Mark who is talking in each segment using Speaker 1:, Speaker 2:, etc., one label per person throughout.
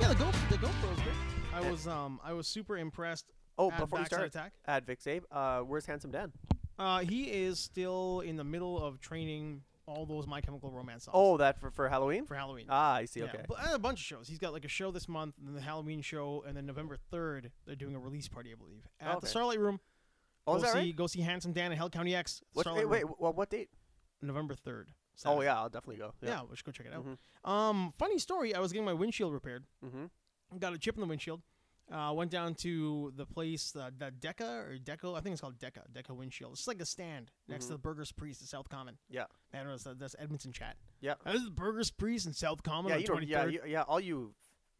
Speaker 1: don't Brosby. I was um I was super impressed.
Speaker 2: Oh,
Speaker 1: at
Speaker 2: before we
Speaker 1: backside
Speaker 2: start,
Speaker 1: attack.
Speaker 2: at Vic Zabe, uh, where's Handsome Dan?
Speaker 1: Uh, he is still in the middle of training all those My Chemical Romance songs
Speaker 2: Oh, that for, for Halloween?
Speaker 1: for Halloween.
Speaker 2: Ah, I see.
Speaker 1: Yeah,
Speaker 2: okay.
Speaker 1: bu- and a bunch of shows. He's got like a show this month, and then the Halloween show, and then November third they're doing a release party, I believe, at
Speaker 2: Okay.
Speaker 1: the Starlight Room.
Speaker 2: Oh,
Speaker 1: go
Speaker 2: is that
Speaker 1: see
Speaker 2: right?
Speaker 1: go see Handsome Dan at Hell County X.
Speaker 2: What,
Speaker 1: Starlight
Speaker 2: wait,
Speaker 1: Room,
Speaker 2: wait, well, what date?
Speaker 1: November third.
Speaker 2: Oh, yeah, Mm-hmm. I'll definitely go.
Speaker 1: yeah. we should go check it out. Um, funny story. I was getting my windshield repaired.
Speaker 2: Mhm.
Speaker 1: Got a chip in the windshield. Uh, went down to the place uh, that Deca or Deco, I think it's called Deca. Deca windshield. It's like a stand next to the Burgers Priest at South Common.
Speaker 2: Mm-hmm. Yeah.
Speaker 1: I don't know. That's, that's uh, Edmonton chat.
Speaker 2: Yeah.
Speaker 1: Uh, This is Burgers Priest in South Common.
Speaker 2: Yeah,
Speaker 1: on
Speaker 2: you know,
Speaker 1: 23rd.
Speaker 2: yeah, you, yeah, all you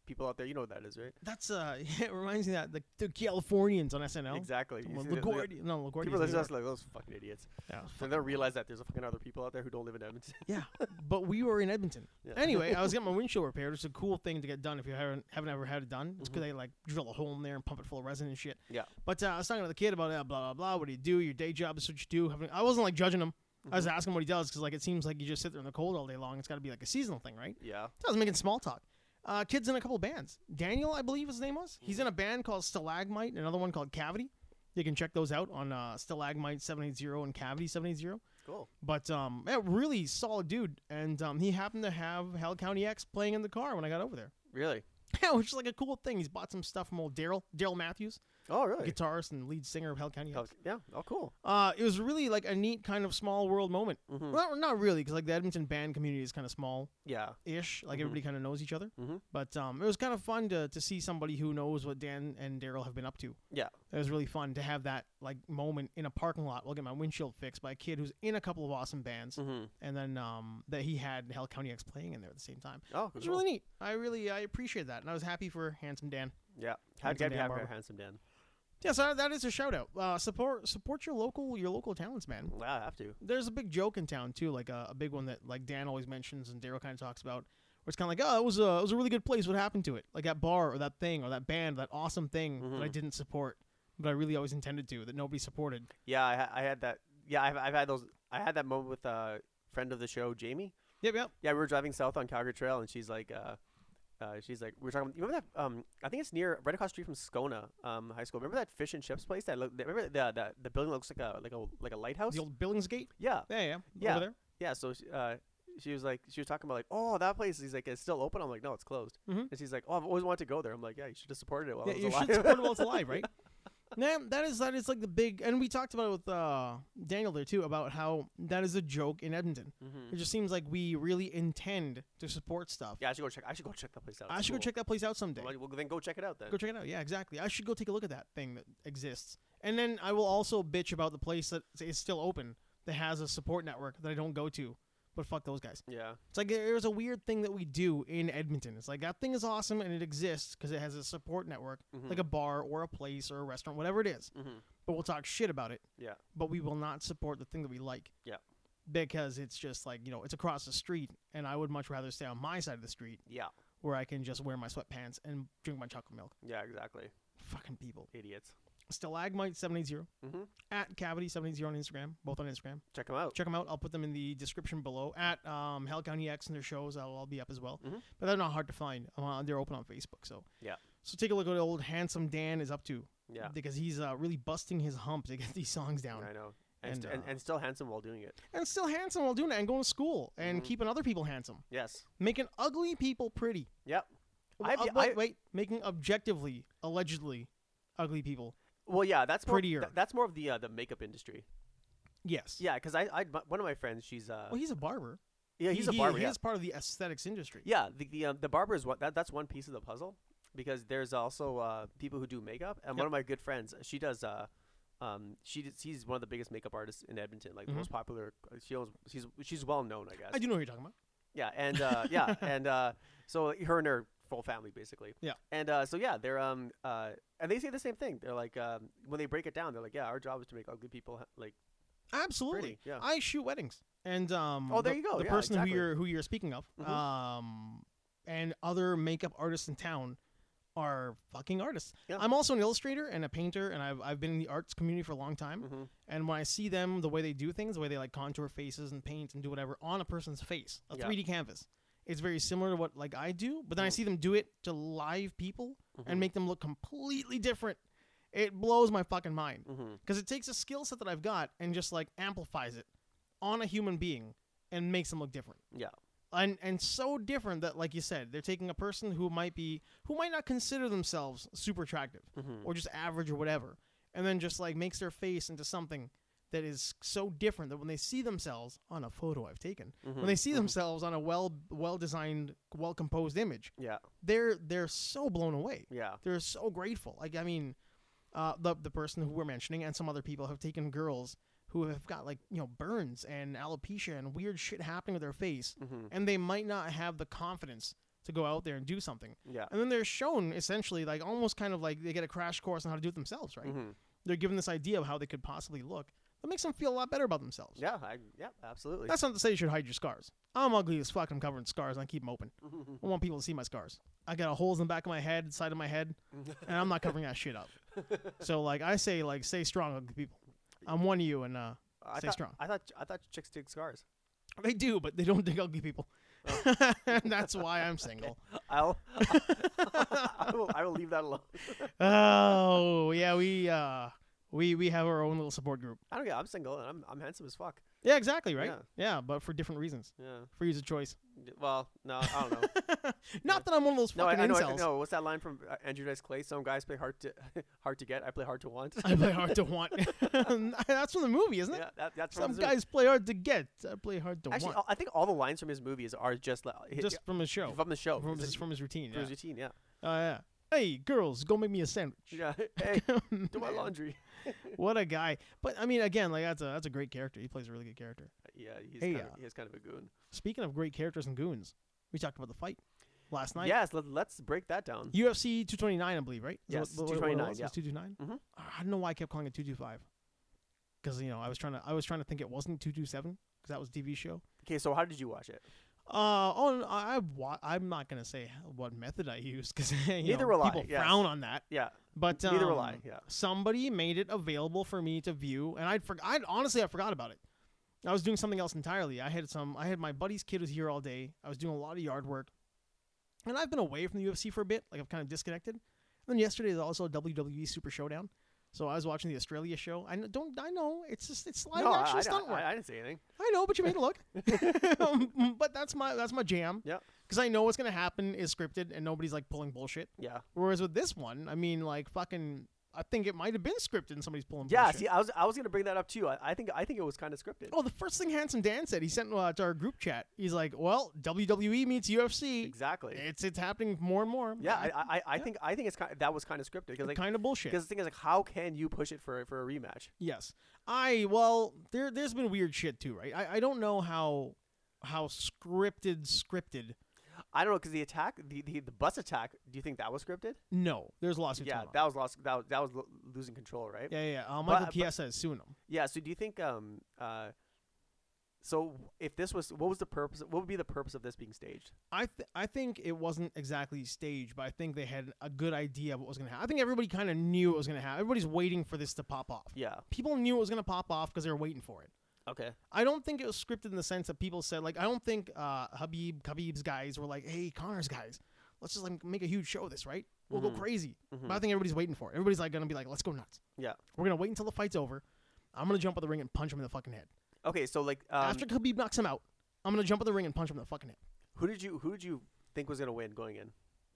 Speaker 2: people out there, you know what that is, right?
Speaker 1: That's uh, it reminds me of that the, the Californians on SNL.
Speaker 2: Exactly. You
Speaker 1: Well,
Speaker 2: see those-
Speaker 1: LaGuardia, no, LaGuardia.
Speaker 2: People listen to us like those fucking idiots.
Speaker 1: Yeah,
Speaker 2: They don't realize that there's fucking other people out there who don't live in Edmonton.
Speaker 1: Yeah, but we were in Edmonton.
Speaker 2: Yeah.
Speaker 1: Anyway, uh, I was getting my windshield repaired. It's a cool thing to get done if you haven't haven't ever had it done. It's because they like drill a hole in there and pump it full of resin and shit.
Speaker 2: Yeah.
Speaker 1: But uh, I was talking to the kid about uh, blah blah blah. What do you do? Your day job is what you do. Having, I wasn't like judging him. I was asking him what he does because like it seems like you just sit there in the cold all day long. It's got to be like a seasonal thing, right?
Speaker 2: Yeah.
Speaker 1: So I was making small talk. Uh, kids in a couple bands. Daniel, I believe his name was. He's in a band called Stalagmite and another one called Cavity. You can check those out on uh, Stalagmite seven eight zero and Cavity seven eight zero.
Speaker 2: Cool.
Speaker 1: But um, yeah, really solid dude, and um, he happened to have Hell County X playing in the car when I got over there.
Speaker 2: Really?
Speaker 1: Yeah, which is like a cool thing. He's bought some stuff from old Daryl, Daryl Matthews,
Speaker 2: Oh, really?
Speaker 1: guitarist and lead singer of Hell County
Speaker 2: Oh,
Speaker 1: X.
Speaker 2: yeah. Oh, Mm. cool. Mm-hmm.
Speaker 1: Uh, it was really like a neat kind of small world moment. Well, not really, because like the Edmonton band community is kind of small
Speaker 2: Yeah.
Speaker 1: ish.
Speaker 2: Mm-hmm.
Speaker 1: Like everybody kind of knows each other.
Speaker 2: Mhm.
Speaker 1: But um, it was kind of fun to to see somebody who knows what Dan and Daryl have been up to.
Speaker 2: Yeah.
Speaker 1: It was really fun to have that like moment in a parking lot while getting my windshield fixed by a kid who's in a couple of awesome bands,
Speaker 2: Mm-hmm.
Speaker 1: and then um, that he had Hell County X playing in there at the same time.
Speaker 2: Oh,
Speaker 1: it was
Speaker 2: cool.
Speaker 1: really neat. I really I appreciate that, and I was happy for Handsome Dan.
Speaker 2: Yeah. Had
Speaker 1: Handsome
Speaker 2: to be
Speaker 1: Dan
Speaker 2: happy
Speaker 1: Barber.
Speaker 2: about handsome Dan.
Speaker 1: Yeah, so that is a shout out. Uh, support support your local your local talents, man.
Speaker 2: Yeah, I have to.
Speaker 1: There's a big joke in town too, like a, a big one that like Dan always mentions and Daryl kind of talks about. Where it's kind of like, oh, it was a it was a really good place. What happened to it? Like that bar or that thing or that band, that awesome thing that I
Speaker 2: Mm-hmm.
Speaker 1: didn't support, but I really always intended to that nobody supported.
Speaker 2: Yeah, I, ha- I had that. Yeah, I've, I've had those. I had that moment with a friend of the show, Jamie.
Speaker 1: Yep, yep.
Speaker 2: Yeah, we were driving south on Calgary Trail, and she's like, uh, uh, she's like, we were talking. You remember that? Um, I think it's near right across the street from Skona um, High School. Remember that fish and chips place? That look. Remember the, the the building that looks like a like a like a lighthouse.
Speaker 1: The old Billingsgate.
Speaker 2: yeah,
Speaker 1: Yeah, yeah.
Speaker 2: yeah,
Speaker 1: Over there.
Speaker 2: yeah. So she, uh, she was like, she was talking about like, oh, that place. He's like, it's still open. I'm like, no, it's closed. And she's like, oh, I've always wanted to go there. I'm like, yeah, you should have supported it while
Speaker 1: Mm-hmm. Yeah,
Speaker 2: it was
Speaker 1: you should
Speaker 2: alive.
Speaker 1: support it while it's alive, right? Nah, that is that is like the big, and we talked about it with uh, Daniel there too about how that is a joke in Edmonton.
Speaker 2: Mm-hmm.
Speaker 1: It just seems like we really intend to support stuff.
Speaker 2: yeah, I should go check. I should go check that place out.
Speaker 1: I
Speaker 2: It's
Speaker 1: should
Speaker 2: cool.
Speaker 1: go check that place out someday.
Speaker 2: Well, then go check it out then.
Speaker 1: Go check it out. Yeah, exactly. I should go take a look at that thing that exists, and then I will also bitch about the place that is still open that has a support network that I don't go to. But fuck those guys.
Speaker 2: yeah.
Speaker 1: It's like there's a weird thing that we do in Edmonton. It's like that thing is awesome and it exists because it has a support network,
Speaker 2: mm-hmm.
Speaker 1: like a bar or a place or a restaurant, whatever it is. But we'll talk shit about it,
Speaker 2: Yeah.
Speaker 1: but we will not support the thing that we like
Speaker 2: Yeah.
Speaker 1: because it's just like, you know, it's across the street and I would much rather stay on my side of the street
Speaker 2: Yeah.
Speaker 1: where I can just wear my sweatpants and drink my chocolate milk.
Speaker 2: Yeah. Exactly.
Speaker 1: Fucking people.
Speaker 2: Idiots.
Speaker 1: Stalagmite780
Speaker 2: Mhm.
Speaker 1: at cavity780 on Instagram, both on Instagram
Speaker 2: Check them out.
Speaker 1: check them out. I'll put them in the description below at um, Hell County X and their shows. I'll all be up as well. But they're not hard to find. Uh, they're open on Facebook. So
Speaker 2: Mm-hmm. Yeah.
Speaker 1: so take a look at what old handsome Dan is up to.
Speaker 2: Yeah.
Speaker 1: Because he's uh, really busting his hump to get these songs down.
Speaker 2: I know. And,
Speaker 1: And,
Speaker 2: st- and,
Speaker 1: uh,
Speaker 2: and still handsome while doing it.
Speaker 1: And still handsome while doing it and going to school and
Speaker 2: Mm-hmm.
Speaker 1: keeping other people handsome.
Speaker 2: Yes.
Speaker 1: Making ugly people pretty.
Speaker 2: Yep.
Speaker 1: Well,
Speaker 2: I've-
Speaker 1: uh, wait,
Speaker 2: I-
Speaker 1: wait. Making objectively, allegedly, ugly people.
Speaker 2: Well, yeah, that's more,
Speaker 1: Prettier.
Speaker 2: th- that's more of the uh, the makeup industry.
Speaker 1: Yes.
Speaker 2: Yeah, because I, I, my- one of my friends, she's uh,
Speaker 1: Well, he's a barber.
Speaker 2: yeah,
Speaker 1: He-
Speaker 2: he's
Speaker 1: he-
Speaker 2: a barber.
Speaker 1: He
Speaker 2: Yeah,
Speaker 1: is part of the aesthetics industry.
Speaker 2: yeah the the, um, the barber is what that, that's one piece of the puzzle because there's also uh, people who do makeup. And one of my good friends, she does. Uh, um, she d- she's one of the biggest makeup artists in Edmonton,
Speaker 1: Mm-hmm.
Speaker 2: like the most popular. uh, She owns, she's she's well known, I guess.
Speaker 1: I do know what you're talking about.
Speaker 2: Yeah, and uh, yeah, and uh, so her and her full family basically.
Speaker 1: Yeah.
Speaker 2: And uh, so yeah, they're um uh, and they say the same thing. They're like um, when they break it down, they're like, yeah, our job is to make ugly people ha- like
Speaker 1: Absolutely.
Speaker 2: Pretty, yeah.
Speaker 1: I shoot weddings. And um
Speaker 2: Oh, there
Speaker 1: the,
Speaker 2: you go.
Speaker 1: The
Speaker 2: Yeah,
Speaker 1: person
Speaker 2: exactly. Mm-hmm.
Speaker 1: who you're who you're speaking of, um and other makeup artists in town are fucking artists.
Speaker 2: Yeah.
Speaker 1: I'm also an illustrator and a painter and I've I've been in the arts community for a long
Speaker 2: Mm.
Speaker 1: time.
Speaker 2: Mm-hmm.
Speaker 1: And when I see them the way they do things, the way they like contour faces and paint and do whatever on a person's face, a
Speaker 2: Yeah.
Speaker 1: 3D canvas. it's very similar to what like I do, but then I
Speaker 2: Mm.
Speaker 1: see them do it to live people
Speaker 2: Mhm.
Speaker 1: and make them look completely different. It blows my fucking mind
Speaker 2: Mhm.
Speaker 1: because it takes a skill set that I've got and just like amplifies it on a human being and makes them look different.
Speaker 2: Yeah.
Speaker 1: And and so different that like you said, they're taking a person who might be who might not consider themselves super attractive
Speaker 2: Mhm.
Speaker 1: or just average or whatever, and then just like makes their face into something that is so different that when they see themselves on a photo I've taken,
Speaker 2: Mhm.
Speaker 1: when they see
Speaker 2: Mhm.
Speaker 1: themselves on a well well designed, well composed image,
Speaker 2: Yeah.
Speaker 1: they're they're so blown away.
Speaker 2: Mm-hmm. Yeah.
Speaker 1: They're so grateful. Like I mean, uh, the the person who we're mentioning and some other people have taken girls who have got like you know burns and alopecia and weird shit happening with their face,
Speaker 2: Mhm.
Speaker 1: and they might not have the confidence to go out there and do something.
Speaker 2: Yeah.
Speaker 1: And then they're shown essentially like almost kind of like they get a crash course on how to do it themselves, right?
Speaker 2: Mhm.
Speaker 1: They're given this idea of how they could possibly look. That makes them feel a lot better about themselves.
Speaker 2: Yeah. I, yeah. Absolutely.
Speaker 1: That's not to say you should hide your scars. I'm ugly as fuck. I'm covered in scars. and I keep them open.
Speaker 2: Mm-hmm.
Speaker 1: I want people to see my scars. I got holes in the back of my head, side of my head,
Speaker 2: Mm-hmm.
Speaker 1: and I'm not covering that shit up. So like I say, like stay strong, ugly people. I'm one of you, and uh,
Speaker 2: I
Speaker 1: Stay
Speaker 2: thought,
Speaker 1: strong.
Speaker 2: I thought I thought chicks dig scars.
Speaker 1: they do, but they don't dig ugly people. and that's why I'm single.
Speaker 2: I'll I will, I will leave that alone.
Speaker 1: Oh yeah, we uh, we we have our own little support group.
Speaker 2: I don't get. I'm single and I'm I'm handsome as fuck.
Speaker 1: Yeah, exactly, right.
Speaker 2: Yeah.
Speaker 1: Yeah, but for different reasons.
Speaker 2: Yeah.
Speaker 1: For you, it's a choice.
Speaker 2: D- Well, no, I don't know.
Speaker 1: Not that I'm one of those
Speaker 2: Oh. No, I,
Speaker 1: fucking
Speaker 2: I know. I,
Speaker 1: incels.
Speaker 2: no, what's that line from uh, Andrew Dice Clay? Some guys play hard to hard to get. I play hard to want.
Speaker 1: I play hard to want. that's from the movie, isn't it?
Speaker 2: yeah, that, that's from
Speaker 1: Some
Speaker 2: his movie.
Speaker 1: guys play hard to get. I play hard to
Speaker 2: Actually, oh,
Speaker 1: want.
Speaker 2: I think all the lines from his movies are just like
Speaker 1: Just from his show.
Speaker 2: from the show.
Speaker 1: From,
Speaker 2: It's
Speaker 1: his,
Speaker 2: like-
Speaker 1: from his routine.
Speaker 2: from
Speaker 1: Yeah.
Speaker 2: his routine. Yeah.
Speaker 1: Oh, yeah. Hey, girls, go make me a sandwich.
Speaker 2: Yeah. Hey, do my
Speaker 1: Man,
Speaker 2: laundry.
Speaker 1: What a guy. But, I mean, again, like that's a, that's a great character. He plays a really good character.
Speaker 2: Yeah, he's
Speaker 1: Hey,
Speaker 2: kind
Speaker 1: uh,
Speaker 2: of, he's kind of a goon.
Speaker 1: Speaking of great characters and goons, we talked about the fight last night.
Speaker 2: Yes, let, let's break that down.
Speaker 1: UFC 229, I believe, right? Is that
Speaker 2: Yes,
Speaker 1: what- what- what it
Speaker 2: 229,
Speaker 1: was? It
Speaker 2: yeah.
Speaker 1: was 229?
Speaker 2: Mhm.
Speaker 1: Ah, I don't know why I kept calling it 225. Because, you know, I was trying to I was trying to think it wasn't 227 because that was TV show.
Speaker 2: Okay, so how did you watch it?
Speaker 1: Uh, oh, no, I, I wa- I'm not going to say what method I used because
Speaker 2: Neither
Speaker 1: know,
Speaker 2: will I,
Speaker 1: people
Speaker 2: yes.
Speaker 1: frown on that.
Speaker 2: Yeah,
Speaker 1: But um,
Speaker 2: neither will I. Yeah.
Speaker 1: Somebody made it available for me to view, and I'd for- I honestly I forgot about it. I was doing something else entirely. I had some. I had my buddy's kid was here all day. I was doing a lot of yard work, and I've been away from the UFC for a bit. Like I've kind of disconnected. And then yesterday is also WWE Super Showdown, so I was watching the Australia show. I kn- don't. I know it's just it's live
Speaker 2: no, I-
Speaker 1: action
Speaker 2: I,
Speaker 1: stunt
Speaker 2: I,
Speaker 1: work.
Speaker 2: I, didn't say anything.
Speaker 1: I know, but you made it look. Um, but that's my that's my jam.
Speaker 2: Yeah.
Speaker 1: Because I know what's gonna happen is scripted, and nobody's like pulling bullshit.
Speaker 2: Yeah.
Speaker 1: Whereas with this one, I mean, like fucking, I think it might have been scripted and somebody's pulling.
Speaker 2: Yeah.
Speaker 1: bullshit.
Speaker 2: See, I was I was gonna bring that up too. I, I think I think it was kind of scripted.
Speaker 1: Oh, the first thing Handsome Dan said, he sent uh, to our group chat. He's like, "Well, WWE meets UFC.
Speaker 2: Exactly.
Speaker 1: It's it's happening more and more.
Speaker 2: Yeah, I, I, I
Speaker 1: yeah.
Speaker 2: think I think it's kind that was kind of scripted because like
Speaker 1: kind of bullshit.
Speaker 2: because the thing is like how can you push it for for a rematch?
Speaker 1: Yes, I well, there there's been weird shit too, right? I, I don't know how how scripted scripted.
Speaker 2: I don't know because the attack the, the the bus attack. Do you think that was scripted?
Speaker 1: No, there's lawsuits.
Speaker 2: yeah,
Speaker 1: going on.
Speaker 2: that was lost. That was, that was lo- losing control, right?
Speaker 1: yeah, yeah. yeah. Uh, Michael
Speaker 2: but-
Speaker 1: Chiesa is suing him.
Speaker 2: Yeah. So do you think um uh so if this was what was the purpose? What would be the purpose of this being staged?
Speaker 1: I th- I think it wasn't exactly staged, but I think they had a good idea of what was going to happen. I think everybody kind of knew what was going to happen. Everybody's waiting for this to pop off.
Speaker 2: Yeah.
Speaker 1: People knew it was going to pop off because they were waiting for it.
Speaker 2: Okay.
Speaker 1: I don't think it was scripted in the sense that people said like I don't think uh, Habib Khabib's guys were like, hey Connor's guys, let's just like make a huge show of this, right? We'll
Speaker 2: Mhm.
Speaker 1: go crazy. But I
Speaker 2: Mhm.
Speaker 1: think everybody's waiting for it. Everybody's like going to be like, let's go nuts.
Speaker 2: Yeah.
Speaker 1: We're gonna wait until the fight's over. I'm gonna jump on the ring and punch him in the fucking head.
Speaker 2: Okay. So like um,
Speaker 1: After Khabib knocks him out, I'm gonna jump on the ring and punch him in the fucking head.
Speaker 2: who did you who did you think was gonna win going in?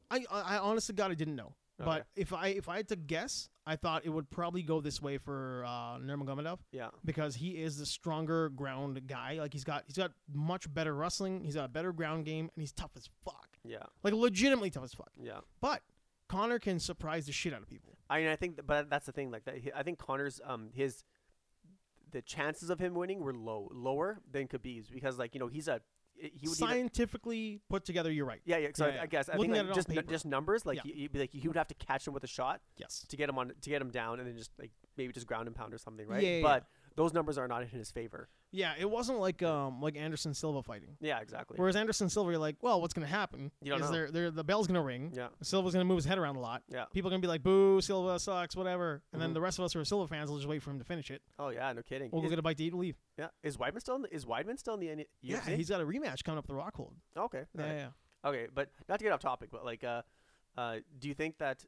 Speaker 1: I I I honest to God I didn't know. But
Speaker 2: Okay.
Speaker 1: if I if I had to guess, I thought it would probably go this way for uh, Nurmagomedov
Speaker 2: Yeah.
Speaker 1: because he is the stronger ground guy. Like he's got he's got much better wrestling. He's got a better ground game, and he's tough as fuck.
Speaker 2: Yeah.
Speaker 1: Like legitimately tough as fuck.
Speaker 2: Yeah.
Speaker 1: But Connor can surprise the shit out of people.
Speaker 2: I mean, I think, th- but that's the thing. Like, that, he- I think Connor's um his the chances of him winning were low, lower than Khabib's because, like, you know, he's a he he would need a,
Speaker 1: Scientifically put together, you're right.
Speaker 2: yeah yeah. So
Speaker 1: Yeah,
Speaker 2: I,
Speaker 1: yeah.
Speaker 2: I guess I
Speaker 1: Looking
Speaker 2: think
Speaker 1: at
Speaker 2: like,
Speaker 1: it on
Speaker 2: just n-
Speaker 1: paper.
Speaker 2: just numbers, like
Speaker 1: Yeah.
Speaker 2: he, he'd be like he would have to catch him with a shot
Speaker 1: Yes.
Speaker 2: to get him on to get him down, and then just like maybe just ground and pound or something, right?
Speaker 1: Yeah, yeah,
Speaker 2: but those numbers are not in his favor.
Speaker 1: Yeah, it wasn't like um like Anderson Silva fighting.
Speaker 2: Yeah, exactly.
Speaker 1: Whereas Anderson Silva, you're like, well, what's gonna happen
Speaker 2: You don't
Speaker 1: is
Speaker 2: know.
Speaker 1: there there the bell's gonna ring.
Speaker 2: Yeah.
Speaker 1: Silva's gonna move his head around a lot.
Speaker 2: Yeah.
Speaker 1: People are gonna be like, boo, Silva sucks, whatever. And then
Speaker 2: Mhm.
Speaker 1: the rest of us who are Silva fans will just wait for him to finish it.
Speaker 2: Oh yeah, no kidding.
Speaker 1: We'll go
Speaker 2: is,
Speaker 1: get a bite to eat and leave.
Speaker 2: yeah, is Weidman still in the, is Weidman still in the N- E,
Speaker 1: Yeah,
Speaker 2: UFC?
Speaker 1: he's got a rematch coming up the Rockhold.
Speaker 2: okay. all
Speaker 1: Yeah,
Speaker 2: right.
Speaker 1: yeah.
Speaker 2: Okay, but not to get off topic, but like, uh, uh, do you think that?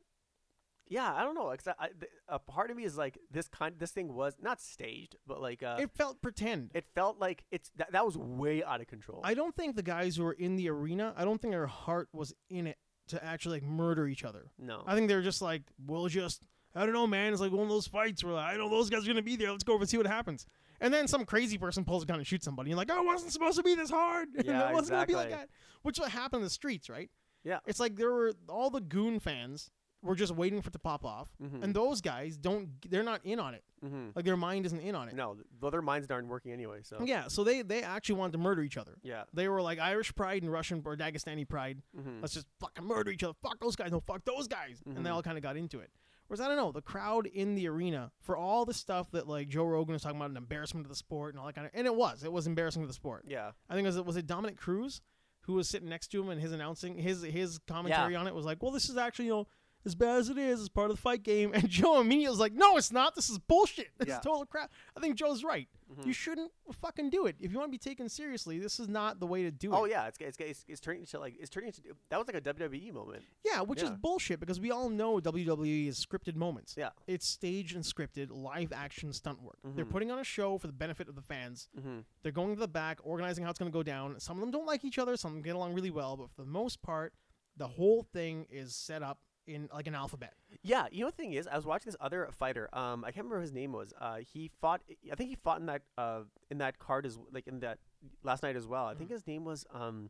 Speaker 2: Yeah, I don't know. Like, 'cause I, I- th- a part of me is like, this kind, this thing was not staged, but like, uh, it,
Speaker 1: It felt pretend.
Speaker 2: felt like it's that, that was way out of control.
Speaker 1: I don't think the guys who were in the arena, I don't think their heart was in it to actually like murder each other.
Speaker 2: no,
Speaker 1: I think they're just like, we'll just, I don't know, man. It's like one of those fights where like, I know those guys are gonna be there. Let's go over and see what happens. And then some crazy person pulls a gun and shoots somebody. You're like, oh, it wasn't supposed to be this hard. And
Speaker 2: Yeah,
Speaker 1: it wasn't gonna be like that.
Speaker 2: exactly.
Speaker 1: Which what happened in the streets, right?
Speaker 2: Yeah.
Speaker 1: It's like there were all the goon fans were just waiting for it to pop off,
Speaker 2: Mhm.
Speaker 1: and those guys don't. They're not in on it.
Speaker 2: hmm
Speaker 1: Like their mind isn't in on it.
Speaker 2: no, th- well, their minds aren't working anyway. So
Speaker 1: Yeah. So they they actually wanted to murder each other.
Speaker 2: yeah,
Speaker 1: They were like Irish pride and Russian or Dagestani pride.
Speaker 2: hmm
Speaker 1: Let's just fucking murder each other. Fuck those guys. No, fuck those guys. And they
Speaker 2: Mhm.
Speaker 1: all kind of got into it. Whereas I don't know, the crowd in the arena for all the stuff that like Joe Rogan was talking about an embarrassment to the sport and all that kind of, and it was, it was embarrassing to the sport.
Speaker 2: yeah,
Speaker 1: I think it was, was it Dominic Cruz who was sitting next to him and his announcing his his commentary on it was like, well, this is actually you know as bad as it is, it's part of the fight game. And Joe immediately was like, no, it's not. This is bullshit. This
Speaker 2: Yeah.
Speaker 1: is total crap. I think Joe's right.
Speaker 2: Mhm.
Speaker 1: You shouldn't fucking do it if you want to be taken seriously. This is not the way to do it.
Speaker 2: oh yeah, it's, it's it's it's turning into like it's turning into that was like a WWE moment.
Speaker 1: Yeah, which is
Speaker 2: Yeah.
Speaker 1: bullshit because we all know WWE is scripted moments.
Speaker 2: Yeah.
Speaker 1: It's staged and scripted live action stunt work. They're
Speaker 2: Mhm.
Speaker 1: putting on a show for the benefit of the fans.
Speaker 2: Mm-hmm.
Speaker 1: They're going to the back, organizing how it's going to go down. Some of them don't like each other, some of them get along really well, but for the most part, the whole thing is set up in like an alphabet.
Speaker 2: Yeah, you know the thing is, I was watching this other fighter. Um, I can't remember what his name was. Uh, he fought. I think he fought in that uh in that card as like in that last night as well. I
Speaker 1: Mm-hmm.
Speaker 2: think his name was um.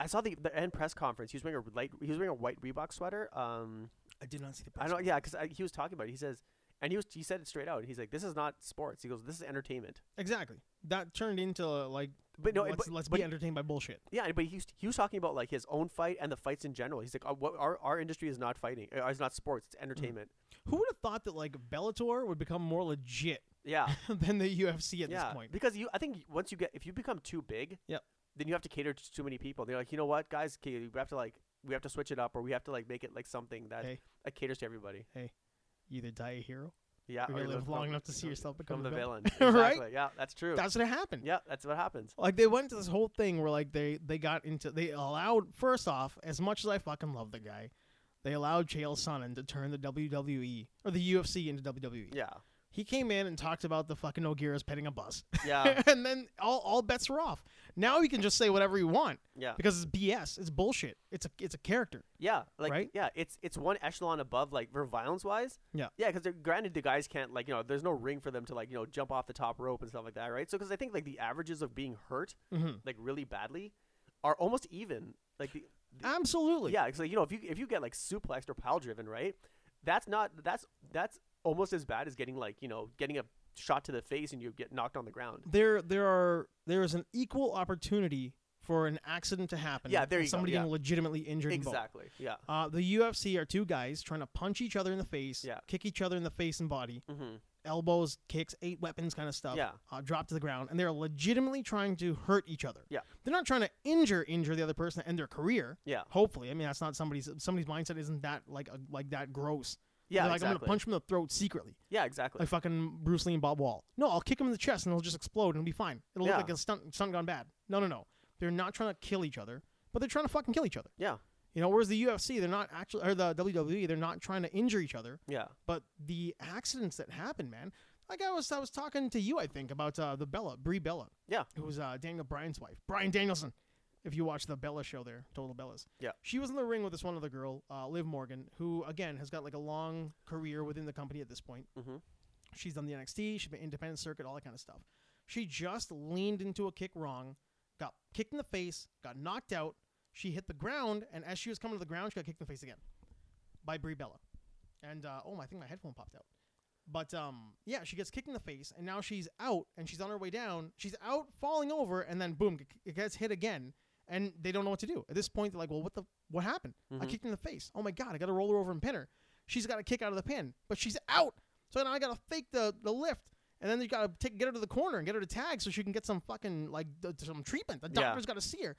Speaker 2: I saw the the end press conference. He was wearing a light. He was wearing a white Reebok sweater. Um,
Speaker 1: I did not see the
Speaker 2: I don't. Yeah, because he was talking about it. He says, and he was he said it straight out. He's like, this is not sports. He goes, this is entertainment.
Speaker 1: Exactly. That turned into like
Speaker 2: e-, But no,
Speaker 1: let's,
Speaker 2: but,
Speaker 1: let's
Speaker 2: but
Speaker 1: be entertained by bullshit.
Speaker 2: yeah, but he was, he was talking about like his own fight and the fights in general. He's like, uh, what, our our industry is not fighting. Uh, is not sports.
Speaker 1: Mm-hmm.
Speaker 2: It's entertainment.
Speaker 1: Who would have thought that like Bellator would become more legit
Speaker 2: Yeah.
Speaker 1: than the UFC at
Speaker 2: yeah,
Speaker 1: this point?
Speaker 2: Because you, I think y- once you get, if you become too big,
Speaker 1: Yep.
Speaker 2: then you have to cater to too many people. They're like, you know what, guys, 'kay, we have to like, we have to switch it up, or we have to like make it like something that
Speaker 1: Hey.
Speaker 2: that caters to everybody.
Speaker 1: You either die a hero
Speaker 2: Yeah,
Speaker 1: You're
Speaker 2: or
Speaker 1: gonna live
Speaker 2: become-
Speaker 1: long enough to see yourself
Speaker 2: become
Speaker 1: become
Speaker 2: the
Speaker 1: a
Speaker 2: villain.
Speaker 1: Right?
Speaker 2: Exactly. Yeah, that's true.
Speaker 1: That's what happened.
Speaker 2: yeah, that's what happens.
Speaker 1: Like they went to this whole thing where like they they got into they allowed first off as much as I fucking love the guy, they allowed Chael Sonnen to turn the WWE or the UFC into WWE.
Speaker 2: Yeah,
Speaker 1: He came in and talked about the fucking O'Gira's petting a bus,
Speaker 2: yeah,
Speaker 1: and then all all bets were off. Now he can just say whatever you want
Speaker 2: yeah,
Speaker 1: because it's BS, it's bullshit, it's a it's a character.
Speaker 2: yeah. Like,
Speaker 1: Right?
Speaker 2: yeah, it's it's one echelon above like for violence wise.
Speaker 1: Yeah.
Speaker 2: yeah, because granted, the guys can't like you know, there's no ring for them to like you know jump off the top rope and stuff like that, right? So because I think like the averages of being hurt
Speaker 1: Mm-hmm.
Speaker 2: like really badly are almost even. Like the,
Speaker 1: Absolutely.
Speaker 2: Yeah, it's like you know, if you if you get like suplexed or pile driven, right? That's not that's that's almost as bad as getting like you know getting a shot to the face and you get knocked on the ground.
Speaker 1: There there are there is an equal opportunity for an accident to happen.
Speaker 2: Yeah, there
Speaker 1: and
Speaker 2: you go,
Speaker 1: Somebody
Speaker 2: yeah.
Speaker 1: getting legitimately injured. in both.
Speaker 2: Exactly. Yeah.
Speaker 1: Uh, the UFC are two guys trying to punch each other in the face,
Speaker 2: Yeah.
Speaker 1: kick each other in the face and body,
Speaker 2: Mm-hmm.
Speaker 1: elbows, kicks, eight weapons kind of stuff.
Speaker 2: Yeah.
Speaker 1: Uh, drop to the ground, and they're legitimately trying to hurt each other.
Speaker 2: Yeah.
Speaker 1: They're not trying to injure injure the other person and their career.
Speaker 2: Yeah.
Speaker 1: Hopefully, I mean that's not somebody's somebody's mindset isn't that like a, like that gross.
Speaker 2: Yeah.
Speaker 1: They're like
Speaker 2: exactly.
Speaker 1: I'm gonna punch him in the throat secretly,
Speaker 2: Yeah. Exactly.
Speaker 1: like fucking Bruce Lee and Bob Wall. No, I'll kick him in the chest and it'll just explode and it'll be fine. It'll
Speaker 2: Yeah.
Speaker 1: look like a stunt stunt gone bad. No, no, no. They're not trying to kill each other, but they're trying to fucking kill each other.
Speaker 2: yeah.
Speaker 1: You know, whereas the UFC, they're not actually, or the WWE, they're not trying to injure each other,
Speaker 2: Yeah.
Speaker 1: but the accidents that happen, man. Like I was, I was talking to you, I think, about uh, the Bella, Brie Bella.
Speaker 2: Yeah.
Speaker 1: Who was uh, Daniel Bryan's wife, Brian Danielson. If you watch the Bella show, there, Total Bellas.
Speaker 2: Yeah.
Speaker 1: She was in the ring with this one other girl, uh, Liv Morgan, who again has got like a long career within the company at this point.
Speaker 2: Mhm.
Speaker 1: She's done the NXT, she's been independent circuit, all that kind of stuff. She just leaned into a kick wrong, got kicked in the face, got knocked out. She hit the ground, and as she was coming to the ground, she got kicked in the face again by Brie Bella. And uh, oh, my- I think my headphone popped out. But um, yeah, she gets kicked in the face, and now she's out, and she's on her way down. She's out, falling over, and then boom, g- it gets hit again, and they don't know what to do. At this point, they're like, "Well, what the what happened? I
Speaker 2: Mhm.
Speaker 1: kicked her in the face. Oh my god, I got to roll her over and pin her. She's got to kick out of the pin, but she's out. So now I got to fake the the lift, And then you gotta take, get her to the corner and get her to tag so she can get some fucking like th- some treatment. The
Speaker 2: Yeah.
Speaker 1: doctor's gotta see her.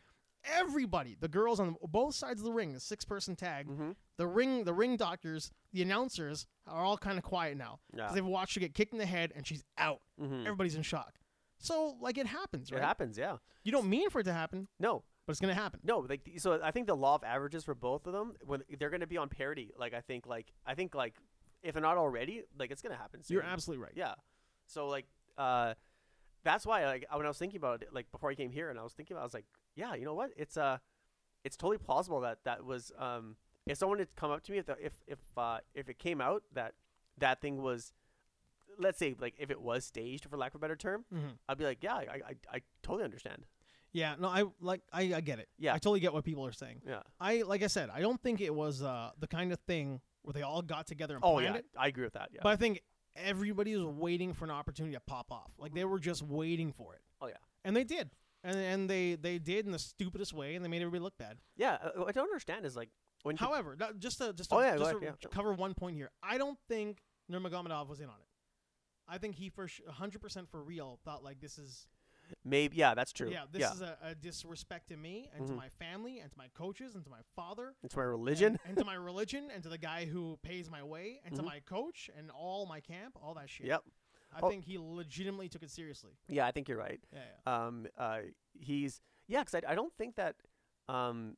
Speaker 1: Everybody, the girls on both sides of the ring, the six person tag,
Speaker 2: Mm-hmm.
Speaker 1: the ring, the ring doctors, the announcers are all kind of quiet now
Speaker 2: Yeah.
Speaker 1: because they've watched her get kicked in the head and she's out.
Speaker 2: Mhm.
Speaker 1: Everybody's in shock. So like it happens, right?
Speaker 2: It happens. Yeah.
Speaker 1: You don't mean for it to happen,
Speaker 2: No.
Speaker 1: but it's gonna happen.
Speaker 2: No, like th- so I think the law of averages for both of them when they're going to be on parity. Like I think like I think like if they're not already, like it's going to happen soon.
Speaker 1: You're absolutely right.
Speaker 2: Yeah. So like uh that's why like I- when I was thinking about it like before I came here and I was thinking about it, I was like, yeah, you know what? It's uh it's totally plausible that that was um if someone had come up to me if the, if if uh if it came out that that thing was let's say like if it was staged for lack of a better term,
Speaker 1: hmm
Speaker 2: I'd be like, yeah, I I, I totally understand.
Speaker 1: Yeah, no, I like I, I get it.
Speaker 2: Yeah.
Speaker 1: I totally get what people are saying.
Speaker 2: Yeah.
Speaker 1: I like I said, I don't think it was uh, the kind of thing where they all got together and
Speaker 2: Oh
Speaker 1: planned
Speaker 2: yeah.
Speaker 1: it.
Speaker 2: I agree with that. Yeah.
Speaker 1: But I think everybody was waiting for an opportunity to pop off. Like they were just waiting for it.
Speaker 2: Mm-hmm. Oh, yeah.
Speaker 1: And they did. And and they they did in the stupidest way, and they made everybody look bad.
Speaker 2: yeah, uh, what I don't understand is like when you-
Speaker 1: However, not- just to just to,
Speaker 2: Oh, yeah, go
Speaker 1: just
Speaker 2: ahead,
Speaker 1: to
Speaker 2: yeah.
Speaker 1: cover one point here, I don't think Nurmagomedov was in on it. I think he for hundred percent for real thought like this is
Speaker 2: maybe yeah, that's true.
Speaker 1: yeah this
Speaker 2: yeah.
Speaker 1: is a, a disrespect to me and
Speaker 2: Mhm.
Speaker 1: to my family and to my coaches and to my father
Speaker 2: it's my religion.
Speaker 1: and, and to my religion and to the guy who pays my way and
Speaker 2: Mhm.
Speaker 1: to my coach and all my camp, all that shit.
Speaker 2: Yep.
Speaker 1: I
Speaker 2: Oh.
Speaker 1: think he legitimately took it seriously.
Speaker 2: Yeah, I think you're right.
Speaker 1: Yeah,
Speaker 2: um, uh, he's yeah, because I, I don't think that um,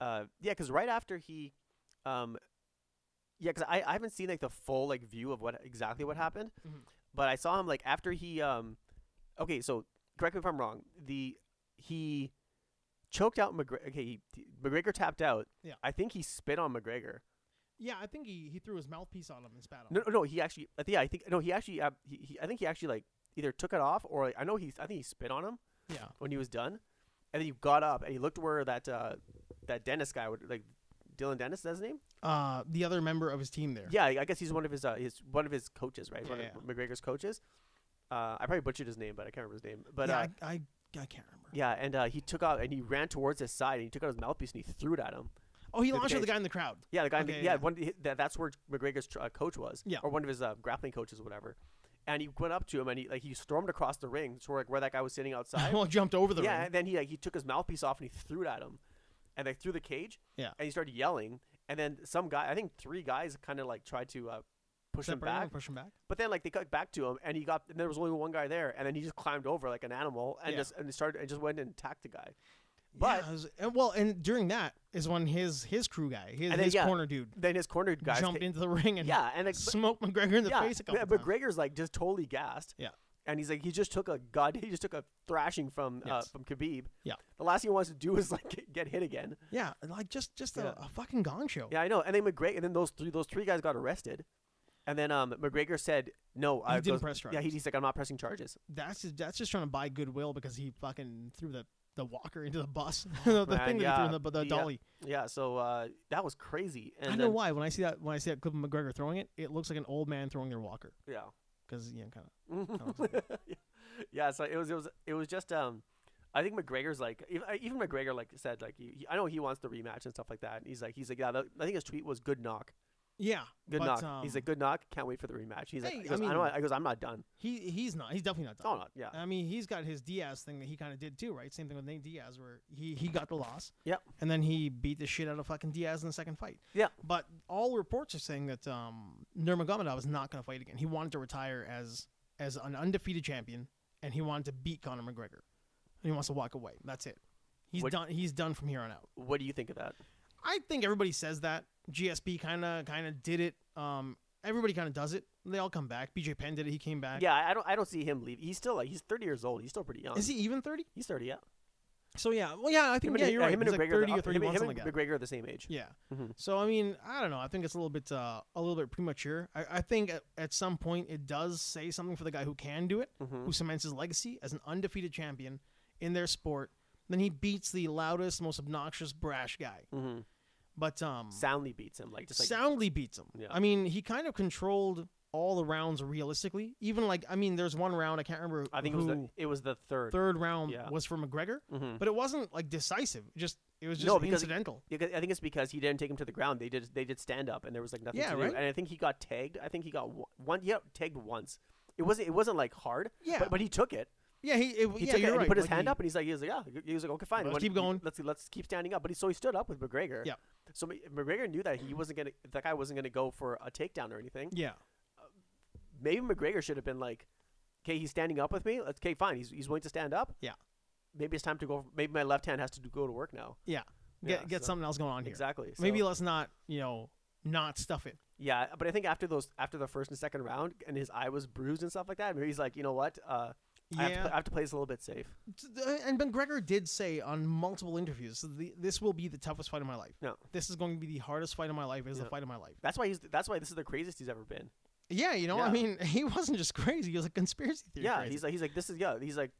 Speaker 2: uh, yeah, because right after he um, yeah, because I, I haven't seen like the full like view of what exactly what happened,
Speaker 1: Mhm.
Speaker 2: but I saw him like after he um, okay, so correct me if I'm wrong. The he choked out McGregor. Okay, he, McGregor tapped out.
Speaker 1: Yeah.
Speaker 2: I think he spit on
Speaker 1: yeah.
Speaker 2: McGregor.
Speaker 1: Yeah, I think he, he threw his mouthpiece on him and spat on
Speaker 2: No,
Speaker 1: him.
Speaker 2: no, no, he actually. I think yeah, I think no, he actually. Uh, he, he, I think he actually like either took it off or like, I know he. I think he spit on him.
Speaker 1: Yeah.
Speaker 2: when he was done, and then he got up and he looked where that uh, that Dennis guy would like Dylan Dennis. That's his name.
Speaker 1: Uh, the other member of his team there.
Speaker 2: Yeah, I guess he's one of his uh, his one of his coaches, right?
Speaker 1: Yeah,
Speaker 2: one of McGregor's coaches. Uh, I probably butchered his name, but I can't remember his name. But
Speaker 1: yeah,
Speaker 2: uh,
Speaker 1: I, I I can't remember.
Speaker 2: yeah, and uh, he took out and he ran towards his side and he took out his mouthpiece and he threw it at him.
Speaker 1: Oh, he
Speaker 2: the
Speaker 1: launched at the
Speaker 2: cage.
Speaker 1: guy in the crowd.
Speaker 2: Yeah, the guy. in the,
Speaker 1: Okay,
Speaker 2: yeah,
Speaker 1: yeah.
Speaker 2: one he- that, that's where McGregor's tr- uh, coach was.
Speaker 1: Yeah.
Speaker 2: or one of his uh, grappling coaches, or whatever. And he went up to him and he like he stormed across the ring to where, like, where that guy was sitting outside.
Speaker 1: well, jumped over the
Speaker 2: yeah,
Speaker 1: ring.
Speaker 2: and then he like he took his mouthpiece off and he threw it at him, and they threw the cage.
Speaker 1: Yeah.
Speaker 2: and he started yelling, and then some guy, I think three guys, kind of like tried to uh, push him
Speaker 1: Separated him,
Speaker 2: back,
Speaker 1: pushed him back.
Speaker 2: but then like they cut back to him, and he got, and there was only one guy there, and then he just climbed over like an animal and
Speaker 1: Yeah.
Speaker 2: just and started and just went and attacked the guy. But-
Speaker 1: Yeah, it was- and, well, and during that is when his his crew guy, his,
Speaker 2: And then,
Speaker 1: his
Speaker 2: yeah,
Speaker 1: corner dude,
Speaker 2: Then his corner guys,
Speaker 1: jumped
Speaker 2: ca-
Speaker 1: into the ring and
Speaker 2: yeah, and like, but-
Speaker 1: smoked McGregor in the
Speaker 2: yeah,
Speaker 1: face a couple
Speaker 2: yeah,
Speaker 1: times.
Speaker 2: McGregor's like just totally gassed.
Speaker 1: Yeah.
Speaker 2: And he's like, he just took a god, he just took a thrashing from uh,
Speaker 1: Yes.
Speaker 2: from Khabib.
Speaker 1: Yeah.
Speaker 2: the last thing he wants to do is like get- get hit again.
Speaker 1: Yeah, like just just
Speaker 2: Yeah.
Speaker 1: a, a fucking gong show.
Speaker 2: Yeah, I know. And then McGregor, and then those three, those three guys got arrested, and then um, McGregor said, "No, I
Speaker 1: He didn't
Speaker 2: goes-
Speaker 1: press
Speaker 2: Yeah,
Speaker 1: charges.
Speaker 2: he, he's like, "I'm not pressing charges."
Speaker 1: that's just, that's just trying to buy goodwill because he fucking threw the, the walker into the bus, the, the
Speaker 2: Oh, man,
Speaker 1: thing that he
Speaker 2: yeah.
Speaker 1: threw in the, bu- the
Speaker 2: Yeah.
Speaker 1: dolly.
Speaker 2: Yeah, so uh, that was crazy. And
Speaker 1: I
Speaker 2: then,
Speaker 1: know why. When I see that when I see that clip of McGregor throwing it, it looks like an old man throwing their walker
Speaker 2: Yeah.
Speaker 1: because you know, kind of.
Speaker 2: yeah, so it was it was it was just um, I think McGregor's like ev- I- even McGregor like said like he, he- I know he wants the rematch and stuff like that. And he's like he's like yeah, that, I think his tweet was good knock,
Speaker 1: Yeah,
Speaker 2: good
Speaker 1: but,
Speaker 2: knock.
Speaker 1: Um,
Speaker 2: he's like good knock, can't wait for the rematch. He's like
Speaker 1: Hey,
Speaker 2: he
Speaker 1: I
Speaker 2: goes, I, know
Speaker 1: mean-
Speaker 2: I goes I'm not done.
Speaker 1: he he's not. He's definitely not
Speaker 2: Oh,
Speaker 1: done.
Speaker 2: not yeah.
Speaker 1: I mean, he's got his Diaz thing that he kind of did too, right? Same thing with Nate Diaz, where he, he got the loss.
Speaker 2: Yep.
Speaker 1: And then he beat the shit out of fucking Diaz in the second fight.
Speaker 2: Yeah.
Speaker 1: But all reports are saying that um, Nurmagomedov is not going to fight again. He wanted to retire as as an undefeated champion, and he wanted to beat Conor McGregor, and he wants to walk away. That's it. He's
Speaker 2: What-
Speaker 1: done. He's done from here on out.
Speaker 2: What do you think of that?
Speaker 1: I think everybody says that. GSP kind of kind of did it. Um, everybody kind of does it. They all come back. BJ Penn did it. He came back.
Speaker 2: Yeah, I I don't I don't see him leave. He's still like he's 30 years old. He's still pretty young.
Speaker 1: Is he even thirty?
Speaker 2: He's 30, yeah.
Speaker 1: So yeah, well yeah, I think
Speaker 2: and-
Speaker 1: yeah, you're right.
Speaker 2: Him and
Speaker 1: He's like
Speaker 2: McGregor,
Speaker 1: thirty
Speaker 2: are-
Speaker 1: or thirty-one,
Speaker 2: him, and- him
Speaker 1: something
Speaker 2: and
Speaker 1: like that.
Speaker 2: McGregor are the same age.
Speaker 1: Yeah.
Speaker 2: Mhm.
Speaker 1: So I mean, I don't know. I think it's a little bit, uh, a little bit premature. I, I think at, at some point it does say something for the guy who can do it,
Speaker 2: Mhm.
Speaker 1: who cements his legacy as an undefeated champion in their sport. Then he beats the loudest, most obnoxious, brash guy,
Speaker 2: Mhm.
Speaker 1: but um,
Speaker 2: Soundly beats him, like just like
Speaker 1: soundly beats him.
Speaker 2: Yeah.
Speaker 1: I mean, he kind of controlled all the rounds realistically. Even like, I mean, there's one round I can't remember.
Speaker 2: I think it
Speaker 1: who
Speaker 2: was the it was the third.
Speaker 1: third round
Speaker 2: Yeah.
Speaker 1: was for McGregor,
Speaker 2: Mhm.
Speaker 1: but it wasn't like decisive. Just it was just
Speaker 2: No, because-
Speaker 1: incidental.
Speaker 2: Yeah, 'cause I think it's because he didn't take him to the ground. They did they did stand up, and there was like nothing
Speaker 1: Yeah,
Speaker 2: to do.
Speaker 1: right?
Speaker 2: And I think he got tagged. I think he got one. one yeah, tagged once, It wasn't. It wasn't like hard.
Speaker 1: Yeah.
Speaker 2: But, but he took it.
Speaker 1: Yeah, he. It,
Speaker 2: He
Speaker 1: yeah,
Speaker 2: took it.
Speaker 1: you're
Speaker 2: and
Speaker 1: right.
Speaker 2: He put his
Speaker 1: like,
Speaker 2: hand
Speaker 1: he-
Speaker 2: up, and he's like, he was like, yeah. He was like, okay, fine.
Speaker 1: Let's
Speaker 2: What-
Speaker 1: keep going.
Speaker 2: Let's let's keep standing up. But he so he stood up with McGregor.
Speaker 1: Yeah.
Speaker 2: So Ma- McGregor knew that he wasn't gonna. That guy wasn't gonna go for a takedown or anything.
Speaker 1: Yeah.
Speaker 2: Maybe McGregor should have been like, okay, he's standing up with me. Let's okay, fine. He's he's willing to stand up.
Speaker 1: Yeah.
Speaker 2: Maybe it's time to go. Maybe my left hand has to do, go to work now.
Speaker 1: Yeah. Get
Speaker 2: Yeah,
Speaker 1: get
Speaker 2: so-
Speaker 1: something else going on here.
Speaker 2: Exactly. So,
Speaker 1: Maybe let's not you know not stuff it.
Speaker 2: Yeah, but I think after those, after the first and second round, and his eye was bruised and stuff like that, maybe he's like, you know what, uh, I, have to,
Speaker 1: Yeah.
Speaker 2: pla- I have to play this a little bit safe.
Speaker 1: T- th- And McGregor did say on multiple interviews, "The- this will be the toughest fight of my life.
Speaker 2: Yeah.
Speaker 1: This is going to be the hardest fight of my life. Is
Speaker 2: Yeah.
Speaker 1: the fight of my life.
Speaker 2: That's why he's. That's why this is the craziest he's ever been.
Speaker 1: Yeah, you know, I
Speaker 2: Yeah.
Speaker 1: mean, he wasn't just crazy. He was a conspiracy theory.
Speaker 2: yeah,
Speaker 1: crazy.
Speaker 2: he's like, he's like, this is yeah. He's like,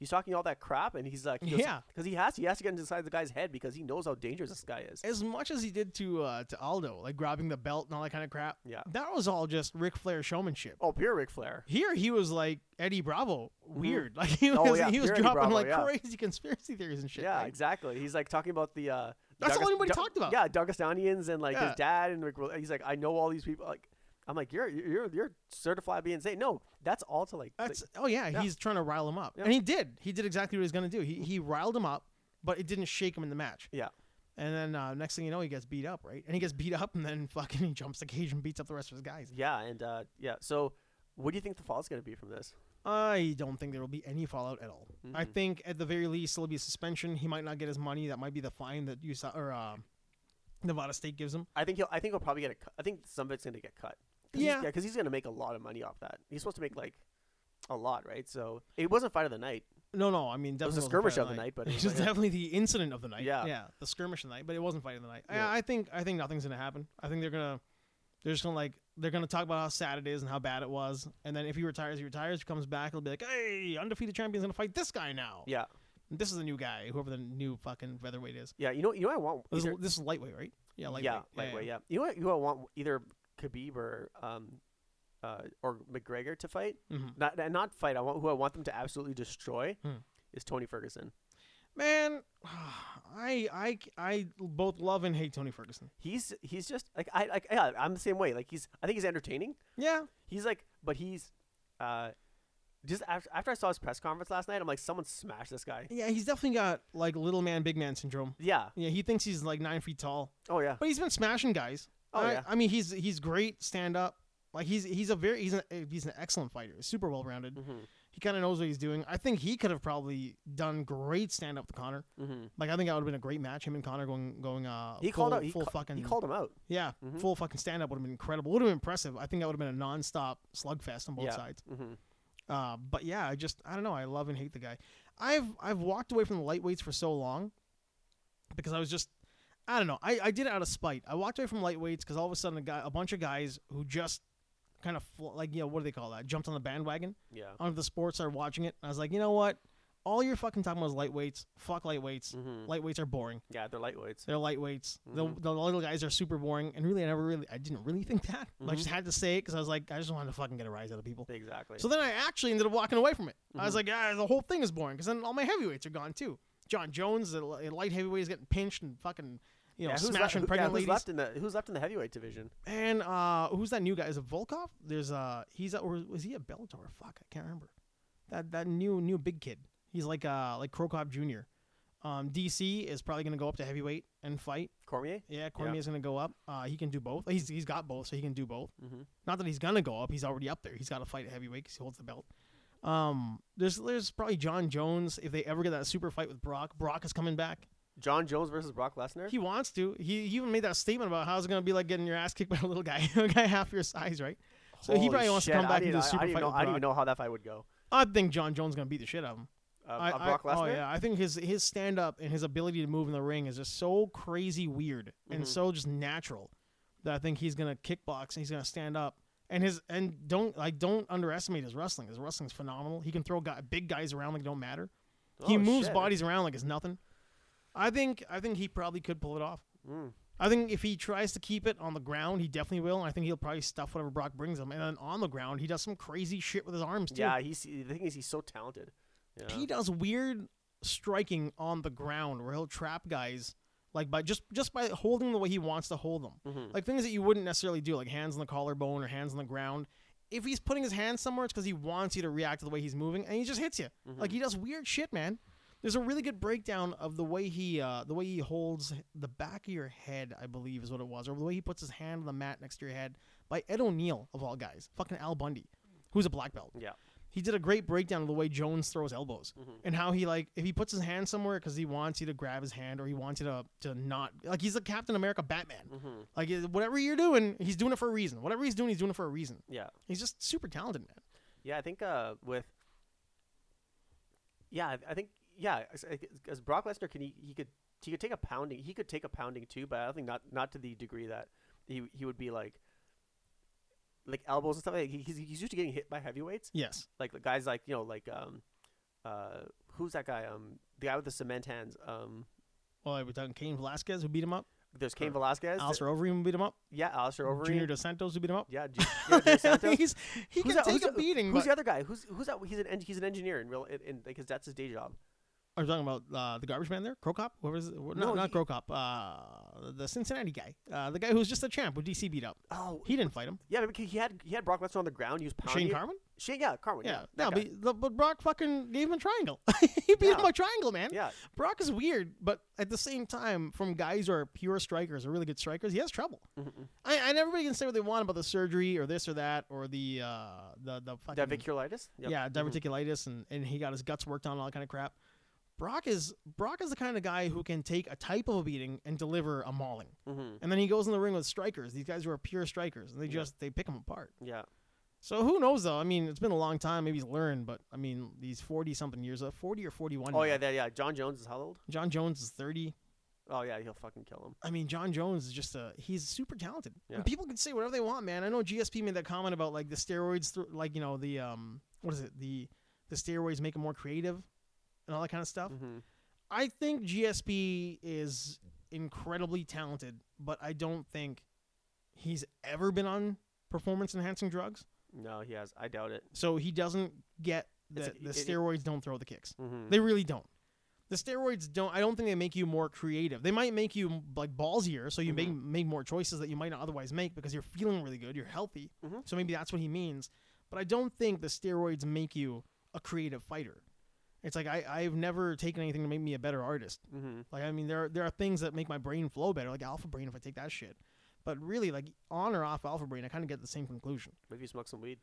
Speaker 2: he's talking all that crap, and he's like,
Speaker 1: Yeah.
Speaker 2: because he has, he has to get inside the guy's head because he knows how dangerous this guy is.
Speaker 1: as much as he did to uh, to Aldo, like grabbing the belt and all that kind of crap.
Speaker 2: Yeah.
Speaker 1: That was all just Ric Flair showmanship.
Speaker 2: Oh, pure Ric Flair.
Speaker 1: Here he was like Eddie Bravo, weird. Like he was
Speaker 2: Oh, yeah,
Speaker 1: he was
Speaker 2: pure Eddie
Speaker 1: dropping
Speaker 2: Bravo,
Speaker 1: like
Speaker 2: yeah.
Speaker 1: crazy conspiracy theories and shit.
Speaker 2: yeah,
Speaker 1: like-
Speaker 2: exactly. He's like talking about the. Uh,
Speaker 1: That's all
Speaker 2: Dagas-
Speaker 1: anybody
Speaker 2: Da-
Speaker 1: talked about.
Speaker 2: Yeah, Dagestanians and like
Speaker 1: Yeah.
Speaker 2: his dad and like, he's like, I know all these people. Like, I'm like, you're you're you're certified being insane. No, that's all to like.
Speaker 1: That's oh yeah,
Speaker 2: Yeah.
Speaker 1: he's trying to rile him up,
Speaker 2: Yeah.
Speaker 1: and
Speaker 2: Mm-hmm.
Speaker 1: he did. He did exactly what he was going to do. He he riled him up, but it didn't shake him in the match.
Speaker 2: Yeah.
Speaker 1: And then uh, next thing you know, he gets beat up, right? And he gets beat up, and then fucking he jumps the cage and beats up the rest of his guys.
Speaker 2: Yeah, and uh, yeah. So, what do you think the fall's going to be from this?
Speaker 1: I don't think there will be any fallout at all.
Speaker 2: Mm-hmm.
Speaker 1: I think at the very least there'll be a suspension. He might not get his money. That might be the fine that you saw or uh, Nevada State gives him.
Speaker 2: I think he'll. I think he'll probably get a cut. I think some of it's going to get cut. 'Cause he's-
Speaker 1: Yeah.
Speaker 2: because he's going to make a lot of money off that. He's supposed to make like a lot, right? So it wasn't fight of the night.
Speaker 1: No, no, I mean
Speaker 2: It was a
Speaker 1: definitely
Speaker 2: skirmish
Speaker 1: wasn't
Speaker 2: of the night, but
Speaker 1: It
Speaker 2: it
Speaker 1: was
Speaker 2: was like,
Speaker 1: definitely the incident of the night.
Speaker 2: Yeah.
Speaker 1: yeah, the skirmish of the night, but it wasn't fighting the night.
Speaker 2: Yeah.
Speaker 1: I, I think I think nothing's gonna happen. I think they're gonna they're just gonna like they're gonna talk about how sad it is and how bad it was, and then if he retires, he retires. If he comes back, it'll be like, hey, undefeated champion's gonna fight this guy now.
Speaker 2: yeah,
Speaker 1: this is the new guy, whoever the new fucking featherweight is.
Speaker 2: yeah. You know, you know, what I want.
Speaker 1: This, is,
Speaker 2: either-
Speaker 1: this is lightweight, right? Yeah, lightweight.
Speaker 2: yeah, lightweight. Yeah. You know, what, you know, what I want either Khabib or um, uh, or McGregor to fight.
Speaker 1: Mhm.
Speaker 2: Not and not fight. I want who I want them to absolutely destroy
Speaker 1: Hmm.
Speaker 2: is Tony Ferguson.
Speaker 1: Man, I I I both love and hate Tony Ferguson.
Speaker 2: He's he's just like I like yeah. I'm the same way. Like he's I think he's entertaining.
Speaker 1: Yeah,
Speaker 2: He's like, but he's, uh, just after, after I saw his press conference last night, I'm like, someone smashed this guy.
Speaker 1: yeah, he's definitely got like little man, big man syndrome.
Speaker 2: Yeah.
Speaker 1: Yeah, he thinks he's like nine feet tall,
Speaker 2: Oh yeah.
Speaker 1: but he's been smashing guys.
Speaker 2: Oh,
Speaker 1: I,
Speaker 2: yeah.
Speaker 1: I mean, he's he's great stand up. Like he's he's a very he's an, he's an excellent fighter. He's super well rounded.
Speaker 2: Mm-hmm.
Speaker 1: He kind of knows what he's doing. I think he could have probably done great stand up with Connor.
Speaker 2: Mm-hmm.
Speaker 1: Like I think that would have been a great match. Him and Connor going going uh
Speaker 2: He
Speaker 1: full,
Speaker 2: called out. He,
Speaker 1: full
Speaker 2: ca-
Speaker 1: fucking
Speaker 2: he called him out.
Speaker 1: yeah
Speaker 2: Mhm.
Speaker 1: full fucking stand up would have been incredible. Would have been impressive. I think that would have been a nonstop slugfest on both
Speaker 2: Yeah.
Speaker 1: sides.
Speaker 2: Mm-hmm.
Speaker 1: Uh, but yeah, I just I don't know. I love and hate the guy. I've I've walked away from the lightweights for so long because I was just I don't know. I, I did it out of spite. I walked away from lightweights because all of a sudden a guy a bunch of guys who just kind of fl- like you know what do they call that jumped on the bandwagon
Speaker 2: Yeah.
Speaker 1: onto the sports started watching it. And I was like, you know what? All you're fucking talking about is lightweights. Fuck lightweights.
Speaker 2: Mm-hmm.
Speaker 1: Lightweights are boring.
Speaker 2: Yeah, they're lightweights.
Speaker 1: They're lightweights. The, the little guys are super boring. And really, I never really, I didn't really think that. But I just had to say it because I was like, I just wanted to fucking get a rise out of people.
Speaker 2: Exactly.
Speaker 1: So then I actually ended up walking away from it. I
Speaker 2: Mm-hmm.
Speaker 1: was like, ah, the whole thing is boring because then all my heavyweights are gone too. John Jones, the li- light heavyweight, is getting pinched and fucking, you know,
Speaker 2: yeah, who's le-
Speaker 1: smashing
Speaker 2: who- yeah,
Speaker 1: pregnant
Speaker 2: who's
Speaker 1: ladies.
Speaker 2: left in the Who's left in the heavyweight division?
Speaker 1: And uh, who's that new guy? Is it Volkov? There's uh, he's at, or was he at Bellator? Fuck, I can't remember. That that new new big kid. He's like uh like Krokop Jr. Um, DC is probably gonna go up to heavyweight and fight.
Speaker 2: Cormier.
Speaker 1: Yeah, Cormier's gonna go up. Uh, he can do both. He's he's got both, so he can do both.
Speaker 2: Mhm.
Speaker 1: Not that he's gonna go up. He's already up there. He's got to fight at heavyweight because he holds the belt. Um, there's there's probably John Jones if they ever get that super fight with Brock. Brock is coming back.
Speaker 2: John Jones versus Brock Lesnar.
Speaker 1: He wants to. He, he even made that statement about how it's gonna be like getting your ass kicked by a little guy, a guy half your size, right? So he
Speaker 2: Holy
Speaker 1: probably wants to
Speaker 2: shit,
Speaker 1: come back and
Speaker 2: I
Speaker 1: do
Speaker 2: didn't-
Speaker 1: a
Speaker 2: I-
Speaker 1: super
Speaker 2: I didn't
Speaker 1: fight
Speaker 2: know-
Speaker 1: with
Speaker 2: I don't
Speaker 1: Brock.
Speaker 2: even know how that fight would go.
Speaker 1: I think John Jones gonna beat the shit out of him.
Speaker 2: Uh,
Speaker 1: I,
Speaker 2: uh,
Speaker 1: I-
Speaker 2: Brock Lesnar.
Speaker 1: oh yeah, I think his his stand up and his ability to move in the ring is just so crazy weird
Speaker 2: Mm-hmm.
Speaker 1: and so just natural that I think he's gonna kickbox and he's gonna stand up and his and don't like don't underestimate his wrestling. His wrestling's phenomenal. He can throw guy, big guys around like it don't matter. he
Speaker 2: Oh,
Speaker 1: moves
Speaker 2: shit.
Speaker 1: bodies around like it's nothing. I think I think he probably could pull it off.
Speaker 2: Mm.
Speaker 1: I think if he tries to keep it on the ground, he definitely will. And I think he'll probably stuff whatever Brock brings him. And then on the ground, he does some crazy shit with his arms too.
Speaker 2: Yeah, he's the thing is he's so talented. Yeah.
Speaker 1: he does weird striking on the ground where he'll trap guys like by just just by holding the way he wants to hold them
Speaker 2: Mhm.
Speaker 1: like things that you wouldn't necessarily do like hands on the collarbone or hands on the ground if he's putting his hand somewhere, it's because he wants you to react to the way he's moving, and he just hits you.
Speaker 2: Mm-hmm.
Speaker 1: Like he does weird shit, man. There's a really good breakdown of the way he uh, the way he holds the back of your head, I believe is what it was, or the way he puts his hand on the mat next to your head by Ed O'Neill of all guys, fucking Al Bundy, who's a black belt.
Speaker 2: Yeah.
Speaker 1: He did a great breakdown of the way Jones throws elbows
Speaker 2: Mm-hmm.
Speaker 1: and how he like if he puts his hand somewhere because he wants you to grab his hand or he wants you to to not like he's a Captain America Batman.
Speaker 2: Mm-hmm.
Speaker 1: Like eh, whatever you're doing, he's doing it for a reason. Whatever he's doing, he's doing it for a reason.
Speaker 2: Yeah.
Speaker 1: He's just super talented, man.
Speaker 2: Yeah, I think uh, with yeah, I- I think yeah, because Brock Lesnar can he, he could he could take a pounding he could take a pounding too, but I think not not to the degree that he he would be like like elbows and stuff. Like he- he's, he's used to getting hit by heavyweights,
Speaker 1: Yes.
Speaker 2: like the guys like you know like um uh who's that guy um the guy with the cement hands um
Speaker 1: Well, we're talking Cain Velasquez who beat him up.
Speaker 2: there's Cain
Speaker 1: Or
Speaker 2: Velasquez
Speaker 1: Uh, Alistair Overeem who beat him up.
Speaker 2: yeah Alistair
Speaker 1: Junior
Speaker 2: Overeem
Speaker 1: Dos Santos who beat him up.
Speaker 2: yeah, Ju- yeah Junior Santos.
Speaker 1: he's, he
Speaker 2: Who's
Speaker 1: can
Speaker 2: that-
Speaker 1: take
Speaker 2: who's
Speaker 1: a
Speaker 2: that-
Speaker 1: beating.
Speaker 2: Who's
Speaker 1: but
Speaker 2: the other guy? Who's who's that? He's an en- he's an engineer in real in, in because that's his day job.
Speaker 1: Are you talking about uh, the garbage man there? Crocop? Whoever is no,
Speaker 2: No,
Speaker 1: no, not
Speaker 2: he-
Speaker 1: Crocop. Uh, the Cincinnati guy. Uh, the guy who was just a champ who DC beat up.
Speaker 2: Oh,
Speaker 1: He didn't fight him.
Speaker 2: Yeah, but because he had he had Brock Lesnar on the ground. He was pounding.
Speaker 1: Shane
Speaker 2: it.
Speaker 1: Carmen?
Speaker 2: Shane, yeah, Carmen.
Speaker 1: Yeah.
Speaker 2: Yeah,
Speaker 1: No,
Speaker 2: that guy.
Speaker 1: but, the- but Brock fucking gave him a triangle. he beat him
Speaker 2: Yeah.
Speaker 1: by triangle, man.
Speaker 2: yeah,
Speaker 1: Brock is weird, but at the same time, from guys who are pure strikers or really good strikers, he has trouble.
Speaker 2: Mhm.
Speaker 1: I, and everybody can say what they want about the surgery or this or that or the uh, the the fucking
Speaker 2: diverticulitis. Yep.
Speaker 1: yeah
Speaker 2: Mhm.
Speaker 1: diverticulitis and, and he got his guts worked on and all that kind of crap. Brock is Brock is the kind of guy who can take a type of a beating and deliver a mauling,
Speaker 2: Mhm.
Speaker 1: and then he goes in the ring with strikers. These guys who are pure strikers, and they
Speaker 2: Yeah.
Speaker 1: just they pick him apart.
Speaker 2: Yeah,
Speaker 1: So who knows though? I mean, it's been a long time. Maybe he's learned, but I mean, he's forty something years old, forty or forty one.
Speaker 2: oh yeah, that, yeah. John Jones is how old?
Speaker 1: John Jones is thirty.
Speaker 2: Oh yeah, he'll fucking kill him.
Speaker 1: I mean, John Jones is just a he's super talented.
Speaker 2: Yeah.
Speaker 1: And people can say whatever they want, man. I know GSP made that comment about like the steroids thr- like, you know, the um what is it? The the steroids make him more creative and all that kind of stuff.
Speaker 2: Mhm.
Speaker 1: I think GSP is incredibly talented, but I don't think he's ever been on performance enhancing drugs.
Speaker 2: No, he has. I doubt it.
Speaker 1: So he doesn't get
Speaker 2: It's
Speaker 1: that
Speaker 2: like-
Speaker 1: the
Speaker 2: it- it-
Speaker 1: steroids don't throw the kicks.
Speaker 2: Mhm.
Speaker 1: They really don't. The steroids don't. I don't think they make you more creative. They might make you like ballsier, so you make make more choices that you might not otherwise make because you're feeling really good, you're healthy.
Speaker 2: Mhm.
Speaker 1: So maybe that's what he means. But I don't think the steroids make you a creative fighter. It's like I, I've never taken anything to make me a better artist.
Speaker 2: Mhm.
Speaker 1: Like I mean, there are, there are things that make my brain flow better, like alpha brain if I take that shit. But really, like on or off alpha brain, I kind of get the same conclusion.
Speaker 2: Maybe you smoke some weed.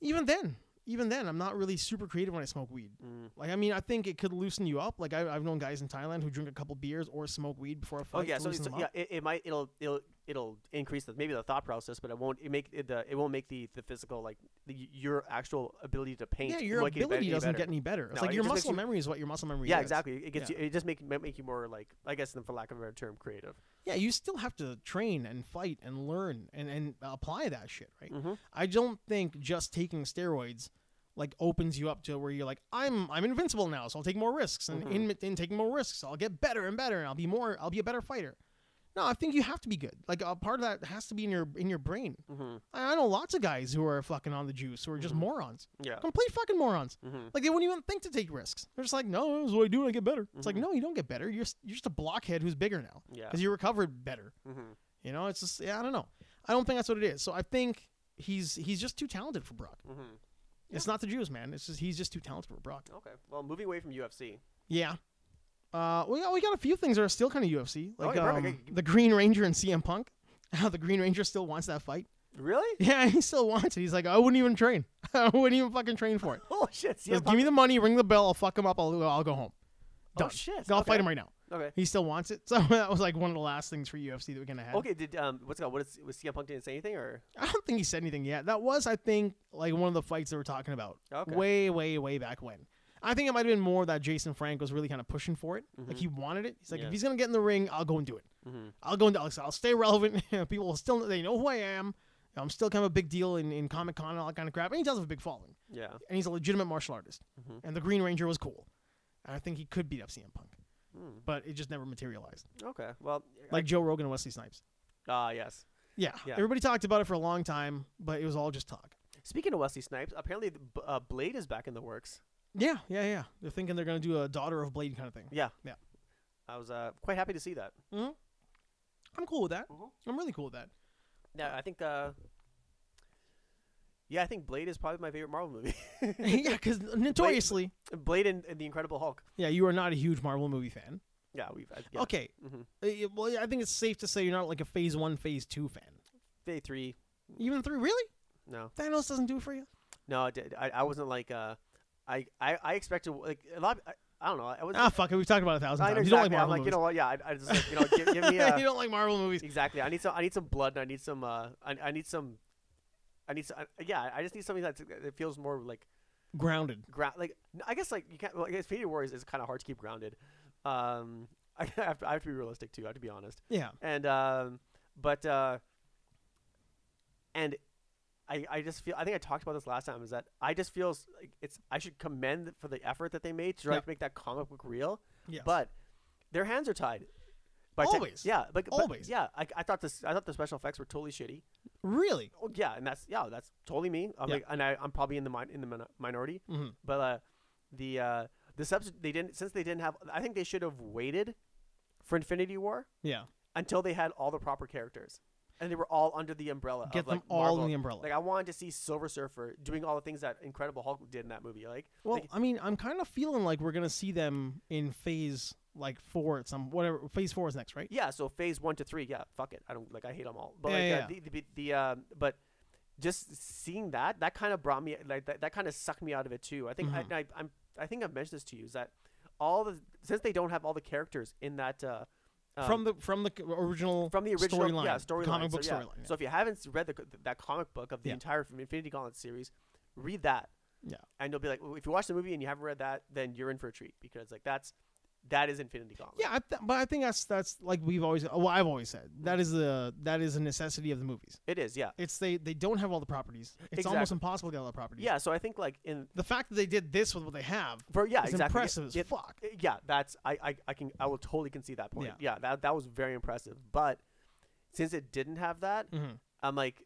Speaker 1: Even then, even then, I'm not really super creative when I smoke weed.
Speaker 2: Mm.
Speaker 1: Like, I mean, I think it could loosen you up. Like, I, I've known guys in Thailand who drink a couple beers or smoke weed before a fight.
Speaker 2: Oh yeah,
Speaker 1: to
Speaker 2: so,
Speaker 1: loosen
Speaker 2: so
Speaker 1: them
Speaker 2: yeah,
Speaker 1: up.
Speaker 2: it, it might it'll it'll it'll increase the maybe the thought process, but it won't it make it the it won't make the the physical like the, your actual ability to paint.
Speaker 1: yeah, your
Speaker 2: won't get
Speaker 1: ability
Speaker 2: any
Speaker 1: doesn't
Speaker 2: better.
Speaker 1: get any better. It's
Speaker 2: No,
Speaker 1: like
Speaker 2: it
Speaker 1: your
Speaker 2: just makes
Speaker 1: muscle
Speaker 2: you-
Speaker 1: memory is what your muscle memory
Speaker 2: Yeah,
Speaker 1: is.
Speaker 2: exactly. It gets
Speaker 1: Yeah.
Speaker 2: you. It just make might make you more like I guess for lack of a better term, creative.
Speaker 1: Yeah, you still have to train and fight and learn and, and apply that shit, right?
Speaker 2: Mhm.
Speaker 1: I don't think just taking steroids like opens you up to where you're like I'm I'm invincible now, so I'll take more risks and in,
Speaker 2: Mm-hmm.
Speaker 1: in taking more risks, I'll get better and better and I'll be more I'll be a better fighter. No, I think you have to be good. Like a part of that has to be in your in your brain.
Speaker 2: Mhm.
Speaker 1: I, I know lots of guys who are fucking on the juice who are just morons,
Speaker 2: Yeah.
Speaker 1: complete fucking morons.
Speaker 2: Mhm.
Speaker 1: Like they wouldn't even think to take risks. They're just like, no, this is what I do and I get better. It's like, no, you don't get better. You're s- you're just a blockhead who's bigger now
Speaker 2: Yeah.
Speaker 1: because you recovered better.
Speaker 2: Mhm.
Speaker 1: You know, it's just yeah, I don't know. I don't think that's what it is. So I think he's he's just too talented for Brock.
Speaker 2: Mhm.
Speaker 1: It's not the Jews, man. It's just he's just too talented for Brock.
Speaker 2: Okay. Well, moving away from UFC.
Speaker 1: Yeah. Uh, we got, we got a few things that are still kind of UFC, like
Speaker 2: yeah,
Speaker 1: um,
Speaker 2: perfect. Okay.
Speaker 1: the Green Ranger and CM Punk. How the Green Ranger still wants that fight.
Speaker 2: Really?
Speaker 1: Yeah, he still wants it. He's like, I wouldn't even train. I wouldn't even fucking train for it.
Speaker 2: Oh shit! CM
Speaker 1: Just give me the money, ring the bell, I'll fuck him up, I'll, I'll go home.
Speaker 2: Oh,
Speaker 1: Done.
Speaker 2: shit,
Speaker 1: I'll
Speaker 2: okay.
Speaker 1: fight him right now.
Speaker 2: Okay.
Speaker 1: He still wants it. So that was like one of the last things for UFC that we kind of had.
Speaker 2: Okay. Did um, what's it called? What is was CM Punk didn't say anything or?
Speaker 1: I don't think he said anything yet. That was, I think, like one of the fights that we're talking about.
Speaker 2: Okay.
Speaker 1: Way, way, way back when. I think it might have been more that Jason Frank was really kind of pushing for it. Like he wanted it. He's like,
Speaker 2: Mm-hmm. Yeah.
Speaker 1: if he's gonna get in the ring, I'll go and do it.
Speaker 2: Mm-hmm.
Speaker 1: I'll go and I'll, I'll stay relevant. People will still they know who I am. I'm still kind of a big deal in, in Comic Con and all that kind of crap. And he does have a big following.
Speaker 2: Yeah.
Speaker 1: And he's a legitimate martial artist. And the Green Ranger was cool. And I think he could beat up CM Punk. But it just never materialized.
Speaker 2: Okay. Well.
Speaker 1: Like Joe Rogan and Wesley Snipes.
Speaker 2: Ah yes.
Speaker 1: Yeah.
Speaker 2: Yeah.
Speaker 1: Everybody talked about it for a long time, but it was all just talk.
Speaker 2: Speaking of Wesley Snipes, apparently the B- uh, Blade is back in the works.
Speaker 1: Yeah, yeah, yeah. They're thinking they're going to do a Daughter of Blade kind of thing.
Speaker 2: Yeah.
Speaker 1: Yeah.
Speaker 2: I was uh, quite happy to see that.
Speaker 1: I'm cool with that.
Speaker 2: Mhm.
Speaker 1: I'm really cool with that.
Speaker 2: Yeah. I think. Uh, Yeah, I think Blade is probably my favorite Marvel movie.
Speaker 1: yeah, because notoriously,
Speaker 2: Blade and, and the Incredible Hulk.
Speaker 1: yeah, you are not a huge Marvel movie fan.
Speaker 2: Yeah, we've I- yeah.
Speaker 1: Okay,
Speaker 2: Mhm.
Speaker 1: uh, yeah, well, yeah, I think it's safe to say you're not like a Phase One, Phase Two fan.
Speaker 2: Day three.
Speaker 1: Even three, really?
Speaker 2: No,
Speaker 1: Thanos doesn't do it for you.
Speaker 2: no, I, did, I, I wasn't like uh, I, I, I expected like a lot. I, I don't know. I was.
Speaker 1: Ah, fuck it. We've talked about it a thousand
Speaker 2: I
Speaker 1: times.
Speaker 2: know
Speaker 1: You don't like
Speaker 2: exactly, I'm
Speaker 1: Marvel
Speaker 2: like, you know what? Yeah, I, I just like, you know, give, give me
Speaker 1: movies.
Speaker 2: a,
Speaker 1: you don't like Marvel movies.
Speaker 2: Exactly. I need some. I need some blood. And I need some. Uh, I, I need some. I need. Some, I, yeah. I just need something that's, that feels more like
Speaker 1: Grounded.
Speaker 2: ground. Like I guess like you can't. Well, I guess Infinity War is, is kind of hard to keep grounded. Um, I have, to, I have to be realistic too. I have to be honest.
Speaker 1: Yeah.
Speaker 2: And um, but uh, and I I just feel. I think I talked about this last time. Is that I just feel s- like it's. I should commend for the effort that they made to try
Speaker 1: Yeah.
Speaker 2: to make that comic book real.
Speaker 1: Yes.
Speaker 2: But their hands are tied. By tech-
Speaker 1: Always.
Speaker 2: yeah, but, but-
Speaker 1: Always.
Speaker 2: yeah. I, I thought this. I thought the special effects were totally shitty.
Speaker 1: really,
Speaker 2: Oh yeah, and that's yeah, that's totally me. I'm
Speaker 1: Yeah.
Speaker 2: like, and I, I'm probably in the min- in the min- minority.
Speaker 1: Mhm.
Speaker 2: But uh, the uh, the subs they didn't since they didn't have. I think they should have waited for Infinity War
Speaker 1: yeah.
Speaker 2: until they had all the proper characters, and they were all under the umbrella.
Speaker 1: Get
Speaker 2: of, like,
Speaker 1: them all
Speaker 2: Marvel.
Speaker 1: in the umbrella.
Speaker 2: Like I wanted to see Silver Surfer doing all the things that Incredible Hulk did in that movie. Like,
Speaker 1: well,
Speaker 2: like,
Speaker 1: I mean, I'm kind of feeling like we're gonna see them in Phase like four at some whatever. Phase four is next, right?
Speaker 2: Yeah, so phase one to three, yeah, fuck it. I don't like I hate them all, but
Speaker 1: Yeah,
Speaker 2: like
Speaker 1: yeah,
Speaker 2: uh, the the, the um, but just seeing that that kind of brought me like that, that kind of sucked me out of it too. I think
Speaker 1: Mm-hmm.
Speaker 2: I, I I'm I think I've mentioned this to you is that all the since they don't have all the characters in that uh, um,
Speaker 1: from the from the c- original
Speaker 2: from the original
Speaker 1: storyline,
Speaker 2: yeah storyline
Speaker 1: comic book
Speaker 2: so, yeah.
Speaker 1: storyline.
Speaker 2: So if you haven't s- read the, co- that comic book of the
Speaker 1: Yeah.
Speaker 2: entire from Infinity Gauntlet series, read that.
Speaker 1: Yeah.
Speaker 2: and you'll be like, well, if you watch the movie and you haven't read that, then you're in for a treat because like that's that is Infinity Gauntlet.
Speaker 1: Yeah, I th- but I think that's that's like we've always well I've always said that is the that is a necessity of the movies.
Speaker 2: it is. Yeah,
Speaker 1: It's they they don't have all the properties. It's almost
Speaker 2: Exactly.
Speaker 1: impossible to get all the properties.
Speaker 2: yeah. So I think like in
Speaker 1: the fact that they did this with what they have
Speaker 2: For yeah,
Speaker 1: is
Speaker 2: exactly.
Speaker 1: impressive as
Speaker 2: Yeah,
Speaker 1: fuck.
Speaker 2: yeah, yeah, that's I, I I can I will totally concede that point. Yeah. that that was very impressive. But since it didn't have that,
Speaker 1: Mhm.
Speaker 2: I'm like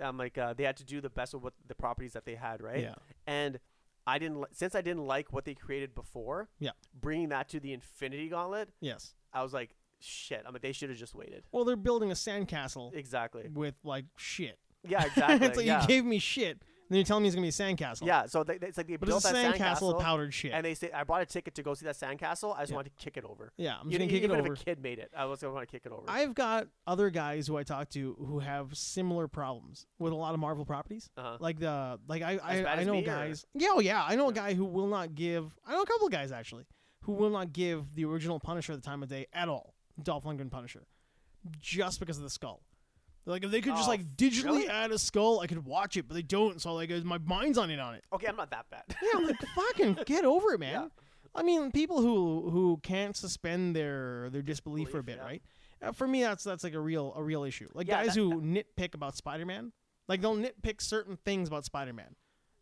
Speaker 2: I'm like uh, they had to do the best with what the properties that they had, right?
Speaker 1: Yeah.
Speaker 2: And I didn't li- since I didn't like what they created before.
Speaker 1: Yeah.
Speaker 2: Bringing that to the Infinity Gauntlet,
Speaker 1: Yes.
Speaker 2: I was like, shit. I'm like they should have just waited.
Speaker 1: Well, they're building a sandcastle
Speaker 2: Exactly.
Speaker 1: with like shit.
Speaker 2: Yeah, exactly.
Speaker 1: it's like
Speaker 2: yeah.
Speaker 1: you gave me shit, then you're telling me it's gonna be a sandcastle.
Speaker 2: yeah, so they, they- it's like they
Speaker 1: But
Speaker 2: built
Speaker 1: it's a
Speaker 2: that
Speaker 1: sandcastle of powdered shit.
Speaker 2: and they say I bought a ticket to go see that sandcastle. I just
Speaker 1: Yeah.
Speaker 2: wanted to kick it over.
Speaker 1: yeah, I'm
Speaker 2: You
Speaker 1: just
Speaker 2: know,
Speaker 1: gonna kick it
Speaker 2: even
Speaker 1: over.
Speaker 2: if a kid made it, I was gonna want to kick it over.
Speaker 1: I've got other guys who I talk to who have similar problems with a lot of Marvel properties.
Speaker 2: Uh-huh.
Speaker 1: Like the like I
Speaker 2: As
Speaker 1: I,
Speaker 2: bad
Speaker 1: I
Speaker 2: as
Speaker 1: know
Speaker 2: me, or-
Speaker 1: guys. Yeah, oh yeah, I know a
Speaker 2: Yeah.
Speaker 1: guy who will not give. I know a couple of guys actually who will not give the original Punisher the time of day at all. Dolph Lundgren Punisher, just because of the skull. They're Like if they could just
Speaker 2: Oh,
Speaker 1: like digitally
Speaker 2: really?
Speaker 1: add a skull, I could watch it, but they don't. So like my mind's on it on it.
Speaker 2: okay, I'm not that bad.
Speaker 1: Yeah, I'm like, fucking get over it, man.
Speaker 2: Yeah.
Speaker 1: I mean, people who who can't suspend their their disbelief for a bit,
Speaker 2: Belief, yeah.
Speaker 1: right? Uh, for me, that's that's like a real a real issue. Like
Speaker 2: Yeah,
Speaker 1: guys
Speaker 2: that-
Speaker 1: who nitpick about Spider Man, like they'll nitpick certain things about Spider Man.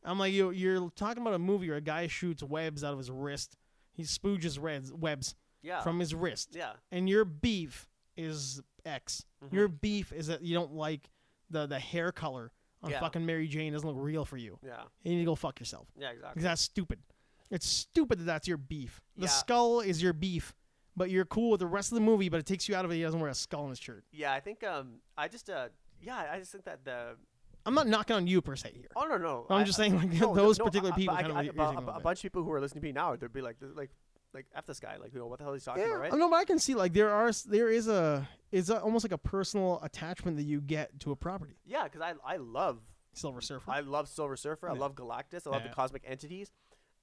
Speaker 1: I'm like, you you're talking about a movie where a guy shoots webs out of his wrist. He spooges reds, webs
Speaker 2: yeah.
Speaker 1: from his wrist,
Speaker 2: yeah.
Speaker 1: and your beef is X.
Speaker 2: Mm-hmm.
Speaker 1: Your beef is that you don't like the the hair color on
Speaker 2: Yeah.
Speaker 1: fucking Mary Jane doesn't look real for you.
Speaker 2: Yeah.
Speaker 1: You need to go fuck yourself.
Speaker 2: Yeah. Exactly.
Speaker 1: Because that's stupid. It's stupid that that's your beef. The
Speaker 2: Yeah.
Speaker 1: skull is your beef, but you're cool with the rest of the movie, but it takes you out of it. He doesn't wear a skull in his shirt.
Speaker 2: Yeah. I think. Um. I just. Uh. Yeah. I just think that the.
Speaker 1: I'm not knocking on you per se here.
Speaker 2: Oh no no.
Speaker 1: I'm
Speaker 2: I-
Speaker 1: just
Speaker 2: I-
Speaker 1: saying, like,
Speaker 2: no, no,
Speaker 1: those
Speaker 2: no,
Speaker 1: particular
Speaker 2: I-
Speaker 1: people
Speaker 2: I-
Speaker 1: kind of
Speaker 2: I-
Speaker 1: irritate
Speaker 2: about-
Speaker 1: me a
Speaker 2: a,
Speaker 1: little
Speaker 2: a
Speaker 1: bit.
Speaker 2: bunch of people who are listening to me now, they'd be like, like, like f this guy. Like, you know, what the hell is he talking about, right?
Speaker 1: No, but I can see like there are s- there is a is a, almost like a personal attachment that you get to a property.
Speaker 2: Yeah, because I I love
Speaker 1: Silver Surfer.
Speaker 2: I love Silver Surfer. I
Speaker 1: Yeah.
Speaker 2: love Galactus. I love
Speaker 1: Yeah.
Speaker 2: the cosmic entities,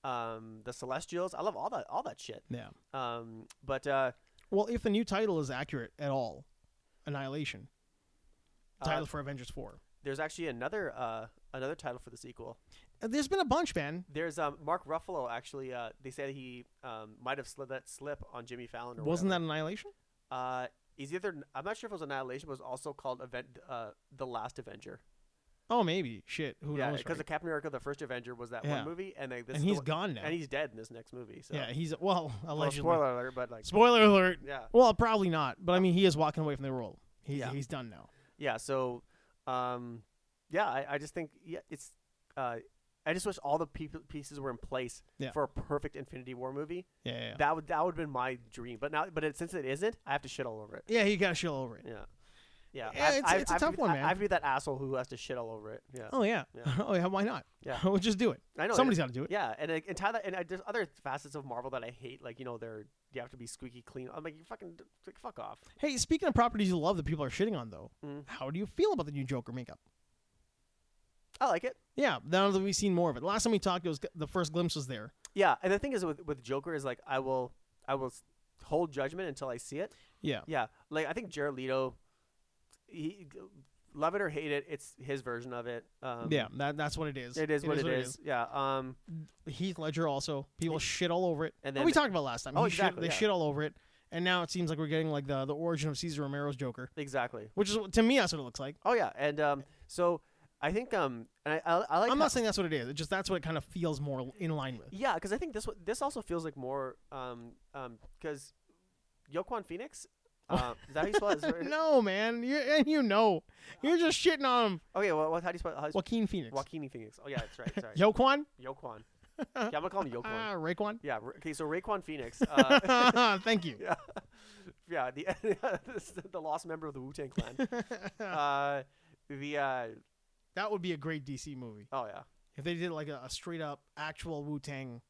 Speaker 2: um, the Celestials. I love all that all that shit.
Speaker 1: yeah.
Speaker 2: Um, but uh,
Speaker 1: Well, if the new title is accurate at all, Annihilation.
Speaker 2: Uh,
Speaker 1: Title for Avengers Four.
Speaker 2: there's actually another uh another title for the sequel.
Speaker 1: Uh, There's been a bunch, man.
Speaker 2: There's um Mark Ruffalo actually. Uh, they said he um might have slid that slip on Jimmy Fallon. Or
Speaker 1: Wasn't
Speaker 2: whatever.
Speaker 1: that Annihilation?
Speaker 2: Uh, he's either I'm not sure if it was Annihilation, but it was also called Event uh, the Last Avenger.
Speaker 1: Oh, maybe. Shit. Who
Speaker 2: yeah,
Speaker 1: knows?
Speaker 2: because
Speaker 1: right?
Speaker 2: of Captain America: The First Avenger was that
Speaker 1: Yeah.
Speaker 2: one movie, and like this
Speaker 1: and
Speaker 2: is the
Speaker 1: he's
Speaker 2: one-
Speaker 1: gone now.
Speaker 2: and he's dead in this next movie. So
Speaker 1: Yeah, he's well,
Speaker 2: Well,
Speaker 1: allegedly.
Speaker 2: spoiler alert, but like
Speaker 1: spoiler. alert.
Speaker 2: yeah,
Speaker 1: Well, probably not, but I mean, he is walking away from the role. He's
Speaker 2: Yeah.
Speaker 1: he's done now.
Speaker 2: yeah. So, um, yeah, I, I just think yeah, it's uh, I just wish all the people pieces were in place
Speaker 1: Yeah.
Speaker 2: for a perfect Infinity War movie.
Speaker 1: Yeah, yeah.
Speaker 2: That would that would have been my dream, but now but it, since it isn't, I have to shit all over it.
Speaker 1: yeah. yeah he got a shill over it.
Speaker 2: Yeah. Yeah,
Speaker 1: Yeah,
Speaker 2: I've-
Speaker 1: it's-
Speaker 2: I've-
Speaker 1: it's a
Speaker 2: I've
Speaker 1: tough
Speaker 2: been-
Speaker 1: one,
Speaker 2: I-
Speaker 1: man.
Speaker 2: I've been that asshole who has to shit all over it. Yeah,
Speaker 1: Oh yeah.
Speaker 2: Yeah.
Speaker 1: oh yeah. Why not?
Speaker 2: Yeah.
Speaker 1: we'll just do it.
Speaker 2: I know.
Speaker 1: Somebody's
Speaker 2: it-
Speaker 1: got to do it.
Speaker 2: Yeah, and I- and tie that, and I, there's other facets of Marvel that I hate. Like you know, they're you have to be squeaky clean. I'm like, you fucking d- like, fuck off.
Speaker 1: Hey, speaking of properties you love that people are shitting on though,
Speaker 2: Mm.
Speaker 1: how do you feel about the new Joker makeup?
Speaker 2: I like it.
Speaker 1: Yeah, now that we've seen more of it. Last time we talked, it was the first glimpse was there.
Speaker 2: Yeah, and the thing is with with Joker is like I will I will s- hold judgment until I see it.
Speaker 1: Yeah.
Speaker 2: Yeah, like I think Jared Leto, he love it or hate it, it's his version of it. Um,
Speaker 1: yeah, that, that's what it is.
Speaker 2: it is what it is. Yeah. Um.
Speaker 1: Heath Ledger also. People
Speaker 2: He-
Speaker 1: shit all over it.
Speaker 2: and
Speaker 1: And
Speaker 2: then
Speaker 1: we talked about last time.
Speaker 2: Oh,
Speaker 1: He shit-
Speaker 2: exactly,
Speaker 1: they
Speaker 2: yeah.
Speaker 1: shit all over it. And now it seems like we're getting like the, the origin of Caesar Romero's Joker,
Speaker 2: Exactly.
Speaker 1: which is to me that's what it looks like.
Speaker 2: Oh yeah, and um. So I think um. And I I, I like.
Speaker 1: I'm
Speaker 2: how-
Speaker 1: not saying that's what it is. It just that's what it kind of feels more in line with.
Speaker 2: Yeah, because I think this one- this also feels like more um um because Yoquan Phoenix. Uh, is that how you spell it? Is it-
Speaker 1: no, man, you, and you know, you're just shitting on him.
Speaker 2: Okay, well, what, how do you spell? How do you spell
Speaker 1: Joaquin Phoenix,
Speaker 2: Joaquin Phoenix. Oh yeah, that's right. Sorry,
Speaker 1: Yoquan,
Speaker 2: Yoquan. Yeah, I'm gonna call him Yoquan.
Speaker 1: ah, Raekwon.
Speaker 2: Yeah. Ra- Okay, so Raekwon Phoenix. Uh,
Speaker 1: Thank you.
Speaker 2: yeah, yeah. The this is the lost member of the Wu Tang Clan. Uh, the uh,
Speaker 1: that would be a great DC movie
Speaker 2: oh yeah,
Speaker 1: if they did like a, a straight up actual Wu Tang,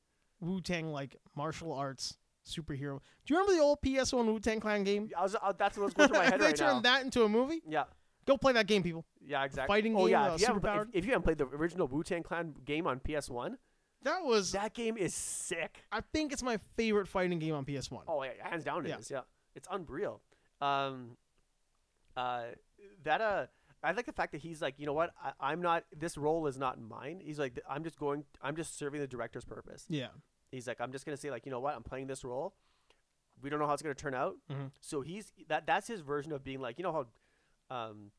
Speaker 1: Wu Tang like martial arts superhero. Do you remember the old PS1 Wu Tang Clan game?
Speaker 2: I was, uh, that's what was going through my
Speaker 1: If
Speaker 2: head
Speaker 1: they
Speaker 2: right now.
Speaker 1: turned that into a movie.
Speaker 2: yeah,
Speaker 1: Go play that game, people.
Speaker 2: yeah, exactly.
Speaker 1: fighting
Speaker 2: oh
Speaker 1: game,
Speaker 2: yeah,
Speaker 1: uh,
Speaker 2: if you, haven't pla- if,
Speaker 1: superpowered.
Speaker 2: if you haven't played the original Wu Tang Clan game on PS One,
Speaker 1: That was.
Speaker 2: that game is sick.
Speaker 1: I think it's my favorite fighting game on PS1.
Speaker 2: Oh yeah, hands down it is.
Speaker 1: Yeah.
Speaker 2: yeah. It's unreal. Um, uh, that uh, I like the fact that he's like, you know what, I, I'm not. This role is not mine. He's like, I'm just going. I'm just serving the director's purpose.
Speaker 1: Yeah.
Speaker 2: He's like, I'm just gonna say like, you know what, I'm playing this role. We don't know how it's gonna turn out.
Speaker 1: Mhm.
Speaker 2: So he's that. That's his version of being like, you know how, um.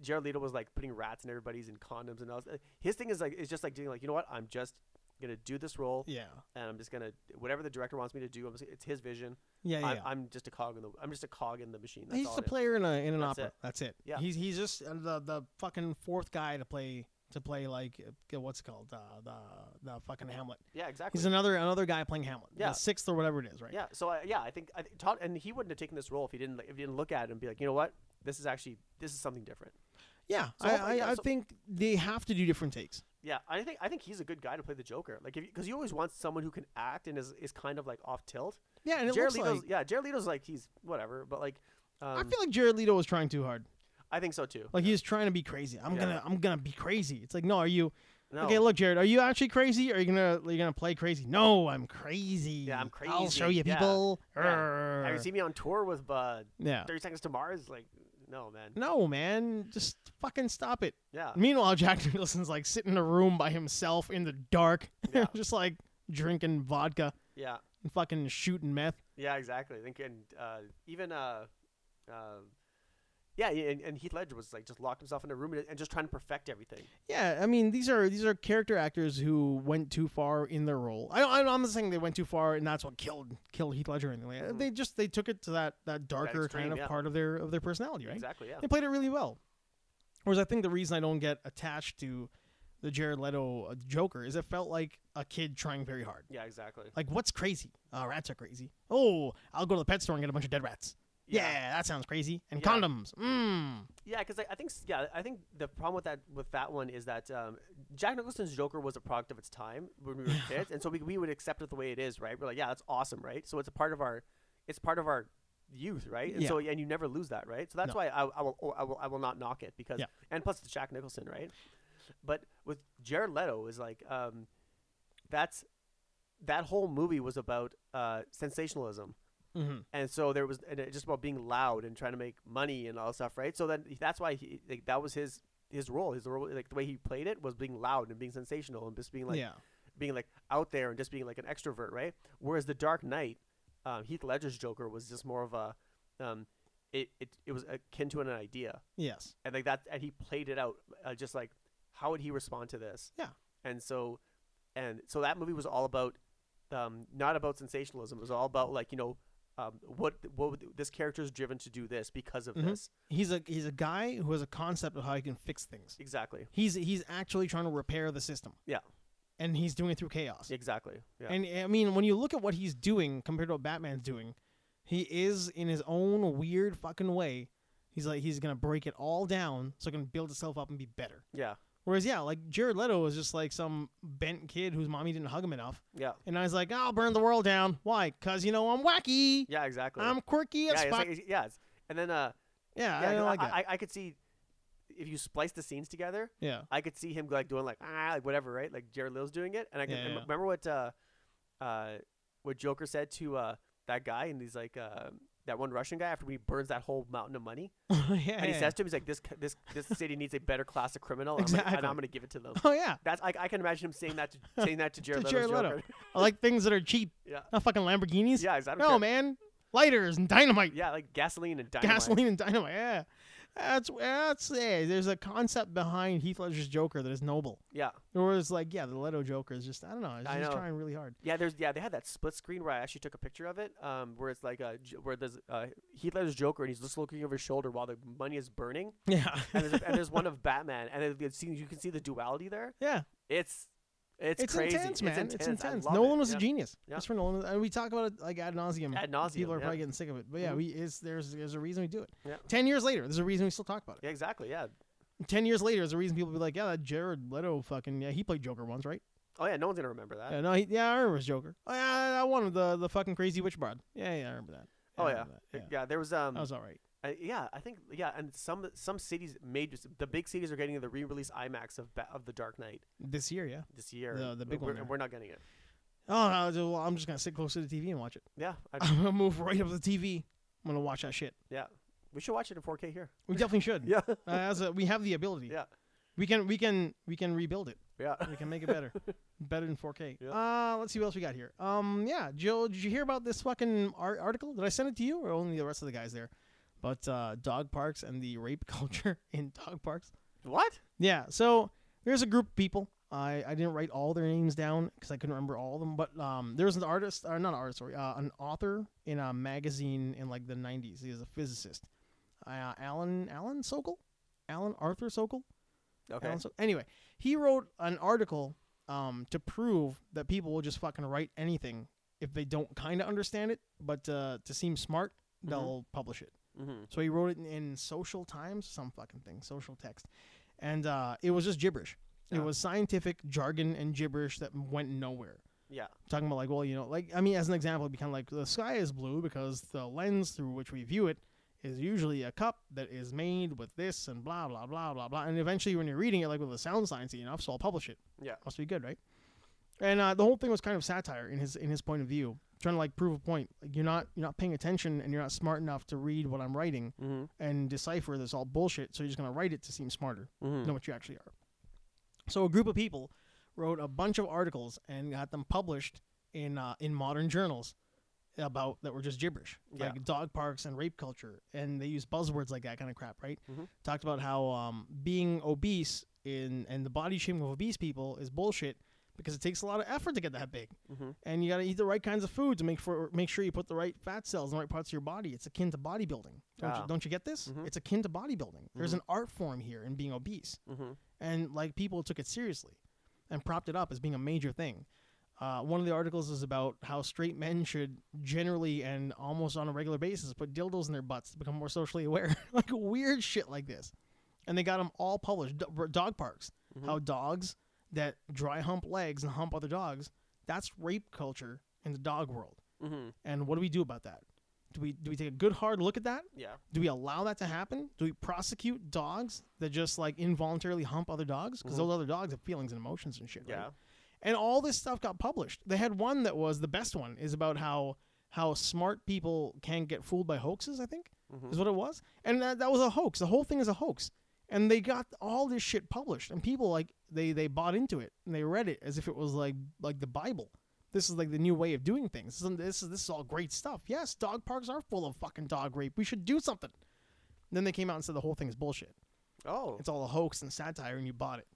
Speaker 2: Jared Leto was like putting rats in everybody's and condoms and all. this- His thing is like it's just like doing like you know what I'm just gonna do this role
Speaker 1: Yeah.
Speaker 2: and I'm just gonna whatever the director wants me to do. I'm just, it's his vision.
Speaker 1: Yeah. Yeah.
Speaker 2: I'm,
Speaker 1: yeah.
Speaker 2: I'm just a cog in the. I'm just a cog in the machine. That's
Speaker 1: he's
Speaker 2: all
Speaker 1: just a
Speaker 2: it is.
Speaker 1: player in a in an
Speaker 2: That's
Speaker 1: opera.
Speaker 2: it.
Speaker 1: That's it.
Speaker 2: Yeah.
Speaker 1: He's he's just uh, the the fucking fourth guy to play to play like uh, what's it called uh, the the fucking Hamlet.
Speaker 2: Yeah, exactly.
Speaker 1: He's another another guy playing Hamlet.
Speaker 2: Yeah.
Speaker 1: The sixth or whatever it is, right?
Speaker 2: yeah. So I, yeah, I think I, think Todd and he wouldn't have taken this role if he didn't like, if he didn't look at it and be like, you know what, this is actually this is something different.
Speaker 1: Yeah.
Speaker 2: So
Speaker 1: I,
Speaker 2: hopefully- yeah,
Speaker 1: I, I
Speaker 2: so-
Speaker 1: think they have to do different takes.
Speaker 2: Yeah, I think I think he's a good guy to play the Joker. Like, because you always want someone who can act and is, is kind of like off tilt.
Speaker 1: Yeah, and it
Speaker 2: Jared
Speaker 1: looks
Speaker 2: Leto's,
Speaker 1: like
Speaker 2: yeah, Jared Leto's like he's whatever, but like, um, I,
Speaker 1: I feel like Jared Leto was trying too hard.
Speaker 2: think so too.
Speaker 1: Like he was trying to be crazy. I'm
Speaker 2: Yeah.
Speaker 1: gonna I'm gonna be crazy. It's like no, are you
Speaker 2: no,
Speaker 1: Okay, look, Jared, are you actually crazy? Or are you gonna are you gonna play crazy? No, I'm crazy.
Speaker 2: Yeah, I'm
Speaker 1: I'll show
Speaker 2: crazy.
Speaker 1: you
Speaker 2: Yeah.
Speaker 1: people.
Speaker 2: Yeah. have you
Speaker 1: Arrgh.
Speaker 2: seen me on tour with uh,
Speaker 1: Yeah.
Speaker 2: Thirty Seconds to Mars? Like, no, man.
Speaker 1: No, man, just fucking stop it.
Speaker 2: Yeah,
Speaker 1: Meanwhile, Jack Nicholson's like sitting in a room by himself in the dark,
Speaker 2: Yeah.
Speaker 1: just like drinking vodka
Speaker 2: yeah.
Speaker 1: and fucking shooting meth.
Speaker 2: Yeah, exactly. I think and uh, even uh, uh, yeah, yeah, and, and Heath Ledger was like just locked himself in a room and, and just trying to perfect everything.
Speaker 1: Yeah, I mean these are these are character actors who went too far in their role. I, I I'm not saying they went too far and that's what killed killed Heath Ledger or anything. Like that.
Speaker 2: Mhm.
Speaker 1: They just they took it to that that darker
Speaker 2: extreme,
Speaker 1: kind of
Speaker 2: yeah.
Speaker 1: part of their of their personality, right?
Speaker 2: Exactly. Yeah.
Speaker 1: They played it really well. Whereas I think the reason I don't get attached to the Jared Leto uh, Joker is it felt like a kid trying very hard.
Speaker 2: Yeah. Exactly.
Speaker 1: Like, what's crazy? Oh, rats are crazy. Oh, I'll go to the pet store and get a bunch of dead rats. Yeah, that sounds crazy. And
Speaker 2: Yeah.
Speaker 1: condoms. Mmm.
Speaker 2: Yeah, because I, I think s- yeah, I think the problem with that with that one is that um, Jack Nicholson's Joker was a product of its time when we were kids, and so we, we would accept it the way it is, right? We're like, yeah, that's awesome, right? So it's a part of our, it's part of our youth, right? And
Speaker 1: Yeah.
Speaker 2: so and you never lose that, right? So
Speaker 1: No.
Speaker 2: that's why I, I will oh, I will I will not knock it because
Speaker 1: Yeah.
Speaker 2: and plus it's Jack Nicholson, right? But with Jared Leto is like um, that's that whole movie was about uh, sensationalism
Speaker 1: Mm-hmm.
Speaker 2: and so there was and it just about being loud and trying to make money and all that stuff, right? So then that's why he like that was his his role, his role like the way he played it was being loud and being sensational and just being like
Speaker 1: yeah.
Speaker 2: being like out there and just being like an extrovert, right? Whereas the Dark Knight, um, Heath Ledger's Joker was just more of a um, it, it it was akin to an idea
Speaker 1: Yes.
Speaker 2: and like that and he played it out uh, just like how would he respond to this
Speaker 1: Yeah.
Speaker 2: and so and so that movie was all about um not about sensationalism it was all about like you know um what what would, this character is driven to do this because of
Speaker 1: Mhm.
Speaker 2: this
Speaker 1: He's a he's a guy who has a concept of how he can fix things.
Speaker 2: exactly
Speaker 1: He's he's actually trying to repair the system.
Speaker 2: Yeah.
Speaker 1: And he's doing it through chaos.
Speaker 2: exactly yeah
Speaker 1: And I mean, when you look at what he's doing compared to what Batman's doing, he is in his own weird fucking way He's like he's gonna break it all down so it can build itself up and be better.
Speaker 2: Yeah.
Speaker 1: Whereas yeah, like Jared Leto was just like some bent kid whose mommy didn't hug him enough,
Speaker 2: Yeah.
Speaker 1: and I was like, I'll burn the world down. Why? Cause you know I'm wacky.
Speaker 2: Yeah. Exactly.
Speaker 1: I'm quirky as
Speaker 2: yeah. It's
Speaker 1: fuck.
Speaker 2: like, it's- yeah. It's, and then uh,
Speaker 1: yeah,
Speaker 2: yeah,
Speaker 1: I don't
Speaker 2: 'cause
Speaker 1: like
Speaker 2: I,
Speaker 1: that.
Speaker 2: I, I could see if you splice the scenes together,
Speaker 1: yeah,
Speaker 2: I could see him like doing like ah like whatever, right? Like Jared Leto's doing it, and I can
Speaker 1: Yeah,
Speaker 2: and
Speaker 1: yeah.
Speaker 2: remember what uh, uh, what Joker said to uh that guy, and he's like uh that one Russian guy after he burns that whole mountain of money,
Speaker 1: yeah.
Speaker 2: and he
Speaker 1: yeah.
Speaker 2: says to him, he's like this c- this this city needs a better class of criminal, and, I'm, gonna, and
Speaker 1: Exactly.
Speaker 2: I'm gonna give it to them.
Speaker 1: oh yeah,
Speaker 2: That's I, I can imagine him saying that to, saying that to Jared,
Speaker 1: To
Speaker 2: Leto's
Speaker 1: Jared Leto.
Speaker 2: Joker.
Speaker 1: I like things that are cheap,
Speaker 2: yeah,
Speaker 1: not fucking Lamborghinis.
Speaker 2: yeah, exactly.
Speaker 1: no man, lighters and dynamite.
Speaker 2: Yeah, like gasoline and dynamite.
Speaker 1: gasoline and dynamite. Yeah, that's that's yeah. There's a concept behind Heath Ledger's Joker that is noble.
Speaker 2: Yeah,
Speaker 1: Whereas like yeah, the Leto Joker is just I don't know. He's
Speaker 2: I
Speaker 1: just
Speaker 2: know.
Speaker 1: trying really hard.
Speaker 2: yeah. There's yeah. They had that split screen where I actually took a picture of it, um, where it's like uh, J- where there's uh, Heath Ledger's Joker and he's just looking over his shoulder while the money is burning,
Speaker 1: Yeah,
Speaker 2: and there's, and there's one of Batman, and it, it seems you can see the duality there.
Speaker 1: yeah.
Speaker 2: It's it's,
Speaker 1: It's,
Speaker 2: crazy.
Speaker 1: intense, man. It's intense.
Speaker 2: I love
Speaker 1: Nolan
Speaker 2: it,
Speaker 1: was
Speaker 2: yeah.
Speaker 1: a genius.
Speaker 2: Yeah.
Speaker 1: That's for Nolan. And we talk about it like ad nauseum.
Speaker 2: Ad nauseam,
Speaker 1: People are
Speaker 2: yeah.
Speaker 1: probably getting sick of it. But yeah,
Speaker 2: Mhm.
Speaker 1: we is there's there's a reason we do it.
Speaker 2: Yeah.
Speaker 1: Ten years later, there's a reason we still talk about it.
Speaker 2: Yeah, exactly. Yeah.
Speaker 1: Ten years later, there's a reason people be like, yeah, that Jared Leto fucking yeah, he played Joker once, right?
Speaker 2: Oh yeah. No one's gonna remember that.
Speaker 1: Yeah, no, he, yeah, I remember his Joker. Oh yeah, that one of the the fucking crazy witch broad. Yeah, yeah, I remember that.
Speaker 2: oh
Speaker 1: I
Speaker 2: yeah.
Speaker 1: remember
Speaker 2: Yeah.
Speaker 1: that.
Speaker 2: There was um.
Speaker 1: that was all right.
Speaker 2: I, yeah. I think yeah. And some some cities made the big cities are getting the re-release IMAX of Ba- of The Dark Knight
Speaker 1: This year, yeah.
Speaker 2: this year.
Speaker 1: The-
Speaker 2: and
Speaker 1: the big
Speaker 2: we're,
Speaker 1: one there.
Speaker 2: and we're not getting it.
Speaker 1: Oh no, just- well, I'm just gonna sit close to the TV and watch it.
Speaker 2: Yeah. I,
Speaker 1: I'm gonna move right up to the TV. I'm gonna watch that shit.
Speaker 2: yeah. We should watch it in 4K here.
Speaker 1: We definitely should.
Speaker 2: Yeah.
Speaker 1: Uh, as a, we have the ability.
Speaker 2: Yeah.
Speaker 1: We can we can we can rebuild it.
Speaker 2: Yeah.
Speaker 1: We can make it better. better than 4K.
Speaker 2: Yeah.
Speaker 1: Uh let's see what else we got here. Um yeah, Joe, did you hear about this fucking ar- article? Did I send it to you or only the rest of the guys there? But uh dog parks and the rape culture in dog parks.
Speaker 2: What?
Speaker 1: Yeah. So there's a group of people. I, I didn't write all their names down because I couldn't remember all of them. But um, there was an artist, or not an artist, sorry, uh, an author in a magazine in like the 90s. He was a physicist. Uh, Alan Alan Sokol, Alan Arthur Sokol.
Speaker 2: Okay.
Speaker 1: Alan Sokol. Anyway, he wrote an article um, to prove that people will just fucking write anything if they don't kind of understand it, but uh, to seem smart,
Speaker 2: Mhm.
Speaker 1: they'll publish it.
Speaker 2: Mm-hmm.
Speaker 1: So he wrote it in, in Social Times, some fucking thing, social text, and uh, it was just gibberish.
Speaker 2: Yeah.
Speaker 1: It was scientific jargon and gibberish that went nowhere.
Speaker 2: Yeah.
Speaker 1: Talking about like, well, you know, like I mean, as an example, it'd be kind of like the sky is blue because the lens through which we view it is usually a cup that is made with this and blah blah blah blah blah. And eventually, when you're reading it, like, well, the sound science enough, so I'll publish it.
Speaker 2: Yeah.
Speaker 1: must be good, right? And uh, the whole thing was kind of satire in his in his point of view, trying to like prove a point. Like you're not you're not paying attention and you're not smart enough to read what I'm writing
Speaker 2: Mm-hmm.
Speaker 1: and decipher this all bullshit. So you're just gonna write it to seem smarter
Speaker 2: Mm-hmm.
Speaker 1: than what you actually are. So a group of people wrote a bunch of articles and got them published in uh, in modern journals about that were just gibberish,
Speaker 2: Yeah.
Speaker 1: like dog parks and rape culture, and they use buzzwords like that kind of crap, right?
Speaker 2: Mhm.
Speaker 1: Talked about how um, being obese in and the body shaming of obese people is bullshit because it takes a lot of effort to get that big
Speaker 2: Mm-hmm.
Speaker 1: and you got to eat the right kinds of food to make for make sure you put the right fat cells in the right parts of your body. It's akin to bodybuilding. Don't,
Speaker 2: Ah.
Speaker 1: you, don't you get this?
Speaker 2: Mhm.
Speaker 1: It's akin to bodybuilding. There's
Speaker 2: Mhm.
Speaker 1: an art form here in being obese,
Speaker 2: Mm-hmm.
Speaker 1: and like people took it seriously, and propped it up as being a major thing. Uh, one of the articles is about how straight men should generally and almost on a regular basis put dildos in their butts to become more socially aware, like weird shit like this. And they got them all published. Do- dog parks,
Speaker 2: Mhm.
Speaker 1: how dogs that dry hump legs and hump other dogs. That's rape culture in the dog world.
Speaker 2: Mm-hmm.
Speaker 1: And what do we do about that? Do we do we take a good hard look at that?
Speaker 2: Yeah.
Speaker 1: Do we allow that to happen? Do we prosecute dogs that just like involuntarily hump other dogs? Because
Speaker 2: Mhm.
Speaker 1: those other dogs have feelings and emotions and shit.
Speaker 2: Yeah.
Speaker 1: Right? And all this stuff got published. They had one that was the best one is about how how smart people can get fooled by hoaxes. I think
Speaker 2: Mm-hmm.
Speaker 1: is what it was. And that, that was a hoax. The whole thing is a hoax. And they got all this shit published, and people like they they bought into it and they read it as if it was like like the Bible. This is like the new way of doing things. This is this is, this is all great stuff. Yes, dog parks are full of fucking dog rape. We should do something. Then they came out and said the whole thing is bullshit.
Speaker 2: Oh.
Speaker 1: It's all a hoax and satire, and you bought it,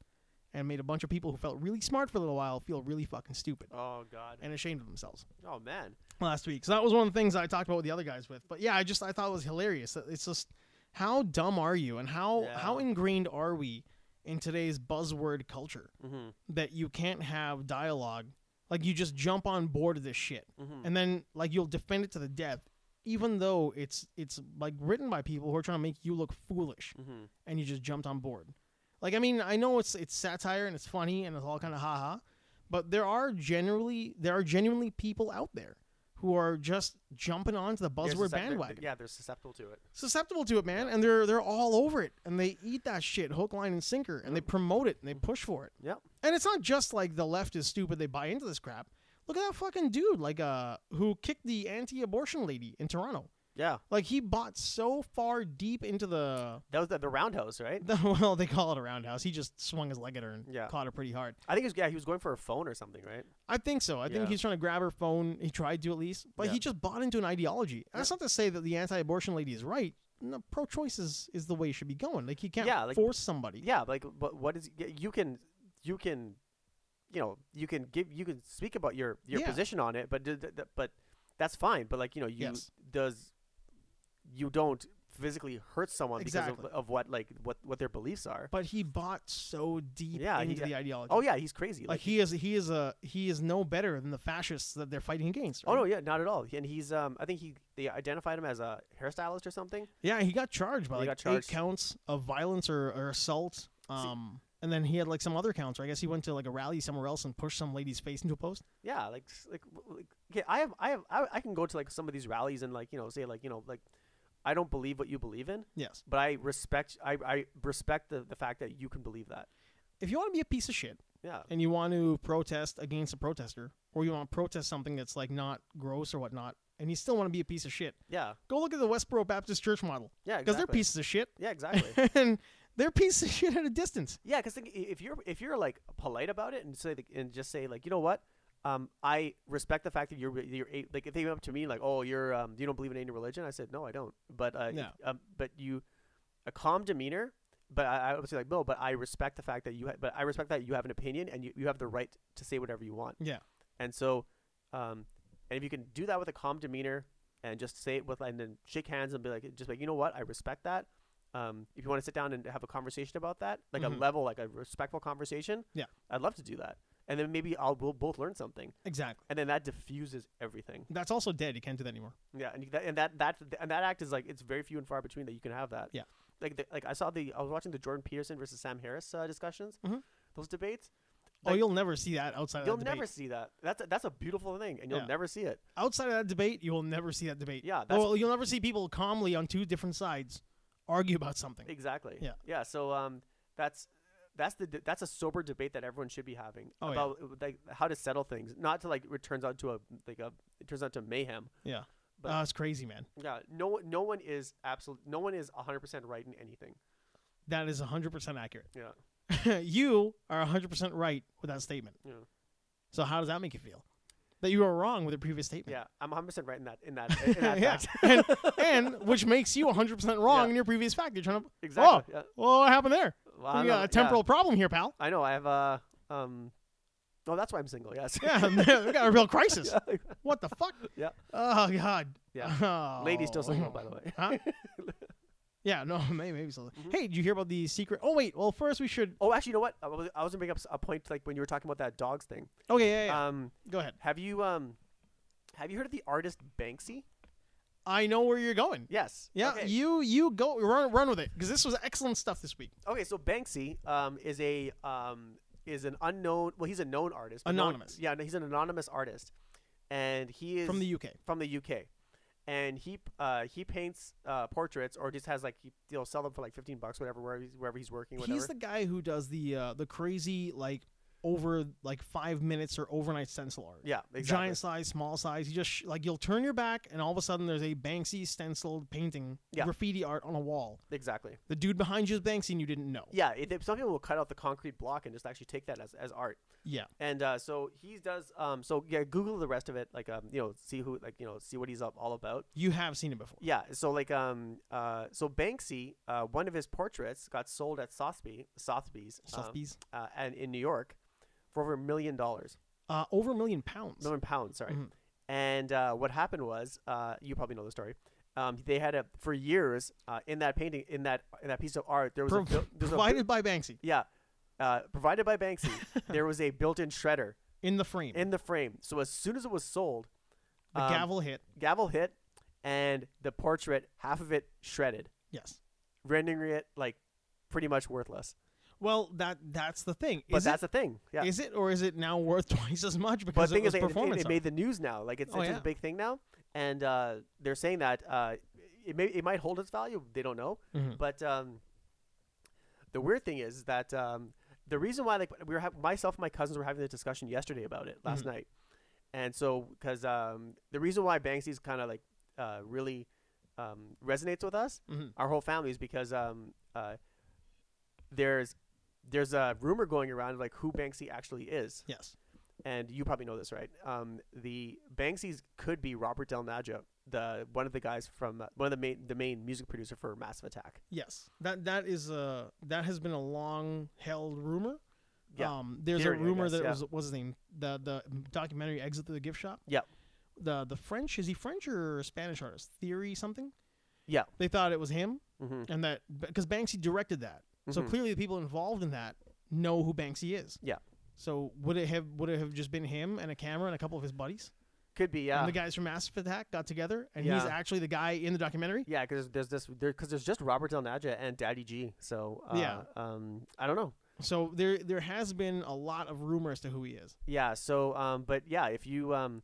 Speaker 1: and made a bunch of people who felt really smart for a little while feel really fucking stupid
Speaker 2: Oh God.
Speaker 1: and ashamed of themselves
Speaker 2: Oh man.
Speaker 1: last week. So that was one of the things I talked about with the other guys with. But yeah, I just I thought it was hilarious. That It's just how dumb are you and how
Speaker 2: Yeah.
Speaker 1: how ingrained are we in today's buzzword culture
Speaker 2: Mm-hmm.
Speaker 1: that you can't have dialogue. Like you just jump on board of this shit
Speaker 2: Mm-hmm.
Speaker 1: and then like you'll defend it to the death even though it's it's like written by people who are trying to make you look foolish
Speaker 2: Mm-hmm.
Speaker 1: and you just jumped on board. Like I mean, I know it's it's satire and it's funny and it's all kind of haha, but there are generally there are genuinely people out there who are just jumping onto the buzzword bandwagon.
Speaker 2: Yeah, they're susceptible to it.
Speaker 1: Susceptible to it, man, and they're they're all over it and they eat that shit hook, line and sinker and they promote it and they push for it.
Speaker 2: Yep.
Speaker 1: And it's not just like the left is stupid; they buy into this crap. Look at that fucking dude, like uh, who kicked the anti-abortion lady in Toronto.
Speaker 2: Yeah,
Speaker 1: Like he bought so far deep into the
Speaker 2: that was the, the roundhouse, right?
Speaker 1: the- well, they call it a roundhouse. He just swung his leg at her and
Speaker 2: Yeah.
Speaker 1: caught her pretty hard.
Speaker 2: I think he was, yeah, he was going for a phone or something, right?
Speaker 1: I think so. I
Speaker 2: Yeah.
Speaker 1: think he's trying to grab her phone. He tried to at least, but
Speaker 2: Yeah.
Speaker 1: he just bought into an ideology. And That's not to say that the anti-abortion lady is right. No, pro-choice is, is the way it should be going. Like he can't
Speaker 2: Yeah, like-
Speaker 1: force somebody.
Speaker 2: Yeah, like, but what is y- you can, you can, you know, you can give, you can speak about your your
Speaker 1: Yeah.
Speaker 2: position on it, but d- d- d- but that's fine. But like, you know, you
Speaker 1: Yes.
Speaker 2: does you don't physically hurt someone
Speaker 1: Exactly.
Speaker 2: because of, of what like what what their beliefs are.
Speaker 1: But he bought so deep
Speaker 2: Yeah, he
Speaker 1: into
Speaker 2: got-
Speaker 1: the ideology.
Speaker 2: Oh yeah, he's crazy.
Speaker 1: like he is he is a he is no better than the fascists that they're fighting against.
Speaker 2: Oh
Speaker 1: right?
Speaker 2: no, yeah, not at all. And he's um, I think he they identified him as a hairstylist or something.
Speaker 1: Yeah, he got charged by
Speaker 2: He
Speaker 1: like
Speaker 2: got charged.
Speaker 1: eight counts of violence or, or assault. Um, and then he had like some other counts. Where I guess he went to like a rally somewhere else and pushed some lady's face into a post.
Speaker 2: Yeah, like s- like, w- like okay, I have I have I, I can go to like some of these rallies and like you know say like you know like I don't believe what you believe in,
Speaker 1: Yes.
Speaker 2: but I respect I I respect the the fact that you can believe that.
Speaker 1: If you want to be a piece of shit
Speaker 2: Yeah,
Speaker 1: and you want to protest against a protester, or you want to protest something that's like not gross or whatnot, and you still want to be a piece of shit,
Speaker 2: yeah,
Speaker 1: go look at the Westboro Baptist Church model
Speaker 2: yeah.
Speaker 1: because
Speaker 2: Exactly.
Speaker 1: they're pieces of shit
Speaker 2: Yeah, exactly.
Speaker 1: and they're pieces of shit at a distance.
Speaker 2: yeah, because if you're if you're like polite about it and say like, and just say like you know what. Um, I respect the fact that you're you're a- like if they came up to me like oh you're um you don't believe in any religion I said no I don't but uh,
Speaker 1: No.
Speaker 2: um, but you a calm demeanor but I, I would say like no but I respect the fact that you ha- but I respect that you have an opinion and you, you have the right to say whatever you want
Speaker 1: Yeah.
Speaker 2: and so um and if you can do that with a calm demeanor and just say it with and then shake hands and be like just like you know what I respect that um, if you want to sit down and have a conversation about that, like a
Speaker 1: Mhm.
Speaker 2: level, like a respectful conversation,
Speaker 1: Yeah.
Speaker 2: I'd love to do that. And then maybe I'll we'll both learn something,
Speaker 1: Exactly.
Speaker 2: and then that diffuses everything.
Speaker 1: That's also dead. You can't do that anymore.
Speaker 2: Yeah, and you- that and that that and that act is like it's very few and far between that you can have that.
Speaker 1: Yeah.
Speaker 2: like the, like I saw the I was watching the Jordan Peterson versus Sam Harris uh, discussions,
Speaker 1: Mhm.
Speaker 2: those debates.
Speaker 1: Oh,
Speaker 2: Like-
Speaker 1: you'll never see that outside
Speaker 2: You'll
Speaker 1: of that debate.
Speaker 2: never see that. That's a, that's a beautiful thing, and you'll
Speaker 1: Uh, Yeah.
Speaker 2: never see it.
Speaker 1: outside of that debate, you will never see that debate.
Speaker 2: Yeah, Uh, that's-
Speaker 1: Well, you'll never see people calmly on two different sides argue about something.
Speaker 2: Exactly.
Speaker 1: Yeah.
Speaker 2: Yeah. So um, that's that's the de- that's a sober debate that everyone should be having
Speaker 1: Oh, yeah.
Speaker 2: about uh, like how to settle things, not to like it turns out to a like a it turns out to mayhem.
Speaker 1: Yeah.
Speaker 2: But-
Speaker 1: uh, it's crazy, man.
Speaker 2: Yeah. No one- no one is absolute. No one is hundred percent right in anything.
Speaker 1: That is 100% accurate.
Speaker 2: Yeah.
Speaker 1: you are 100% right with that statement.
Speaker 2: Yeah.
Speaker 1: So how does that make you feel? That you are wrong with your previous statement.
Speaker 2: Yeah. I'm hundred percent right in that in that in that
Speaker 1: Yeah.
Speaker 2: fact.
Speaker 1: and, and which makes you 100% wrong
Speaker 2: Yeah.
Speaker 1: in your previous fact. You're trying to,
Speaker 2: exactly. yeah.
Speaker 1: well, what happened there?
Speaker 2: Well, I
Speaker 1: Oh, we
Speaker 2: know,
Speaker 1: got
Speaker 2: yeah.
Speaker 1: a temporal problem here, pal.
Speaker 2: I know. I have uh, um. Oh, that's why I'm single. Yes.
Speaker 1: Yeah, we got a real crisis.
Speaker 2: Yeah.
Speaker 1: What the fuck?
Speaker 2: Yeah.
Speaker 1: Oh, God. Oh.
Speaker 2: Lady still single, by the way.
Speaker 1: Huh? yeah, no, maybe, maybe so.
Speaker 2: Mhm.
Speaker 1: Hey, did you hear about the secret? Oh, wait. Well, first we should.
Speaker 2: Oh, actually, you know what? I was, I was gonna bring up s- a point like when you were talking about that dogs thing.
Speaker 1: Okay, yeah, yeah. yeah.
Speaker 2: Um,
Speaker 1: Go ahead.
Speaker 2: Have you um have you heard of the artist Banksy?
Speaker 1: I know where you're going.
Speaker 2: Yes.
Speaker 1: Yeah,
Speaker 2: Okay.
Speaker 1: you you go run run with it because this was excellent stuff this week.
Speaker 2: okay, so Banksy um is a um is an unknown well he's a known artist. but known-
Speaker 1: Anonymous.
Speaker 2: yeah, no, he's an anonymous artist. And he is
Speaker 1: from the UK.
Speaker 2: from the UK. And he uh, he paints uh, portraits or just has like he, he'll sell them for like 15 bucks whatever wherever he's, wherever he's working whatever.
Speaker 1: He's the guy who does the uh, the crazy like over like five minutes or overnight stencil art.
Speaker 2: yeah, exactly.
Speaker 1: Giant size, small size. You just sh- like you'll turn your back, and all of a sudden there's a Banksy stenciled painting,
Speaker 2: Yeah.
Speaker 1: graffiti art on a wall.
Speaker 2: Exactly.
Speaker 1: The dude behind you is Banksy, and you didn't know.
Speaker 2: Yeah, it, some people will cut out the concrete block and just actually take that as, as art.
Speaker 1: Yeah.
Speaker 2: And uh, so he does. Um, so yeah, Google the rest of it. Like um, you know, see who like you know, see what he's up all about.
Speaker 1: you have seen it before.
Speaker 2: Yeah. So like um uh so Banksy uh one of his portraits got sold at Sotheby Sotheby's um,
Speaker 1: Sotheby's.
Speaker 2: uh, and in New York for over a million dollars
Speaker 1: Uh, over a million pounds.
Speaker 2: million pounds sorry.
Speaker 1: Mhm.
Speaker 2: And uh, what happened was uh you probably know the story. Um, they had a for years uh, in that painting in that in that piece of art there was a
Speaker 1: Prov-
Speaker 2: buil- there was a buil-
Speaker 1: provided by Banksy
Speaker 2: yeah. Uh, provided by Banksy, there was a built-in shredder
Speaker 1: in the frame.
Speaker 2: in the frame. So as soon as it was sold,
Speaker 1: the
Speaker 2: um,
Speaker 1: gavel hit.
Speaker 2: gavel hit and the portrait, half of it shredded,
Speaker 1: Yes.
Speaker 2: rendering it like pretty much worthless.
Speaker 1: Well, that that's the thing.
Speaker 2: But
Speaker 1: Is
Speaker 2: that's
Speaker 1: it,
Speaker 2: the thing. Yeah.
Speaker 1: is it or is it now worth twice as much
Speaker 2: But
Speaker 1: because
Speaker 2: the thing
Speaker 1: it was
Speaker 2: is, it, it,
Speaker 1: performance?
Speaker 2: it
Speaker 1: art?
Speaker 2: made the news now. Like it's,
Speaker 1: Oh,
Speaker 2: it's
Speaker 1: yeah.
Speaker 2: a big thing now, and uh, they're saying that uh, it may it might hold its value. They don't know.
Speaker 1: Mhm.
Speaker 2: But um, the weird thing is that um, the reason why like we were ha- myself and my cousins were having the discussion yesterday about it last
Speaker 1: Mhm.
Speaker 2: night, and so because um, the reason why Banksy's kind of like uh, really um, resonates with us,
Speaker 1: Mhm.
Speaker 2: our whole family, is because um, uh, there's there's a rumor going around of, like who Banksy actually is
Speaker 1: Yes.
Speaker 2: and you probably know this, right? Um, the Banksy's could be Robert Del Naja, the one of the guys from uh, one of the main the main music producer for Massive Attack.
Speaker 1: Yes. That that is uh that has been a long held rumor.
Speaker 2: Yeah.
Speaker 1: Um, there's
Speaker 2: Theory,
Speaker 1: a
Speaker 2: I
Speaker 1: rumor
Speaker 2: guess,
Speaker 1: that it
Speaker 2: yeah.
Speaker 1: was what's his name the the documentary Exit to the Gift Shop.
Speaker 2: Yeah.
Speaker 1: The the French is he French or Spanish artist? Theory something.
Speaker 2: Yeah.
Speaker 1: They thought it was him,
Speaker 2: Mm-hmm.
Speaker 1: and that because Banksy directed that, so
Speaker 2: Mhm.
Speaker 1: clearly the people involved in that know who Banksy is.
Speaker 2: Yeah.
Speaker 1: So would it have would it have just been him and a camera and a couple of his buddies?
Speaker 2: Could be, yeah,
Speaker 1: And the guys from Massive Attack got together, and he's
Speaker 2: Yeah.
Speaker 1: actually the guy in the documentary.
Speaker 2: yeah, because there's this there because there's just Robert Del Naja and Daddy G. So uh,
Speaker 1: Yeah.
Speaker 2: um, I don't know.
Speaker 1: So there there has been a lot of rumor as to who he is.
Speaker 2: Yeah, so um, but yeah, if you um,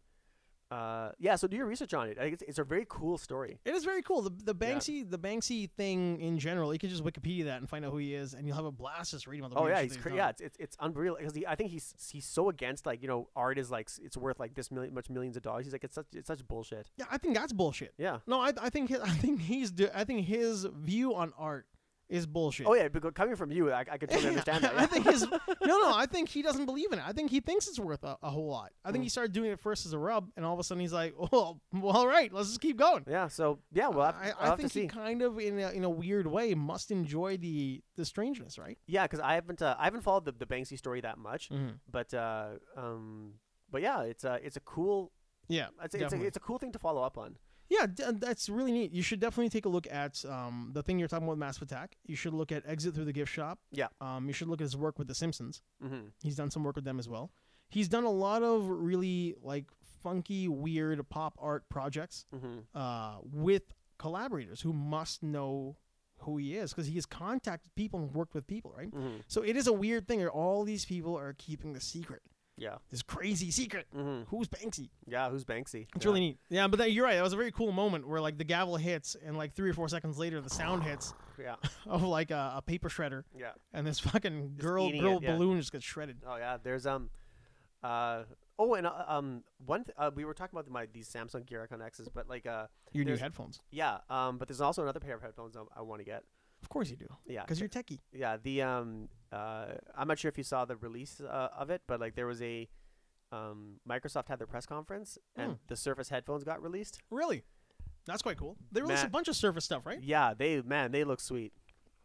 Speaker 2: uh, yeah, so do your research on it. I think it's, it's a very cool story.
Speaker 1: It is very cool. The, the
Speaker 2: Yeah.
Speaker 1: Banksy the Banksy thing in general, you can just Wikipedia that and find out who he is, and you'll have a blast just reading about the.
Speaker 2: Oh
Speaker 1: weird
Speaker 2: yeah,
Speaker 1: shit
Speaker 2: he's
Speaker 1: that
Speaker 2: cra-
Speaker 1: done.
Speaker 2: yeah, it's it's, it's unreal because I think he's he's so against like you know art is like s- it's worth like this million much millions of dollars. He's like it's such it's such bullshit.
Speaker 1: yeah. I think that's bullshit.
Speaker 2: Yeah.
Speaker 1: No, I, I think his, I think he's do, I think his view on art is bullshit.
Speaker 2: Oh yeah, because coming from you, I, I could totally understand that.
Speaker 1: I
Speaker 2: yeah.
Speaker 1: think his no no. I think he doesn't believe in it. I think he thinks it's worth a, a whole lot. I think
Speaker 2: Mm.
Speaker 1: he started doing it first as a rub, and all of a sudden he's like, well, well all right, let's just keep going.
Speaker 2: yeah. So yeah, well, I'll,
Speaker 1: I,
Speaker 2: have- I'll
Speaker 1: I
Speaker 2: have
Speaker 1: think
Speaker 2: to see.
Speaker 1: he kind of in a, in a weird way must enjoy the the strangeness, right?
Speaker 2: yeah, because I haven't uh, I haven't followed the, the Banksy story that much,
Speaker 1: Mm-hmm.
Speaker 2: but uh, um, but yeah, it's a it's a cool
Speaker 1: Yeah,
Speaker 2: it's a, it's, a,
Speaker 1: Definitely.
Speaker 2: it's a cool thing to follow up on.
Speaker 1: yeah, d- and that's really neat. You should definitely take a look at um, the thing you're talking about, Massive Attack. You should look at Exit Through the Gift Shop.
Speaker 2: Yeah.
Speaker 1: Um, you should look at his work with The Simpsons.
Speaker 2: Mm-hmm.
Speaker 1: He's done some work with them as well. He's done a lot of really like funky, weird pop art projects
Speaker 2: Mm-hmm.
Speaker 1: uh, with collaborators who must know who he is because he has contacted people and worked with people, right?
Speaker 2: Mm-hmm.
Speaker 1: So it is a weird thing. that All these people are keeping the secret,
Speaker 2: Yeah.
Speaker 1: this crazy secret.
Speaker 2: Mm-hmm.
Speaker 1: Who's Banksy?
Speaker 2: Yeah. Who's Banksy?
Speaker 1: It's
Speaker 2: yeah.
Speaker 1: really neat. Yeah, but that, you're right. That was a very cool moment where like the gavel hits, and like three or four seconds later, the sound hits
Speaker 2: Yeah.
Speaker 1: of like a, a paper shredder,
Speaker 2: Yeah.
Speaker 1: and this fucking girl
Speaker 2: eating
Speaker 1: girl
Speaker 2: it, yeah.
Speaker 1: balloon just gets shredded.
Speaker 2: Oh yeah. There's um. Uh, oh, and uh, um, one th- uh, we were talking about my these Samsung Gear Icon X's, but like uh,
Speaker 1: Your new
Speaker 2: There's-
Speaker 1: headphones.
Speaker 2: yeah, um, but there's also another pair of headphones I, I want to get.
Speaker 1: Of course you do,
Speaker 2: Yeah,
Speaker 1: because you're techie.
Speaker 2: Yeah, the um, uh, I'm not sure if you saw the release uh, of it, but like there was a, um, Microsoft had their press conference
Speaker 1: Hmm.
Speaker 2: and the Surface headphones got released.
Speaker 1: Really, that's quite cool. They released a
Speaker 2: Matt-
Speaker 1: bunch of Surface stuff, right?
Speaker 2: Yeah, they man, they look sweet.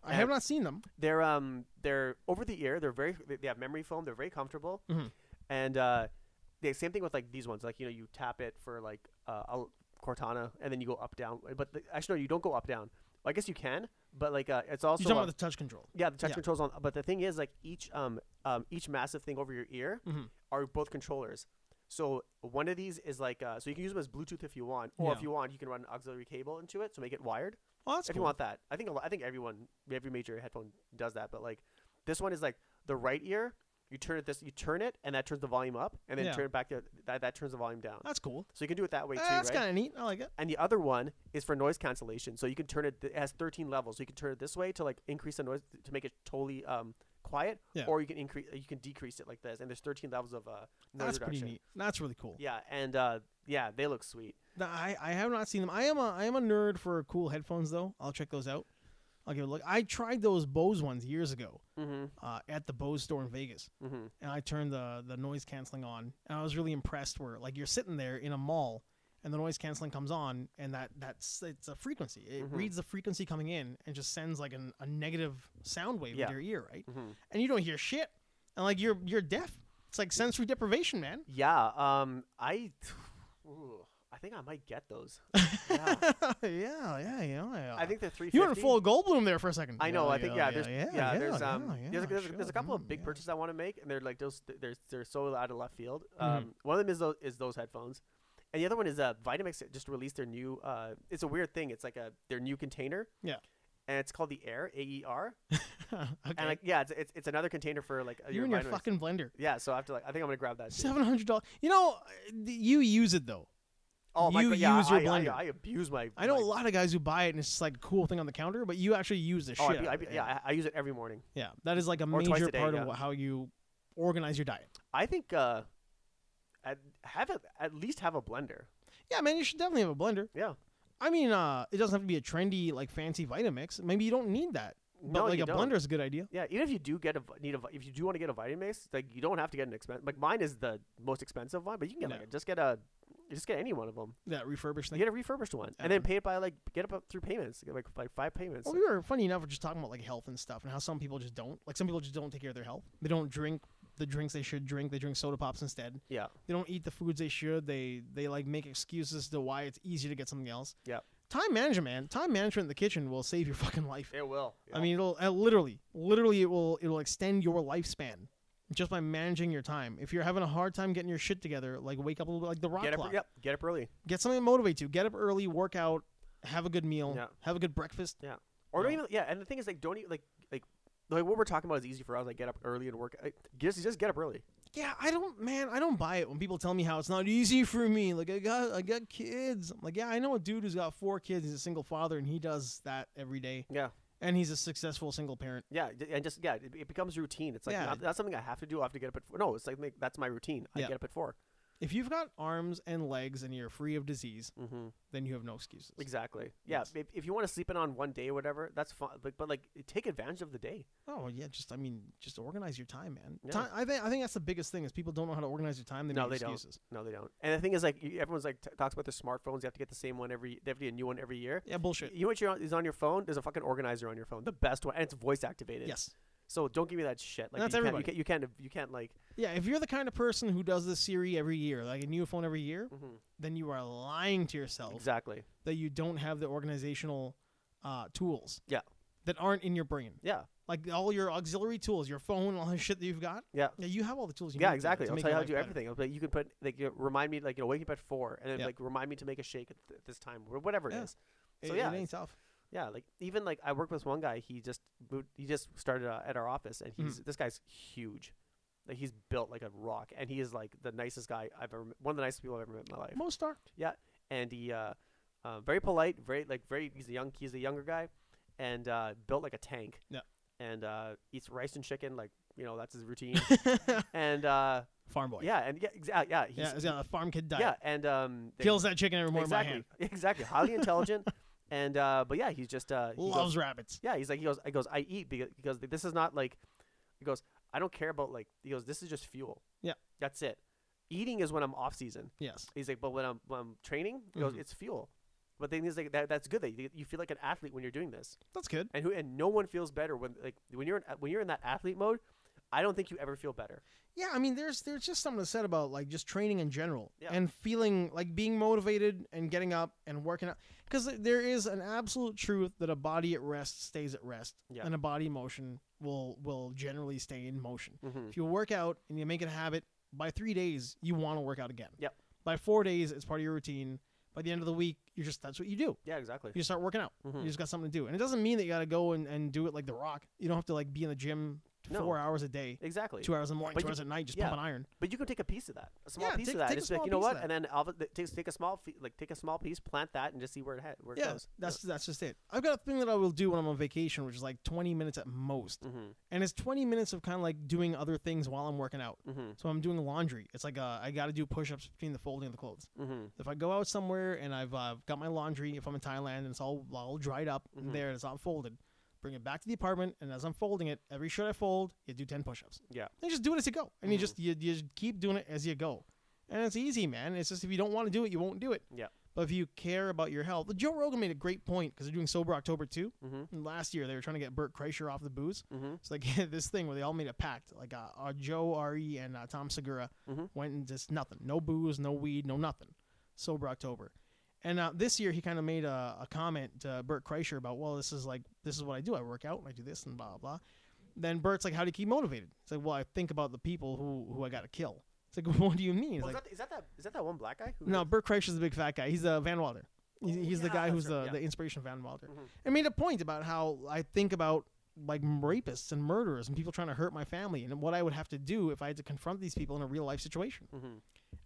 Speaker 1: I have
Speaker 2: Matt-
Speaker 1: not seen them.
Speaker 2: They're um, they're over the ear. They're very they- they have memory foam. They're very comfortable,
Speaker 1: Mhm.
Speaker 2: and uh, the same thing with like these ones. Like you know, you tap it for like uh, Al- Cortana, and then you go up down. But the, actually, no, you don't go up down. I guess you can, but like uh, it's also
Speaker 1: you're talking
Speaker 2: uh,
Speaker 1: about the touch control.
Speaker 2: Yeah, the touch
Speaker 1: Yeah.
Speaker 2: controls on. But the thing is, like each um um each massive thing over your ear
Speaker 1: Mhm.
Speaker 2: are both controllers. So one of these is like uh, so you can use them as Bluetooth if you want, or
Speaker 1: Yeah.
Speaker 2: if you want, you can run an auxiliary cable into it, so make it wired.
Speaker 1: Oh, that's
Speaker 2: if
Speaker 1: cool.
Speaker 2: you want that, I think a lo- I think everyone every major headphone does that. But like this one is like the right ear. You turn it this, you turn it, and that turns the volume up, and then
Speaker 1: Yeah.
Speaker 2: turn it back to that, that turns the volume down.
Speaker 1: that's cool.
Speaker 2: So you can do it that way
Speaker 1: Eh,
Speaker 2: too,
Speaker 1: that's
Speaker 2: right?
Speaker 1: kind of neat. I like it.
Speaker 2: and the other one is for noise cancellation. So you can turn it. It has 13 levels. So you can turn it this way to like increase the noise to make it totally um quiet,
Speaker 1: Yeah.
Speaker 2: or you can increase you can decrease it like this. And there's 13 levels of uh noise
Speaker 1: That's
Speaker 2: reduction.
Speaker 1: pretty neat. That's really cool.
Speaker 2: Yeah, and uh yeah, they look sweet.
Speaker 1: No, I, I have not seen them. I am a I am a nerd for cool headphones though. I'll check those out. I'll give it a look. I tried those Bose ones years ago
Speaker 2: Mm-hmm.
Speaker 1: uh, at the Bose store in Vegas,
Speaker 2: Mm-hmm.
Speaker 1: and I turned the the noise canceling on, and I was really impressed. Where like you're sitting there in a mall, and the noise canceling comes on, and that that's it's a frequency. It
Speaker 2: Mhm.
Speaker 1: reads the frequency coming in and just sends like an, a negative sound wave
Speaker 2: Yeah.
Speaker 1: into your ear, right?
Speaker 2: Mm-hmm.
Speaker 1: And you don't hear shit, and like you're you're deaf. It's like sensory deprivation, man.
Speaker 2: Yeah. Um. I. Ooh, I think I might get those. Yeah.
Speaker 1: yeah, yeah, yeah, yeah.
Speaker 2: I think the three.
Speaker 1: Oh. You went full Goldblum there for a second.
Speaker 2: I know. I think yeah. there's yeah. there's
Speaker 1: yeah,
Speaker 2: um.
Speaker 1: yeah,
Speaker 2: there's, a- there's, a- there's
Speaker 1: sure,
Speaker 2: a couple
Speaker 1: mm,
Speaker 2: of big
Speaker 1: yeah.
Speaker 2: purchases I want to make, and they're like those. They're they're so out of left field.
Speaker 1: Mhm.
Speaker 2: Um. One of them is those is those headphones, And the other one is uh, Vitamix just released their new. Uh, it's a weird thing. It's like a their new container.
Speaker 1: Yeah.
Speaker 2: And it's called the Air A E R.
Speaker 1: okay.
Speaker 2: And like yeah, it's, it's it's another container for like uh,
Speaker 1: you
Speaker 2: your
Speaker 1: and your
Speaker 2: Vitamix.
Speaker 1: fucking blender.
Speaker 2: Yeah, so I have to like I think I'm gonna grab that. too.
Speaker 1: Seven hundred dollars. You know, uh, you use it though.
Speaker 2: Oh my
Speaker 1: you
Speaker 2: god, yeah,
Speaker 1: use your
Speaker 2: I, I-
Speaker 1: blender.
Speaker 2: I abuse my.
Speaker 1: I know
Speaker 2: my-
Speaker 1: a lot of guys who buy it and it's just like a cool thing on the counter, but you actually use the
Speaker 2: Oh, I,
Speaker 1: shit.
Speaker 2: be-
Speaker 1: out
Speaker 2: I,
Speaker 1: of
Speaker 2: be-
Speaker 1: it,
Speaker 2: yeah, I, I use it every morning.
Speaker 1: yeah. That is like a
Speaker 2: Or twice
Speaker 1: major
Speaker 2: a day,
Speaker 1: part
Speaker 2: yeah.
Speaker 1: of wh- how you organize your diet.
Speaker 2: I think uh, at, have it at least have a blender.
Speaker 1: Yeah, man, you should definitely have a blender.
Speaker 2: Yeah.
Speaker 1: I mean, uh, it doesn't have to be a trendy like fancy Vitamix. Maybe you don't need that, but
Speaker 2: no,
Speaker 1: like
Speaker 2: you
Speaker 1: a
Speaker 2: don't.
Speaker 1: blender is a good idea.
Speaker 2: Yeah, even if you do get a vi- need a vi- if you do want to get a Vitamix, like you don't have to get an expensive. Like mine is the most expensive one, but you can get
Speaker 1: No.
Speaker 2: like a- just get a just get any one of them.
Speaker 1: That refurbished
Speaker 2: You
Speaker 1: thing.
Speaker 2: get a refurbished one, and then pay it by like get it up uh, through payments, get, like like five payments.
Speaker 1: Well, we were funny enough. We're just talking about like health and stuff, and how some people just don't. Like some people just don't take care of their health. They don't drink the drinks they should drink. They drink soda pops instead.
Speaker 2: yeah,
Speaker 1: They don't eat the foods they should. They they like make excuses to why it's easier to get something else.
Speaker 2: Yep.
Speaker 1: Time management, man. Time management in the kitchen will save your fucking life.
Speaker 2: it will.
Speaker 1: I mean, it'll uh, literally, literally, it will it will extend your lifespan just by managing your time. If you're having a hard time getting your shit together, like wake up a little bit, like the rock
Speaker 2: get
Speaker 1: clock.
Speaker 2: up, yep, get up early,
Speaker 1: Get something to motivate you. Get up early, work out, have a good meal,
Speaker 2: Yeah.
Speaker 1: have a good breakfast.
Speaker 2: or don't
Speaker 1: Yeah.
Speaker 2: even yeah. And the thing is like don't even like like like what we're talking about is easy for us. Like get up early and work. Like, just just get up early.
Speaker 1: Yeah, I don't, man, I don't buy it when people tell me how it's not easy for me. Like I got, I got kids. I'm like, yeah, I know a dude who's got four kids. He's a single father, and he does that every day.
Speaker 2: Yeah.
Speaker 1: and he's a successful single parent.
Speaker 2: Yeah, d- and just yeah, it, it becomes routine. It's like
Speaker 1: Yeah.
Speaker 2: not, that's something I have to do. I have to get up at four. No, it's like, like, that's my routine. I
Speaker 1: Yeah.
Speaker 2: get up at four.
Speaker 1: If you've got arms and legs and you're free of disease,
Speaker 2: Mm-hmm.
Speaker 1: then you have no excuses.
Speaker 2: Exactly. Yeah.
Speaker 1: Yes.
Speaker 2: If, if you want to sleep in on one day or whatever, that's fine. But, but like, take advantage of the day.
Speaker 1: Oh yeah, just I mean, just organize your time, man.
Speaker 2: Yeah.
Speaker 1: Time, I think I think that's the biggest thing is people don't know how to organize their time. They
Speaker 2: No,
Speaker 1: make
Speaker 2: they don't.
Speaker 1: excuses.
Speaker 2: No, they don't. And the thing is, like, you- everyone's like t- talks about their smartphones. You have to get the same one every. They have to get a new one every year.
Speaker 1: Yeah, bullshit.
Speaker 2: You know what you're on, is on your phone? There's a fucking organizer on your phone, the best one, and it's voice activated.
Speaker 1: Yes.
Speaker 2: So don't give me that shit. Like
Speaker 1: That's
Speaker 2: you
Speaker 1: everybody.
Speaker 2: Can't, you can't. You can't. You can't like.
Speaker 1: Yeah, if you're the kind of person who does the Siri every year, like a new phone every year,
Speaker 2: mhm.
Speaker 1: then you are lying to yourself
Speaker 2: Exactly.
Speaker 1: that you don't have the organizational uh, tools.
Speaker 2: Yeah.
Speaker 1: That aren't in your brain,
Speaker 2: Yeah.
Speaker 1: like all your auxiliary tools, your phone, all the shit that you've got.
Speaker 2: Yeah.
Speaker 1: Yeah, you have all the tools. you
Speaker 2: Yeah,
Speaker 1: need to-
Speaker 2: exactly.
Speaker 1: To
Speaker 2: I'll
Speaker 1: make
Speaker 2: tell you
Speaker 1: your
Speaker 2: how to do
Speaker 1: life better.
Speaker 2: everything. But you can put like you know, remind me like you know wake up at four and then
Speaker 1: Yeah.
Speaker 2: like remind me to make a shake at th- this time or whatever it is.
Speaker 1: Yeah.
Speaker 2: So
Speaker 1: It-
Speaker 2: yeah,
Speaker 1: it ain't
Speaker 2: it's-
Speaker 1: tough.
Speaker 2: Yeah, like even like I work with one guy. He just moved, he just started uh, at our office, and
Speaker 1: Mhm.
Speaker 2: he's this guy's huge. Like he's built like a rock, and he is like the nicest guy I've ever met- one of the nicest people I've ever met in my life.
Speaker 1: Most are.
Speaker 2: And he uh, uh, very polite, very like very he's a young he's a younger guy, and uh, built like a tank.
Speaker 1: Yeah.
Speaker 2: And uh, eats rice and chicken like you know that's his routine. and uh,
Speaker 1: farm boy.
Speaker 2: yeah, and yeah, exactly. Yeah, he's,
Speaker 1: yeah. He's got a farm kid diet.
Speaker 2: yeah, and um, they-
Speaker 1: Kills that chicken every morning by
Speaker 2: exactly,
Speaker 1: hand.
Speaker 2: exactly, highly intelligent, and uh, but yeah, he's just uh, he goes-
Speaker 1: Loves rabbits.
Speaker 2: Yeah, he's like he goes. He goes. I eat because because this is not like. He goes. I don't care about like. He goes. This is just fuel.
Speaker 1: Yeah.
Speaker 2: That's it. Eating is when I'm off season.
Speaker 1: Yes.
Speaker 2: He's like, but when I'm when I'm training, he goes,
Speaker 1: Mhm.
Speaker 2: it's fuel. But then he's like, that, that's good. That you, you feel like an athlete when you're doing this,
Speaker 1: That's good.
Speaker 2: and who and no one feels better when like when you're in, when you're in that athlete mode. I don't think you ever feel better.
Speaker 1: Yeah, I mean, there's there's just something to said about like just training in general
Speaker 2: Yeah.
Speaker 1: and feeling like being motivated and getting up and working out because there is an absolute truth that a body at rest stays at rest
Speaker 2: Yeah.
Speaker 1: and a body in motion will will generally stay in motion.
Speaker 2: Mm-hmm.
Speaker 1: If you work out and you make it a habit, by three days you want to work out again.
Speaker 2: Yep.
Speaker 1: By four days, it's part of your routine. By the end of the week, you're just that's what you do.
Speaker 2: Yeah, exactly.
Speaker 1: You start working out.
Speaker 2: Mhm.
Speaker 1: You just got something to do, and it doesn't mean that you got to go and, and do it like The Rock. You don't have to like be in the gym
Speaker 2: No.
Speaker 1: four hours a day.
Speaker 2: Exactly.
Speaker 1: Two hours in the morning,
Speaker 2: But
Speaker 1: two
Speaker 2: you-
Speaker 1: hours at night, just
Speaker 2: yeah.
Speaker 1: pumping iron.
Speaker 2: But you can take a piece of that, a small
Speaker 1: Yeah,
Speaker 2: piece
Speaker 1: take-
Speaker 2: of that.
Speaker 1: take a
Speaker 2: It's like
Speaker 1: small
Speaker 2: you know
Speaker 1: piece of
Speaker 2: what,
Speaker 1: that.
Speaker 2: and then I'll, take, take a small fe- like take a small piece, plant that, and just see where it head, where it
Speaker 1: Yeah,
Speaker 2: goes.
Speaker 1: that's that's just it. I've got a thing that I will do when I'm on vacation, which is like 20 minutes at most,
Speaker 2: Mm-hmm.
Speaker 1: and it's 20 minutes of kind of like doing other things while I'm working out.
Speaker 2: Mm-hmm.
Speaker 1: So I'm doing laundry. It's like uh, I got to do push-ups between the folding of the clothes.
Speaker 2: Mm-hmm.
Speaker 1: If I go out somewhere and I've uh, got my laundry, if I'm in Thailand and it's all all dried up
Speaker 2: Mhm.
Speaker 1: and there, it's not folded, bring it back to the apartment, and as I'm folding it, every shirt I fold, you do 10 push-ups.
Speaker 2: Yeah.
Speaker 1: and you just do it as you go, and you
Speaker 2: Mhm.
Speaker 1: just you, you just keep doing it as you go, and it's easy, man. It's just if you don't want to do it, you won't do it.
Speaker 2: Yeah.
Speaker 1: But if you care about your health, Joe Rogan made a great point because they're doing Sober October too.
Speaker 2: Mm-hmm.
Speaker 1: And last year they were trying to get Bert Kreischer off the booze.
Speaker 2: Mm-hmm.
Speaker 1: It's like this thing where they all made a pact. Like uh, uh, Joe Re and uh, Tom Segura
Speaker 2: Mhm.
Speaker 1: went and just nothing, no booze, no weed, no nothing. Sober October. And uh, this year he kind of made a, a comment to Bert Kreischer about, well, this is like this is what I do. I work out and I do this and blah blah. blah. Then Bert's like, how do you keep motivated? It's like, well, I think about the people who who I got to kill. It's It's like, what do you mean? It's
Speaker 2: Well,
Speaker 1: like,
Speaker 2: is, that, is that that is that that one black guy? Who
Speaker 1: no, Bert Kreischer's the big fat guy. He's uh, Van Wilder. He's,
Speaker 2: Oh,
Speaker 1: he's the
Speaker 2: yeah,
Speaker 1: guy
Speaker 2: that's
Speaker 1: who's the,
Speaker 2: right, yeah.
Speaker 1: the inspiration of Van Wilder.
Speaker 2: Mhm.
Speaker 1: I made a point about how I think about like rapists and murderers and people trying to hurt my family and what I would have to do if I had to confront these people in a real life situation.
Speaker 2: Mm-hmm.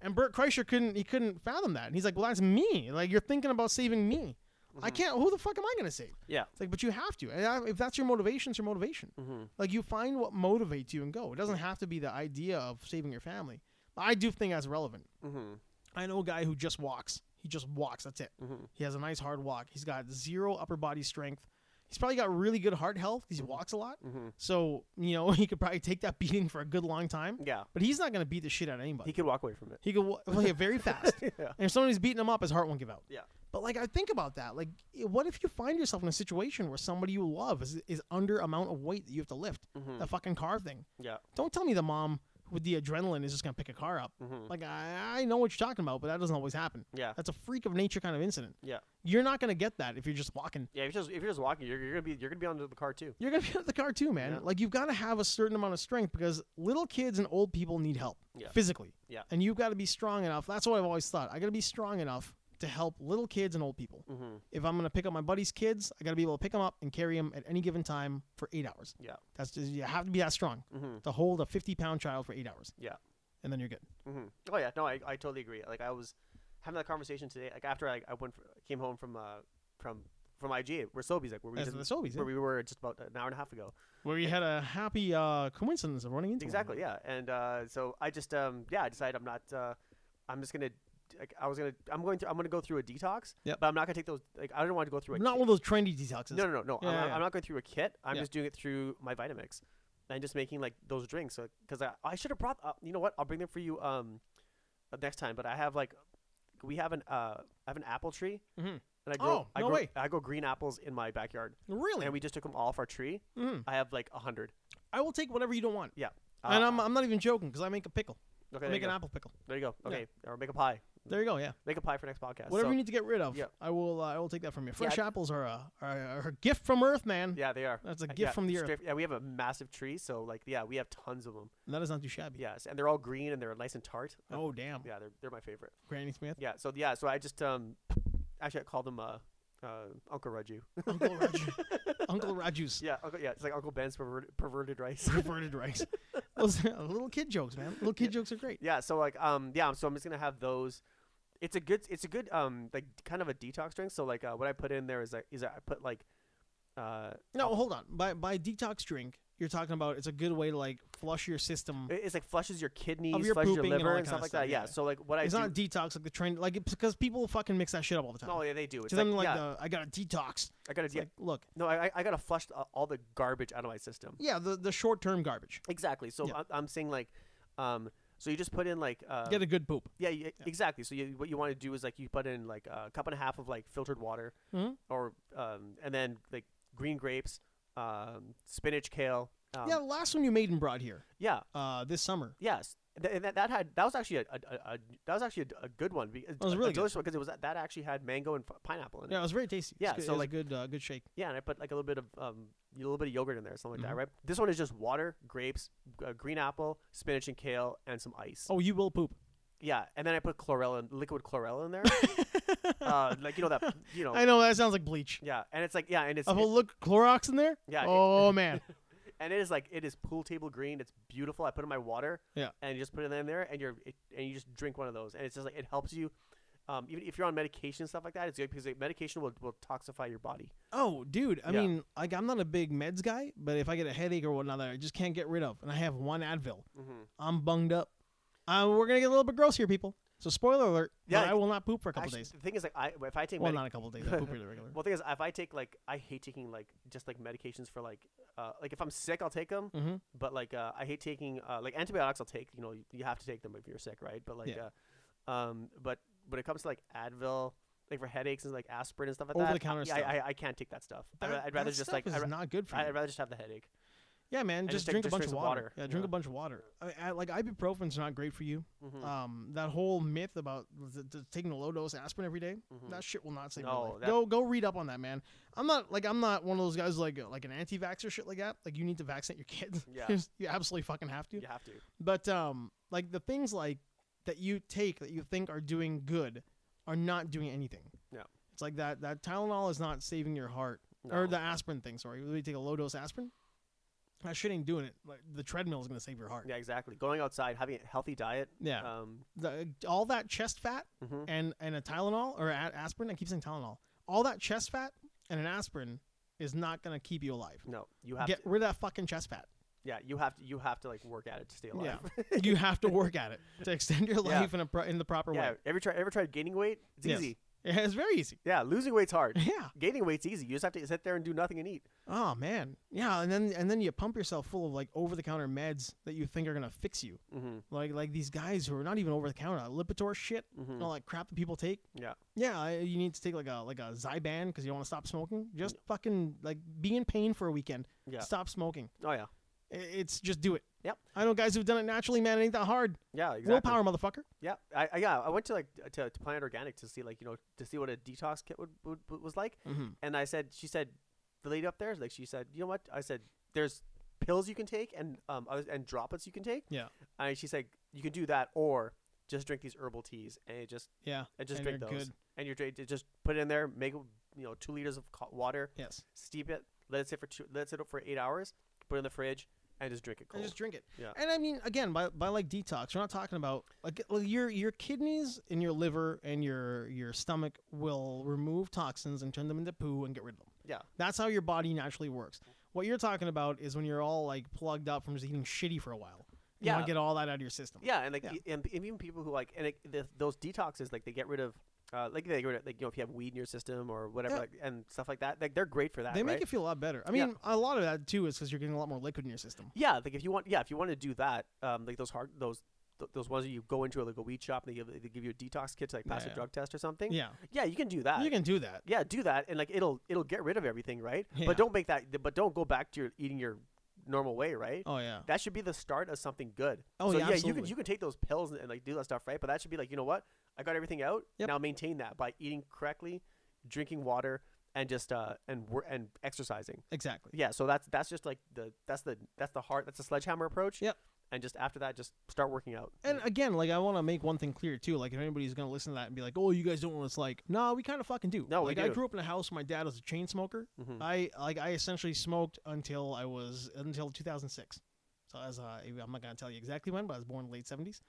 Speaker 1: And Bert Kreischer couldn't he couldn't fathom that. And he's like, Well, that's me. Like you're thinking about saving me. I
Speaker 2: Mhm.
Speaker 1: can't who the fuck am I gonna save?
Speaker 2: Yeah.
Speaker 1: It's like, but you have to. And I, if that's your motivation, it's your motivation.
Speaker 2: Mm-hmm.
Speaker 1: Like you find what motivates you and go. It doesn't have to be the idea of saving your family. But I do think that's relevant.
Speaker 2: Mm-hmm.
Speaker 1: I know a guy who just walks. He just walks. That's it.
Speaker 2: Mm-hmm.
Speaker 1: He has a nice hard walk. He's got zero upper body strength. He's probably got really good heart health 'cause he walks a lot.
Speaker 2: Mm-hmm.
Speaker 1: So, you know, he could probably take that beating for a good long time.
Speaker 2: Yeah.
Speaker 1: But he's not going to beat the shit out of anybody.
Speaker 2: He could walk away from it.
Speaker 1: He could wa- well, yeah, very fast.
Speaker 2: yeah.
Speaker 1: And if somebody's beating him up, his heart won't give out.
Speaker 2: Yeah.
Speaker 1: But, like, I think about that. Like, i- what if you find yourself in a situation where somebody you love is, is under amount of weight that you have to lift?
Speaker 2: Mm-hmm.
Speaker 1: The fucking car thing.
Speaker 2: Yeah.
Speaker 1: Don't tell me the mom with the adrenaline is just going to pick a car up.
Speaker 2: Mm-hmm.
Speaker 1: Like, I, I know what you're talking about, but that doesn't always happen.
Speaker 2: Yeah.
Speaker 1: That's a freak of nature kind of incident.
Speaker 2: Yeah.
Speaker 1: You're not going to get that if you're just walking.
Speaker 2: Yeah. If you're just if you're just walking, you're, you're gonna be you're gonna be under the car too.
Speaker 1: You're going to be out of the car too, man.
Speaker 2: Yeah.
Speaker 1: Like, you've got to have a certain amount of strength because little kids and old people need help
Speaker 2: Yeah.
Speaker 1: physically.
Speaker 2: Yeah.
Speaker 1: And you've got to be strong enough. That's what I've always thought. I got to be strong enough to help little kids and old people.
Speaker 2: Mm-hmm.
Speaker 1: If I'm going to pick up my buddy's kids, I got to be able to pick them up and carry them at any given time for eight hours.
Speaker 2: Yeah.
Speaker 1: That's just, you have to be that strong
Speaker 2: Mm-hmm.
Speaker 1: to hold a 50 pound child for eight hours.
Speaker 2: Yeah.
Speaker 1: And then you're good.
Speaker 2: Mm-hmm. Oh yeah, no, I, I totally agree. Like I was having that conversation today, like after I, I went for, came home from uh from from IG, where Sobeys, like where we
Speaker 1: As
Speaker 2: just,
Speaker 1: the Sobies,
Speaker 2: where
Speaker 1: yeah.
Speaker 2: we were just about an hour and a half ago.
Speaker 1: where you had a happy uh, coincidence of running into one.
Speaker 2: Exactly, yeah. And uh, so I just um yeah, I decided I'm not uh, I'm just gonna like, I was gonna I'm going through I'm gonna go through a detox,
Speaker 1: Yep.
Speaker 2: but I'm not gonna take those like I don't want to go through a
Speaker 1: Not one of those trendy detoxes.
Speaker 2: No, no, no, no.
Speaker 1: Yeah,
Speaker 2: I'm,
Speaker 1: yeah,
Speaker 2: I'm
Speaker 1: yeah.
Speaker 2: not going through a kit. I'm
Speaker 1: Yeah.
Speaker 2: just doing it through my Vitamix, and just making like those drinks. Because I, I should have brought. Uh, you know what? I'll bring them for you um uh, next time. But I have like we have an uh I have an apple tree,
Speaker 1: Mhm.
Speaker 2: and I grow.
Speaker 1: Oh,
Speaker 2: I
Speaker 1: no
Speaker 2: grow,
Speaker 1: way.
Speaker 2: I grow green apples in my backyard,
Speaker 1: Really?
Speaker 2: and we just took them all off our tree.
Speaker 1: Mm.
Speaker 2: I have like a hundred.
Speaker 1: I will take whatever you don't want.
Speaker 2: Yeah.
Speaker 1: and
Speaker 2: Uh,
Speaker 1: I'm, I'm not even joking because I make a pickle.
Speaker 2: okay,
Speaker 1: I
Speaker 2: there,
Speaker 1: make
Speaker 2: you
Speaker 1: an
Speaker 2: go.
Speaker 1: apple pickle.
Speaker 2: there you go.
Speaker 1: yeah.
Speaker 2: Okay, or make a pie.
Speaker 1: There you go. Yeah.
Speaker 2: Make a pie for next podcast.
Speaker 1: Whatever
Speaker 2: So-
Speaker 1: you need to get rid of,
Speaker 2: yeah.
Speaker 1: I will. Uh, I will take that from you. Fresh
Speaker 2: I-
Speaker 1: apples are a, are, a, are a gift from Earth, man.
Speaker 2: yeah, they are.
Speaker 1: That's a
Speaker 2: Uh,
Speaker 1: gift
Speaker 2: yeah,
Speaker 1: from the Earth.
Speaker 2: straight- Yeah, we have a massive tree, so like, yeah, we have tons of them.
Speaker 1: And that is not too shabby.
Speaker 2: Yes, and they're all green and they're nice and tart. Uh,
Speaker 1: Oh damn,
Speaker 2: Yeah, they're they're my favorite.
Speaker 1: Granny Smith.
Speaker 2: Yeah. So yeah. So I just um, actually I called him uh, uh Uncle Raju.
Speaker 1: Uncle Raju. Uncle Raju's
Speaker 2: Yeah. Uncle, yeah. It's like Uncle Ben's perverted, perverted rice.
Speaker 1: perverted rice. Those are little kid jokes, man. Little kid jokes are great.
Speaker 2: yeah. So like um yeah. So I'm just gonna have those. It's a good. It's a good um like kind of a detox drink. So like uh, what I put in there is like is I put like uh
Speaker 1: No, hold on. By by detox drink, you're talking about it's a good way to like flush your system.
Speaker 2: it- it's like flushes your kidneys,
Speaker 1: your
Speaker 2: flushes Mm. your
Speaker 1: pooping and all
Speaker 2: liver
Speaker 1: that
Speaker 2: and
Speaker 1: kinda
Speaker 2: stuff like
Speaker 1: stuff,
Speaker 2: that. Yeah.
Speaker 1: yeah.
Speaker 2: So like what I
Speaker 1: it's
Speaker 2: do.
Speaker 1: not detox like the trend, like it's because people fucking mix that shit up all the time.
Speaker 2: oh yeah, they do. It's
Speaker 1: to
Speaker 2: like,
Speaker 1: them, like
Speaker 2: yeah,
Speaker 1: the I got a detox.
Speaker 2: I gotta
Speaker 1: It's
Speaker 2: yeah,
Speaker 1: like, look,
Speaker 2: no, I I- I gotta flush uh, all the garbage out of my system.
Speaker 1: yeah, the the short term garbage.
Speaker 2: Exactly. So
Speaker 1: Yeah.
Speaker 2: I, I'm saying like, um, so you just put in like uh,
Speaker 1: Get a good poop.
Speaker 2: Yeah, you, exactly. So you, what you want to do is like you put in like a cup and a half of like filtered water,
Speaker 1: Mhm.
Speaker 2: or um, and then like green grapes, um, spinach, kale. Um,
Speaker 1: yeah, the last one you made and brought here
Speaker 2: yeah,
Speaker 1: uh, this summer.
Speaker 2: yes. Th- and that, that had that was actually a, a, a, a that was actually a, a good one. Because,
Speaker 1: was
Speaker 2: a
Speaker 1: really good.
Speaker 2: delicious because it was that actually had mango and f- pineapple in it.
Speaker 1: Yeah, it was very tasty. It was
Speaker 2: Yeah,
Speaker 1: good-
Speaker 2: so,
Speaker 1: it was
Speaker 2: like-
Speaker 1: a good uh, good shake.
Speaker 2: Yeah, and I put like a little bit of um, a little bit of yogurt in there, something like
Speaker 1: Mhm.
Speaker 2: that, right? This one is just water, grapes, g- uh, green apple, spinach, and kale, and some ice.
Speaker 1: Oh, you will poop.
Speaker 2: Yeah, and then I put chlorella, in- liquid chlorella in there, uh, like you know that you know.
Speaker 1: I know that sounds like bleach.
Speaker 2: Yeah, and it's like yeah, and it's
Speaker 1: Oh,
Speaker 2: it-
Speaker 1: well, look, Clorox in there.
Speaker 2: Yeah, it-
Speaker 1: Oh man,
Speaker 2: and it is like it is pool table green. It's beautiful. I put in my water.
Speaker 1: Yeah.
Speaker 2: And you just put it in there, and you're it, and you just drink one of those, and it's just like it helps you. Um, even if you're on medication and stuff like that, it's good because like, medication will, will toxify your body.
Speaker 1: Oh, dude. I
Speaker 2: Yeah.
Speaker 1: mean, like, I'm not a big meds guy, but if I get a headache or whatnot that I just can't get rid of, and I have one Advil,
Speaker 2: Mm-hmm.
Speaker 1: I'm bunged up. Uh, we're gonna get a little bit gross here, people. So, spoiler alert. Yeah,
Speaker 2: Yeah,
Speaker 1: I will not poop for a couple
Speaker 2: Actually,
Speaker 1: days.
Speaker 2: the thing is, like, I if I take
Speaker 1: Well,
Speaker 2: medi-
Speaker 1: not a couple days. I poop really regular.
Speaker 2: well, the thing is, if I take like I hate taking like just like medications for like uh, like if I'm sick, I'll take them.
Speaker 1: hmm
Speaker 2: but like uh, I hate taking uh, like antibiotics. I'll take you know you, you have to take them if you're sick, right? But like,
Speaker 1: Yeah.
Speaker 2: uh, um, but when it comes to like Advil, like for headaches and like aspirin and stuff like that,
Speaker 1: Over-the-counter
Speaker 2: I,
Speaker 1: stuff.
Speaker 2: I, I I can't take that stuff. I'd, ra- I'd rather just like
Speaker 1: is
Speaker 2: I'd, ra-
Speaker 1: not good for you.
Speaker 2: I'd rather just have the headache.
Speaker 1: Yeah, man.
Speaker 2: And
Speaker 1: Just,
Speaker 2: just take-
Speaker 1: drink a
Speaker 2: just
Speaker 1: bunch
Speaker 2: drink
Speaker 1: of
Speaker 2: some
Speaker 1: water.
Speaker 2: water,
Speaker 1: Yeah, drink
Speaker 2: yeah.
Speaker 1: a bunch of water. I, I, like ibuprofen's not great for you.
Speaker 2: Mhm.
Speaker 1: Um, that whole myth about th- th- taking a low dose aspirin every day,
Speaker 2: Mm-hmm.
Speaker 1: that shit will not save
Speaker 2: Hmm. No,
Speaker 1: your life.
Speaker 2: that-
Speaker 1: Go go read up on that, man. I'm not like I'm not one of those guys like like an anti-vaxxer shit like that. Like you need to vaccinate your kids.
Speaker 2: Yeah.
Speaker 1: you absolutely fucking have to.
Speaker 2: You have to.
Speaker 1: But um, like the things like that you take that you think are doing good are not doing anything.
Speaker 2: Yeah.
Speaker 1: It's like that that Tylenol is not saving your heart
Speaker 2: No.
Speaker 1: or the aspirin thing. Sorry, we take a low dose aspirin. That shit ain't doing it. Like the treadmill is gonna save your heart.
Speaker 2: Yeah, exactly. Going outside, having a healthy diet.
Speaker 1: Yeah.
Speaker 2: Um,
Speaker 1: The, all that chest fat
Speaker 2: Mhm.
Speaker 1: and and a Tylenol or a, aspirin. I keep saying Tylenol. All that chest fat and an aspirin is not gonna keep you alive.
Speaker 2: no, you have
Speaker 1: Get
Speaker 2: to.
Speaker 1: rid of that fucking chest fat.
Speaker 2: Yeah, you have to. You have to like work at it to stay alive.
Speaker 1: Yeah, you have to work at it to extend your
Speaker 2: Yeah.
Speaker 1: life in a pro- in the proper
Speaker 2: Yeah,
Speaker 1: way.
Speaker 2: ever tried ever tried gaining weight? It's
Speaker 1: Yes.
Speaker 2: easy.
Speaker 1: Yeah, it's very easy.
Speaker 2: Yeah, losing weight's hard.
Speaker 1: Yeah.
Speaker 2: Gaining weight's easy. You just have to sit there and do nothing and eat.
Speaker 1: Oh man. Yeah, and then and then you pump yourself full of like over the counter meds that you think are gonna fix you.
Speaker 2: Mm-hmm.
Speaker 1: Like like these guys who are not even over the counter, Lipitor shit,
Speaker 2: mm-hmm.
Speaker 1: and all that crap that people take.
Speaker 2: Hmm. Yeah.
Speaker 1: Yeah, I- you need to take like a like a Zyban because you want to stop smoking. Just fucking like be in pain for a weekend.
Speaker 2: Yeah.
Speaker 1: Stop smoking.
Speaker 2: Oh yeah.
Speaker 1: I- It's just do it.
Speaker 2: Yep.
Speaker 1: I know guys who've done it naturally, man. It ain't that hard.
Speaker 2: Yeah. Exactly.
Speaker 1: Willpower, motherfucker.
Speaker 2: Yeah. I, I yeah. I went to like to, to Planet Organic to see like you know to see what a detox kit would, would, would was like,
Speaker 1: Mhm.
Speaker 2: and I said she said the lady up there like she said you know what I said there's pills you can take and um others, and droplets you can take.
Speaker 1: Yeah.
Speaker 2: And she said you can do that or just drink these herbal teas and it just
Speaker 1: Yeah.
Speaker 2: and just
Speaker 1: And
Speaker 2: drink
Speaker 1: you're
Speaker 2: those.
Speaker 1: good.
Speaker 2: And you're dra- just put it in there, make it, you know two liters of co- water,
Speaker 1: Yes.
Speaker 2: steep it, let it sit for two, let it sit for eight hours, put it in the fridge, and just drink it cold.
Speaker 1: and just drink it.
Speaker 2: Yeah.
Speaker 1: And I mean, again, by, by like detox, we're not talking about like, like your your kidneys and your liver and your your stomach will remove toxins and turn them into poo and get rid of them.
Speaker 2: yeah,
Speaker 1: That's how your body naturally works. What you're talking about is when you're all like plugged up from just eating shitty for a while. You want
Speaker 2: Yeah.
Speaker 1: to get all that out of your system.
Speaker 2: yeah, and like
Speaker 1: Yeah.
Speaker 2: e- And, and even people who like and it, the, those detoxes, like they get rid of. Uh, like they get rid of, like you know if you have weed in your system or whatever
Speaker 1: Yeah.
Speaker 2: like, and stuff like that like they're great for that
Speaker 1: They make
Speaker 2: right?
Speaker 1: you feel a lot better. I
Speaker 2: Yeah.
Speaker 1: mean, a lot of that too is because you're getting a lot more liquid in your system.
Speaker 2: yeah like if you want yeah if you want to do that um like those hard those th- those ones that you go into like a weed shop and they give they give you a detox kit to like pass
Speaker 1: Yeah.
Speaker 2: a drug test or something
Speaker 1: Yeah.
Speaker 2: yeah you can do that
Speaker 1: You can do that.
Speaker 2: yeah do that and like it'll it'll get rid of everything right
Speaker 1: Yeah.
Speaker 2: but don't make that but don't go back to your eating your normal way right
Speaker 1: Oh yeah.
Speaker 2: that should be the start of something good.
Speaker 1: Oh, yeah,
Speaker 2: so, you can
Speaker 1: absolutely.
Speaker 2: you can take those pills and, like do that stuff, right? But that should be like, you know what? I got everything out.
Speaker 1: Yep.
Speaker 2: Now maintain that by eating correctly, drinking water, and just uh and wor- and exercising.
Speaker 1: Exactly.
Speaker 2: Yeah. So that's that's just like the that's the that's the heart that's the sledgehammer approach.
Speaker 1: Yep.
Speaker 2: And just after that, just start working out.
Speaker 1: And again, like I want to make one thing clear too. Like if anybody's gonna listen to that and be like, "Oh, you guys don't know what it's like," nah, we kind of fucking do.
Speaker 2: No, we
Speaker 1: like I
Speaker 2: do.
Speaker 1: grew up in a house. My dad was a chain smoker.
Speaker 2: Mhm.
Speaker 1: I like I essentially smoked until I was until 2006. So as uh, I'm not gonna tell you exactly when, but I was born in the late 70s.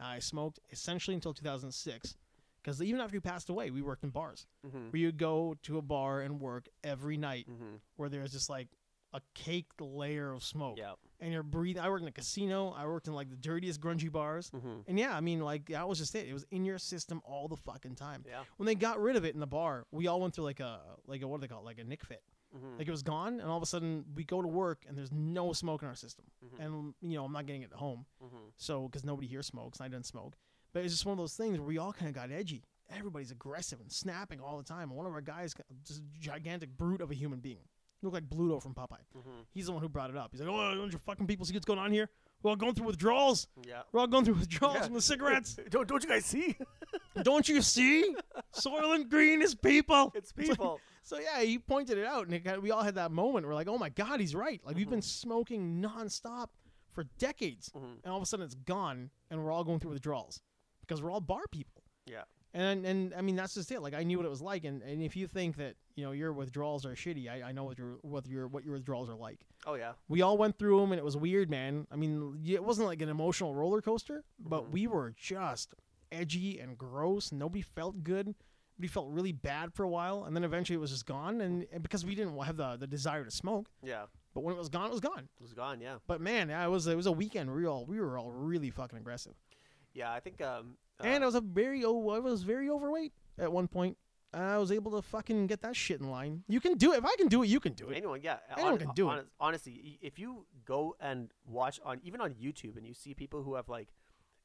Speaker 1: I smoked essentially until 2006, because even after he passed away, we worked in bars
Speaker 2: Mhm.
Speaker 1: where you go to a bar and work every night,
Speaker 2: Mhm.
Speaker 1: where there's just like a caked layer of smoke,
Speaker 2: Yeah.
Speaker 1: and you're breathing. I worked in a casino. I worked in like the dirtiest, grungy bars.
Speaker 2: Mhm.
Speaker 1: And yeah, I mean, like that was just it. It was in your system all the fucking time.
Speaker 2: Yeah.
Speaker 1: When they got rid of it in the bar, we all went through like a like a what do they call it? Like a nick fit.
Speaker 2: Mhm.
Speaker 1: Like it was gone, and all of a sudden we go to work and there's no smoke in our system.
Speaker 2: Mhm.
Speaker 1: And you know, I'm not getting it at home,
Speaker 2: Mhm.
Speaker 1: so because nobody here smokes, and I didn't smoke. But it's just one of those things where we all kind of got edgy. Everybody's aggressive and snapping all the time. And one of our guys, got- just a gigantic brute of a human being, looked like Bluto from Popeye.
Speaker 2: Mhm.
Speaker 1: He's the one who brought it up. He's like, "Oh, don't you fucking people see what's going on here? We're all going through withdrawals.
Speaker 2: Yeah.
Speaker 1: We're all going through withdrawals
Speaker 2: Yeah.
Speaker 1: from the cigarettes."
Speaker 2: Don't don't you guys see?
Speaker 1: Don't you see? Soylent Green is people.
Speaker 2: it's
Speaker 1: like-
Speaker 2: people.
Speaker 1: So yeah, he pointed it out, and it got, we all had that moment. We're like, oh my god, he's right. Like we've been smoking nonstop for decades,
Speaker 2: Mhm.
Speaker 1: and all of a sudden it's gone, and we're all going through withdrawals because we're all bar people.
Speaker 2: Yeah.
Speaker 1: And and I mean that's just it. Like I knew what it was like, and, and if you think that you know your withdrawals are shitty, I, I know what your what your what your withdrawals are like.
Speaker 2: Oh yeah.
Speaker 1: We all went through them, and it was weird, man. I mean, y- it wasn't like an emotional roller coaster, but
Speaker 2: Mhm.
Speaker 1: we were just edgy and gross. Nobody felt good. We felt really bad for a while, and then eventually it was just gone. And, and because we didn't have the, the desire to smoke,
Speaker 2: Yeah.
Speaker 1: but when it was gone, it was gone.
Speaker 2: It was gone. Yeah.
Speaker 1: But man, yeah, it was it was a weekend. We were all we were all really fucking aggressive,
Speaker 2: Yeah. I think um.
Speaker 1: and I
Speaker 2: uh,
Speaker 1: was a very oh I was very overweight at one point, and I was able to fucking get that shit in line. You can do it if I can do it. You can do it.
Speaker 2: Anyone, yeah.
Speaker 1: Anyone can do it.
Speaker 2: honest- Honestly, y- if you go and watch on even on YouTube and you see people who have like,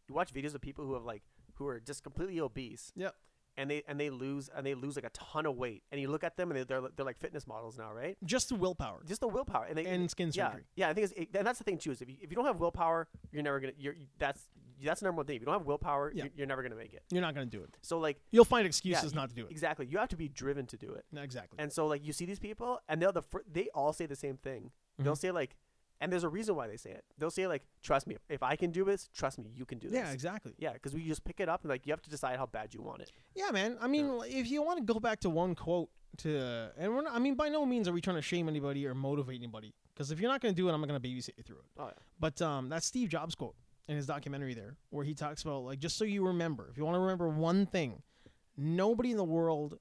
Speaker 2: you watch videos of people who have like who are just completely obese.
Speaker 1: Yep.
Speaker 2: and they and they lose and they lose like a ton of weight. And you look at them and they, they're they're like fitness models now, right?
Speaker 1: Just the willpower.
Speaker 2: Just the willpower and they
Speaker 1: And skin
Speaker 2: yeah,
Speaker 1: surgery.
Speaker 2: Yeah, I think it's, it, and that's the thing too is if you, if you don't have willpower, you're never gonna you're you- that's that's the number one thing. If you don't have willpower,
Speaker 1: Yeah.
Speaker 2: you're, you're never gonna make it.
Speaker 1: You're not going to do it.
Speaker 2: So like
Speaker 1: You'll find
Speaker 2: yeah,
Speaker 1: excuses
Speaker 2: you-
Speaker 1: not to do it.
Speaker 2: Exactly, you have to be driven to do it.
Speaker 1: No, exactly.
Speaker 2: And so like you see these people, and they're the fir- they all say the same thing.
Speaker 1: Mm-hmm.
Speaker 2: They'll say like, and there's a reason why they say it. They'll say like, trust me, if I can do this, trust me, you can do this.
Speaker 1: yeah, exactly.
Speaker 2: Yeah, because we just pick it up and like you have to decide how bad you want it.
Speaker 1: Yeah, man. I mean, like, if you want to go back to one quote to, and we're not, I mean, by no means are we trying to shame anybody or motivate anybody. Because if you're not going to do it, I'm not going to babysit you through it.
Speaker 2: Oh yeah.
Speaker 1: But um, that's Steve Jobs quote in his documentary there, where he talks about like just so you remember, if you want to remember one thing, nobody in the world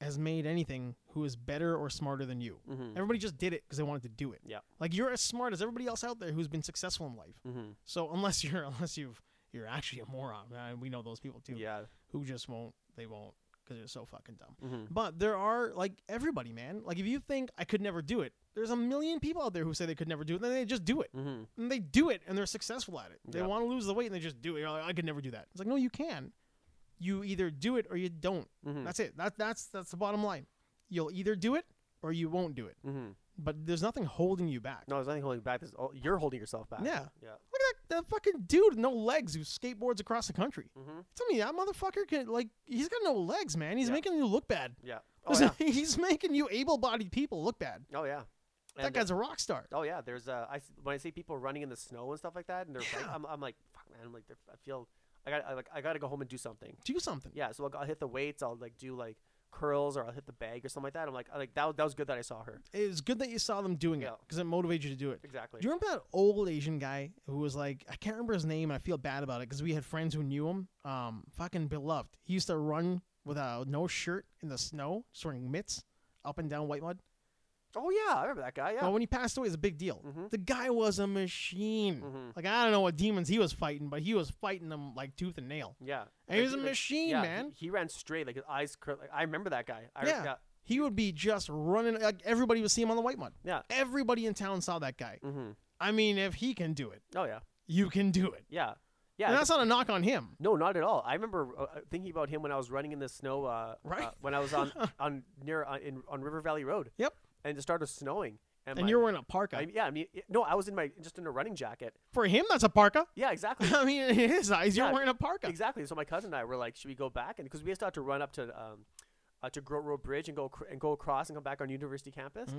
Speaker 1: has made anything who is better or smarter than you.
Speaker 2: Mhm.
Speaker 1: Everybody just did it because they wanted to do it.
Speaker 2: Yeah.
Speaker 1: Like you're as smart as everybody else out there who's been successful in life.
Speaker 2: Mhm.
Speaker 1: So unless you're unless you've you're actually a moron, and we know those people too,
Speaker 2: Yeah.
Speaker 1: who just won't they won't because they're so fucking dumb.
Speaker 2: Mhm.
Speaker 1: But there are like everybody, man. Like if you think I could never do it, there's a million people out there who say they could never do it, and then they just do it
Speaker 2: Mhm.
Speaker 1: and they do it and they're successful at it. They
Speaker 2: Yeah.
Speaker 1: want to lose the weight and they just do it. You're like, I could never do that. It's like, no, you can. You either do it or you don't.
Speaker 2: Mhm.
Speaker 1: That's it. That that's that's the bottom line. You'll either do it or you won't do it.
Speaker 2: Mhm.
Speaker 1: But there's nothing holding you back.
Speaker 2: No, there's nothing holding you back. There's all, you're holding yourself back.
Speaker 1: Yeah.
Speaker 2: Yeah.
Speaker 1: Look at that, that fucking dude, with no legs, who skateboards across the country.
Speaker 2: Mhm.
Speaker 1: Tell me that motherfucker can like he's got no legs, man. He's
Speaker 2: Yeah.
Speaker 1: making you look bad.
Speaker 2: Yeah. Oh yeah.
Speaker 1: Listen, he's making you able-bodied people look bad.
Speaker 2: Oh yeah.
Speaker 1: That
Speaker 2: And, uh,
Speaker 1: guy's a rock star.
Speaker 2: Oh yeah, there's uh, I s- when I see people running in the snow and stuff like that, and they're like,
Speaker 1: Yeah.
Speaker 2: I'm, I'm like, fuck man, I'm like, they're- I feel, I got, I like, I gotta go home and do something.
Speaker 1: Do something.
Speaker 2: Yeah, so I'll, I'll hit the weights, I'll like do like curls, or I'll hit the bag or something like that. I'm like, I, like that, was- that was good that I saw her.
Speaker 1: It's good that you saw them doing it
Speaker 2: Yeah.
Speaker 1: because it motivates you to do it.
Speaker 2: Exactly.
Speaker 1: Do you remember that old Asian guy who was like, I can't remember his name, and I feel bad about it because we had friends who knew him. Um, fucking beloved. He used to run without no shirt in the snow, just wearing mitts up and down white mud.
Speaker 2: oh yeah, I remember that guy. Yeah.
Speaker 1: Well, when he passed away, it was a big deal.
Speaker 2: Mhm.
Speaker 1: The guy was a machine.
Speaker 2: Mhm.
Speaker 1: Like I don't know what demons he was fighting, but he was fighting them like tooth and nail.
Speaker 2: yeah.
Speaker 1: And he
Speaker 2: Like,
Speaker 1: was a
Speaker 2: like,
Speaker 1: machine,
Speaker 2: yeah, he-
Speaker 1: man.
Speaker 2: He, ran straight, like his eyes curled. Like, I remember that guy. I,
Speaker 1: Yeah.
Speaker 2: yeah.
Speaker 1: He would be just running. Like everybody would see him on the white mud.
Speaker 2: Yeah.
Speaker 1: Everybody in town saw that guy.
Speaker 2: hmm
Speaker 1: I mean, if he can do it,
Speaker 2: Oh yeah.
Speaker 1: you can do it.
Speaker 2: Yeah. Yeah.
Speaker 1: and that's not a knock on him.
Speaker 2: No, not at all. I remember uh, uh, thinking about him when I was running in the snow. Uh,
Speaker 1: Right.
Speaker 2: uh, when I was on on near uh, in on River Valley Road.
Speaker 1: Yep.
Speaker 2: And it started snowing. And,
Speaker 1: And
Speaker 2: my-
Speaker 1: you're wearing a parka.
Speaker 2: I, yeah, I mean, it- no, I was in my just in a running jacket.
Speaker 1: For him, that's a parka.
Speaker 2: Yeah, exactly.
Speaker 1: I mean, in his eyes, you're
Speaker 2: Yeah,
Speaker 1: wearing a parka.
Speaker 2: exactly. So my cousin and I were like, should we go back? And because we just had to run up to um, uh, to Grote Road Bridge and go acr- and go across and come back on University campus.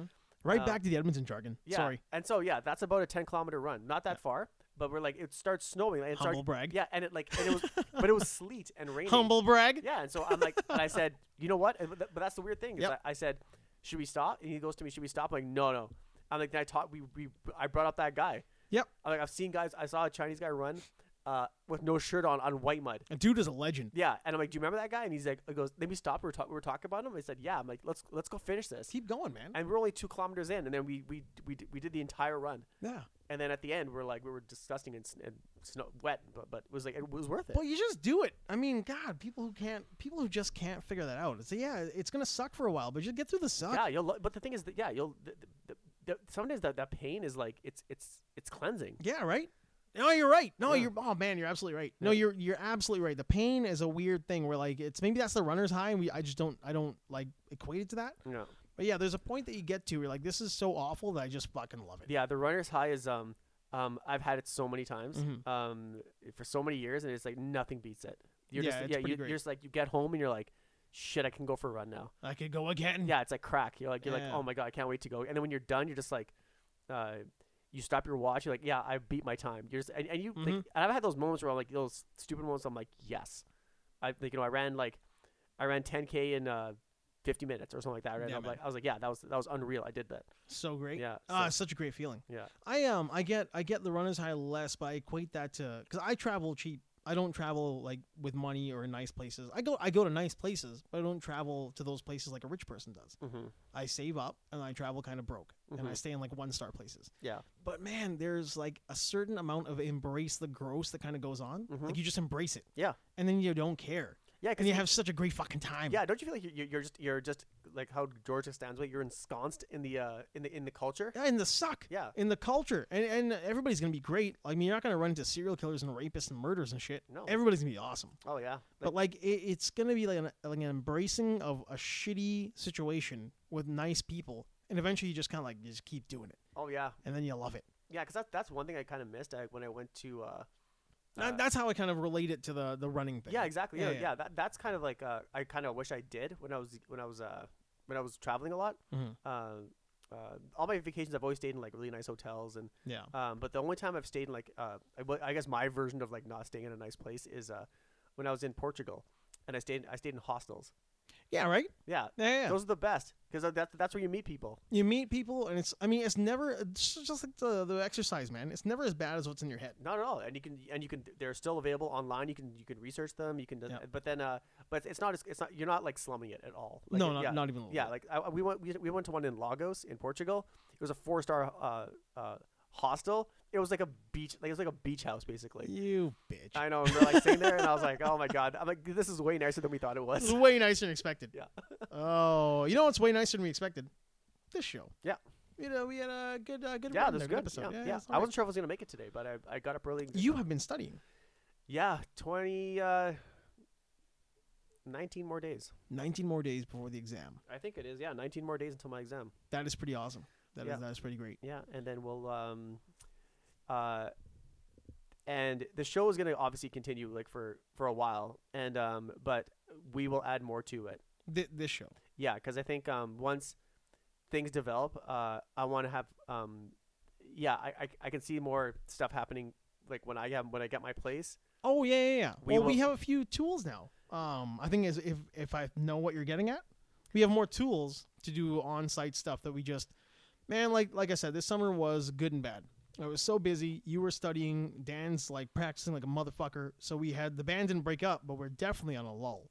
Speaker 1: Right
Speaker 2: Uh,
Speaker 1: back to the Edmonton jargon.
Speaker 2: Yeah.
Speaker 1: Mm-hmm. Sorry.
Speaker 2: And so yeah, that's about a ten kilometer run. Not that far, but we're like, it starts snowing. Like, it starts,
Speaker 1: Humble brag.
Speaker 2: Yeah, and it like, and it was, but it was sleet and raining.
Speaker 1: Humble brag.
Speaker 2: Yeah, and so I'm like, and I said, you know what? And But th- but that's the weird thing. Is
Speaker 1: Yep.
Speaker 2: I, I said, should we stop? And he goes to me, should we stop? I'm like, no, no. I'm like, then I taught we, we I brought up that guy.
Speaker 1: Yep.
Speaker 2: I'm like, I've seen guys. I saw a Chinese guy run, uh, with no shirt on on white mud.
Speaker 1: A dude is a legend.
Speaker 2: Yeah, and I'm like, do you remember that guy? And he's like, he goes, then we stopped. We were, talk- we were talking about him. I said, yeah. I'm like, let's let's go finish this.
Speaker 1: Keep going, man.
Speaker 2: And we're only two kilometers in, and then we we we, d- we did the entire run.
Speaker 1: yeah.
Speaker 2: And then at the end, we're like, we were disgusting and, s- and snow wet, but but it was like it was worth it.
Speaker 1: But you just do it. I mean, God, people who can't, people who just can't figure that out. It's yeah, it's gonna suck for a while, but you get through the suck.
Speaker 2: Yeah, you'll. Lo- but the thing is that yeah, you'll. The, the, the, sometimes that that pain is like it's it's it's cleansing.
Speaker 1: Yeah, right. No, you're right. No,
Speaker 2: Yeah.
Speaker 1: you're. Oh man, you're absolutely right. No,
Speaker 2: Yeah.
Speaker 1: you're you're absolutely right. The pain is a weird thing where like it's maybe that's the runner's high, and we I just don't I don't like equate it to that.
Speaker 2: No.
Speaker 1: But yeah, there's a point that you get to where you're like this is so awful that I just fucking love it.
Speaker 2: Yeah, the runner's high is um um I've had it so many times
Speaker 1: Mhm.
Speaker 2: um for so many years, and it's like nothing beats it. You're
Speaker 1: Yeah,
Speaker 2: just,
Speaker 1: it's
Speaker 2: yeah,
Speaker 1: pretty
Speaker 2: you,
Speaker 1: great.
Speaker 2: you're just like you get home and you're like, shit, I can go for a run now.
Speaker 1: I could go again.
Speaker 2: Yeah, it's like crack. You're like you're
Speaker 1: Yeah.
Speaker 2: like oh my god, I can't wait to go. And then when you're done, you're just like, uh. You stop your watch. You're like, yeah, I beat my time. You're just, and, and you, like,
Speaker 1: Mhm.
Speaker 2: and I've had those moments where I'm like, those stupid moments. I'm like, yes, I like, you know, I ran like, I ran 10k in uh, 50 minutes or something like that. Right?
Speaker 1: Yeah,
Speaker 2: I'm
Speaker 1: man.
Speaker 2: like, I was like, yeah, that was that was unreal. I did that.
Speaker 1: So great.
Speaker 2: Yeah,
Speaker 1: Ah,
Speaker 2: so-
Speaker 1: it's such a great feeling.
Speaker 2: yeah,
Speaker 1: I um I get I get the runner's high less, but I equate that to because I travel cheap. I don't travel like with money or in nice places. I go I go to nice places, but I don't travel to those places like a rich person does.
Speaker 2: hmm
Speaker 1: I save up and I travel kind of broke, and I
Speaker 2: Mhm.
Speaker 1: stay in like one star places.
Speaker 2: yeah,
Speaker 1: But man, there's like a certain amount of embrace the gross that kind of goes on.
Speaker 2: Mhm.
Speaker 1: Like you just embrace it,
Speaker 2: yeah,
Speaker 1: and then you don't care,
Speaker 2: yeah.
Speaker 1: and
Speaker 2: Because
Speaker 1: you have such a great fucking time.
Speaker 2: yeah, don't you feel like you're, you're just you're just like how Georgia stands like you're ensconced in the uh in the in the culture.
Speaker 1: Yeah, in the suck,
Speaker 2: Yeah.
Speaker 1: in the culture, and and everybody's gonna be great. I mean, you're not gonna run into serial killers and rapists and murders and shit.
Speaker 2: No.
Speaker 1: everybody's gonna be awesome.
Speaker 2: Oh yeah.
Speaker 1: but like it, it's gonna be like an, like an embracing of a shitty situation with nice people, and eventually you just kind of like just keep doing it,
Speaker 2: oh yeah.
Speaker 1: and then you love it.
Speaker 2: Yeah, because that's that's one thing I kind of missed I, when I went to. Uh,
Speaker 1: That,
Speaker 2: uh,
Speaker 1: that's how I kind of relate it to the the running thing.
Speaker 2: yeah, exactly.
Speaker 1: Yeah,
Speaker 2: Yeah,
Speaker 1: yeah.
Speaker 2: yeah. that, that's kind of like uh, I kind of wish I did when I was when I was uh, when I was traveling a lot.
Speaker 1: Mhm.
Speaker 2: Um, uh, all my vacations, I've always stayed in like really nice hotels, and
Speaker 1: yeah.
Speaker 2: um, but the only time I've stayed in like uh, I, well, I guess my version of like not staying in a nice place is uh, when I was in Portugal, and I stayed I stayed in hostels.
Speaker 1: Yeah, right.
Speaker 2: Yeah,
Speaker 1: Yeah, yeah, yeah.
Speaker 2: those are the best because that's that's where you meet people.
Speaker 1: you meet people, and it's I mean it's never it's just like the the exercise, man. It's never as bad as what's in your head.
Speaker 2: Not at all, and you can and you can. They're still available online. You can you can research them. You can,
Speaker 1: Yeah.
Speaker 2: but then uh, but it's not as it's not you're not like slumming it at all. Like,
Speaker 1: no,
Speaker 2: it-
Speaker 1: not,
Speaker 2: yeah,
Speaker 1: not even. A little
Speaker 2: yeah.
Speaker 1: bit.
Speaker 2: Like I, we went we, we went to one in Lagos in Portugal. It was a four star uh, uh, hostel. It was like a beach like it was like a beach house basically.
Speaker 1: you bitch.
Speaker 2: I know. and We're like sitting there, and I was like, "Oh my god!" I'm like, "This is way nicer than we thought it
Speaker 1: It's
Speaker 2: was."
Speaker 1: way nicer than expected.
Speaker 2: Yeah.
Speaker 1: oh, you know what's way nicer than we expected? This show.
Speaker 2: Yeah.
Speaker 1: You know, we had a good, uh, good,
Speaker 2: Yeah,
Speaker 1: run
Speaker 2: this
Speaker 1: there,
Speaker 2: is good.
Speaker 1: episode.
Speaker 2: Yeah,
Speaker 1: yeah,
Speaker 2: yeah.
Speaker 1: it's
Speaker 2: I
Speaker 1: alright.
Speaker 2: wasn't sure if I was gonna make it today, but I, I got up early. and-
Speaker 1: You have been studying.
Speaker 2: yeah, twenty, uh, nineteen more days.
Speaker 1: 19 more days before the exam.
Speaker 2: I think it is. Yeah, nineteen more days until my exam.
Speaker 1: That is pretty awesome. That is
Speaker 2: Yeah.
Speaker 1: that is pretty great.
Speaker 2: Yeah, and then we'll um uh and the show is going to obviously continue like for for a while and um but we will add more to it.
Speaker 1: Th- this show.
Speaker 2: Yeah, cuz I think um once things develop, uh I want to have um yeah, I, I I can see more stuff happening like when I have when I get my place.
Speaker 1: Oh yeah, yeah, yeah.
Speaker 2: We
Speaker 1: well, we
Speaker 2: will-
Speaker 1: have a few tools now. Um, I think as if if I know what you're getting at, we have more tools to do on-site stuff that we just, man, like like I said, this summer was good and bad. I was so busy. You were studying. Dan's like practicing like a motherfucker. So we had the band didn't break up, but we're definitely on a lull.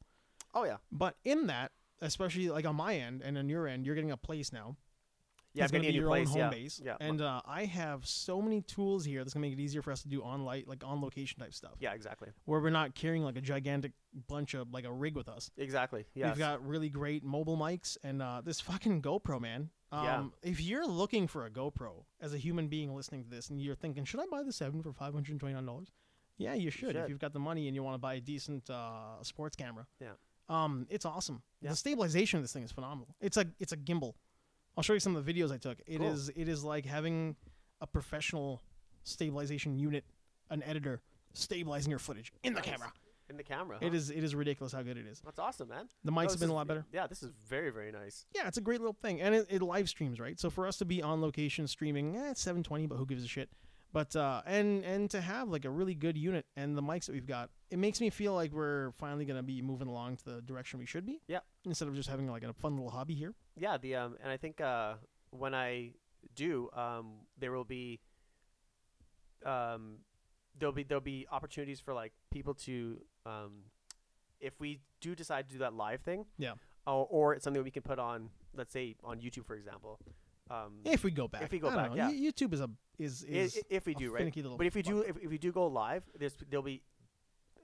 Speaker 2: Oh yeah.
Speaker 1: But in that, especially like on my end and on your end, you're getting a place now.
Speaker 2: Yeah,
Speaker 1: it's gonna
Speaker 2: getting
Speaker 1: be
Speaker 2: a new
Speaker 1: your
Speaker 2: place.
Speaker 1: own home
Speaker 2: yeah.
Speaker 1: base.
Speaker 2: Yeah.
Speaker 1: And uh, I have so many tools here that's gonna make it easier for us to do on light, like on location type stuff,
Speaker 2: yeah, exactly.
Speaker 1: where we're not carrying like a gigantic bunch of like a rig with us.
Speaker 2: Exactly. Yeah.
Speaker 1: We've got really great mobile mics and uh, this fucking GoPro, man. Um,
Speaker 2: Yeah.
Speaker 1: If you're looking for a GoPro as a human being listening to this and you're thinking, should I buy the 7 for $529? Yeah, you should, if
Speaker 2: should.
Speaker 1: you've got the money and you want to buy a decent uh, sports camera.
Speaker 2: Yeah.
Speaker 1: Um, it's awesome.
Speaker 2: Yeah.
Speaker 1: The stabilization of this thing is phenomenal. It's a it's a gimbal. I'll show you some of the videos I took. It is
Speaker 2: Cool.
Speaker 1: it is like having a professional stabilization unit, an editor stabilizing your footage in the
Speaker 2: Nice. Uh-huh.
Speaker 1: camera.
Speaker 2: in the camera.
Speaker 1: It
Speaker 2: huh?
Speaker 1: is it is ridiculous how good it is.
Speaker 2: That's awesome, man.
Speaker 1: The
Speaker 2: No,
Speaker 1: mics
Speaker 2: this
Speaker 1: have been a
Speaker 2: Oh, is-
Speaker 1: lot better.
Speaker 2: Yeah, this is very very nice.
Speaker 1: Yeah, it's a great little thing, and it, it live streams, right? So for us to be on location streaming, eh, it's seven twenty, but who gives a shit? But uh, and and to have like a really good unit and the mics that we've got, it makes me feel like we're finally gonna be moving along to the direction we should be.
Speaker 2: Yeah.
Speaker 1: Instead of just having like a fun little hobby here.
Speaker 2: yeah the um and i think uh when i do um there will be um there'll be there'll be opportunities for like people to um if we do decide to do that live thing
Speaker 1: Yeah.
Speaker 2: or, or it's something we can put on let's say on youtube for example um
Speaker 1: If we go back,
Speaker 2: If we go
Speaker 1: I don't
Speaker 2: back,
Speaker 1: know.
Speaker 2: yeah.
Speaker 1: Y- YouTube is a is
Speaker 2: i-
Speaker 1: is
Speaker 2: i- if we
Speaker 1: a
Speaker 2: do right
Speaker 1: finicky little
Speaker 2: but if we
Speaker 1: fuck.
Speaker 2: do if, if we do go live there's there'll be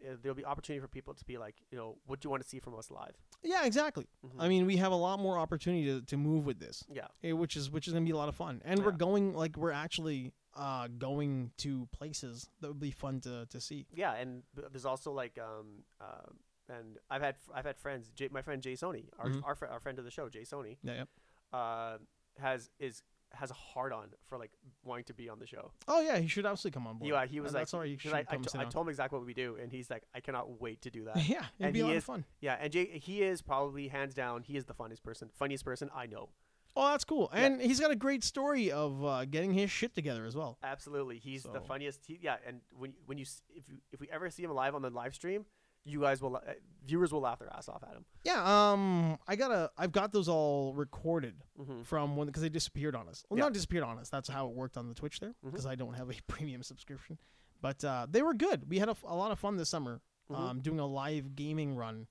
Speaker 2: uh, there'll be opportunity for people to be like you know what do you want to see from us live
Speaker 1: yeah, exactly.
Speaker 2: Mhm.
Speaker 1: I mean, we have a lot more opportunity to, to move with this.
Speaker 2: yeah
Speaker 1: eh, which is which is gonna be a lot of fun. And we're
Speaker 2: Yeah.
Speaker 1: going like we're actually uh going to places that would be fun to to see.
Speaker 2: yeah, and th- there's also like um uh, and I've had I've had friends. Jay, my friend Jay Sony, our
Speaker 1: Mhm.
Speaker 2: our, fr- our friend of the show, Jay Sony,
Speaker 1: Yeah. Yep.
Speaker 2: uh, has is has a hard on for like wanting to be on the show.
Speaker 1: Oh yeah, he should absolutely come on board.
Speaker 2: Yeah, he was
Speaker 1: That's
Speaker 2: like,
Speaker 1: all right. You
Speaker 2: because
Speaker 1: should
Speaker 2: I, I,
Speaker 1: come
Speaker 2: t-
Speaker 1: sit
Speaker 2: I
Speaker 1: down.
Speaker 2: told him exactly what we do, and he's like, I cannot wait to do that.
Speaker 1: yeah, it'd
Speaker 2: and
Speaker 1: be a
Speaker 2: he
Speaker 1: lot of
Speaker 2: is-
Speaker 1: fun.
Speaker 2: yeah, and Jay, he is probably hands down, he is the funniest person, funniest person I know.
Speaker 1: Oh, that's cool.
Speaker 2: Yeah.
Speaker 1: And he's got a great story of uh, getting his shit together as well.
Speaker 2: Absolutely, he's the
Speaker 1: So-
Speaker 2: funniest. He, yeah, and when when you s- if you if we ever see him live on the live stream, you guys will la- uh, viewers will laugh their ass off at him.
Speaker 1: Yeah. Um, I gotta. I've got those all recorded
Speaker 2: Mm-hmm.
Speaker 1: from when because they disappeared on us. Well,
Speaker 2: Yeah.
Speaker 1: not disappeared on us. That's how it worked on the Twitch there
Speaker 2: Mhm.
Speaker 1: because I don't have a premium subscription. But uh, they were good. We had a, f- a lot of fun this summer
Speaker 2: Mhm.
Speaker 1: um, doing a live gaming run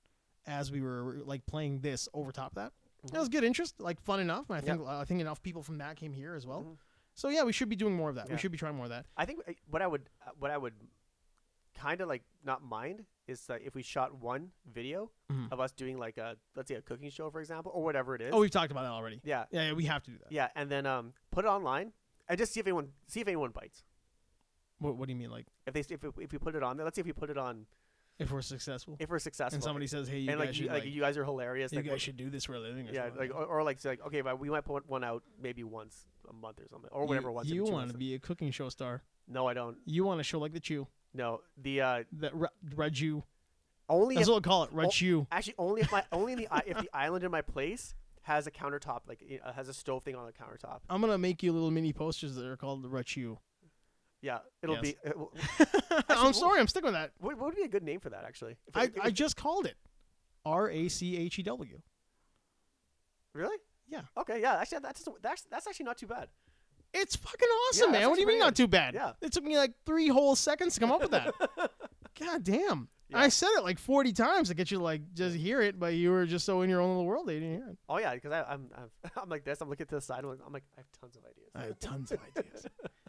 Speaker 1: as we were like playing this over top of that. That
Speaker 2: Mhm.
Speaker 1: was good interest, like fun enough, and I think I think enough people from that came here as well. So yeah, we should be doing more of that.
Speaker 2: Mm-hmm. Yeah.
Speaker 1: We should be trying more of that.
Speaker 2: I think uh, what I would uh, what I would kind of like not mind is that if we shot one video
Speaker 1: Mhm.
Speaker 2: of us doing like a let's say a cooking show for example or whatever it is.
Speaker 1: Oh, we've talked about that already.
Speaker 2: yeah,
Speaker 1: Yeah, yeah, we have to do that.
Speaker 2: yeah, and then um put it online and just see if anyone see if anyone bites.
Speaker 1: What, what do you mean, like
Speaker 2: If they if, if we put it on there, let's see if we put it on
Speaker 1: if we're successful?
Speaker 2: if we're successful
Speaker 1: and somebody says, "Hey, you
Speaker 2: and
Speaker 1: guys
Speaker 2: like
Speaker 1: should
Speaker 2: you, like,
Speaker 1: like,
Speaker 2: you guys are hilarious.
Speaker 1: you
Speaker 2: like,
Speaker 1: guys
Speaker 2: what-
Speaker 1: should do this for a living." Or
Speaker 2: yeah,
Speaker 1: something
Speaker 2: like or, or like say, like okay, but we might put one out maybe once a month or something or whatever.
Speaker 1: You,
Speaker 2: once
Speaker 1: you
Speaker 2: want
Speaker 1: want to be a cooking show star?
Speaker 2: No, I don't.
Speaker 1: You want a show like the Chew,
Speaker 2: No, the uh
Speaker 1: that Re- Red Jew?
Speaker 2: only
Speaker 1: That's
Speaker 2: if,
Speaker 1: what we'll call it, Red
Speaker 2: oh,
Speaker 1: Jew.
Speaker 2: actually only if my only in the i- if the island in my place has a countertop like it, uh, has a stove thing on the countertop.
Speaker 1: I'm gonna make you little mini posters that are called the Red Jew.
Speaker 2: Yeah, it'll
Speaker 1: Yes.
Speaker 2: be. It, w-
Speaker 1: I'm
Speaker 2: what-
Speaker 1: sorry, I'm sticking with that.
Speaker 2: what, what would be a good name for that actually? If
Speaker 1: I,
Speaker 2: it- if
Speaker 1: I
Speaker 2: it-
Speaker 1: just called it R A C H E W.
Speaker 2: really.
Speaker 1: Yeah.
Speaker 2: Okay. Yeah. Actually, that's that's that's actually not too bad.
Speaker 1: It's fucking awesome,
Speaker 2: Yeah,
Speaker 1: man.
Speaker 2: that's
Speaker 1: What do you mean
Speaker 2: pretty
Speaker 1: not too bad?
Speaker 2: Yeah.
Speaker 1: It took me like three whole seconds to come up with that. God damn.
Speaker 2: Yeah.
Speaker 1: I said it like 40 times to get you to like just hear it, but you were just so in your own little world that you didn't hear it.
Speaker 2: Oh yeah, because I'm I'm I'm like this. I'm looking to the side. I'm like, I'm like I have tons of ideas.
Speaker 1: I have tons of ideas.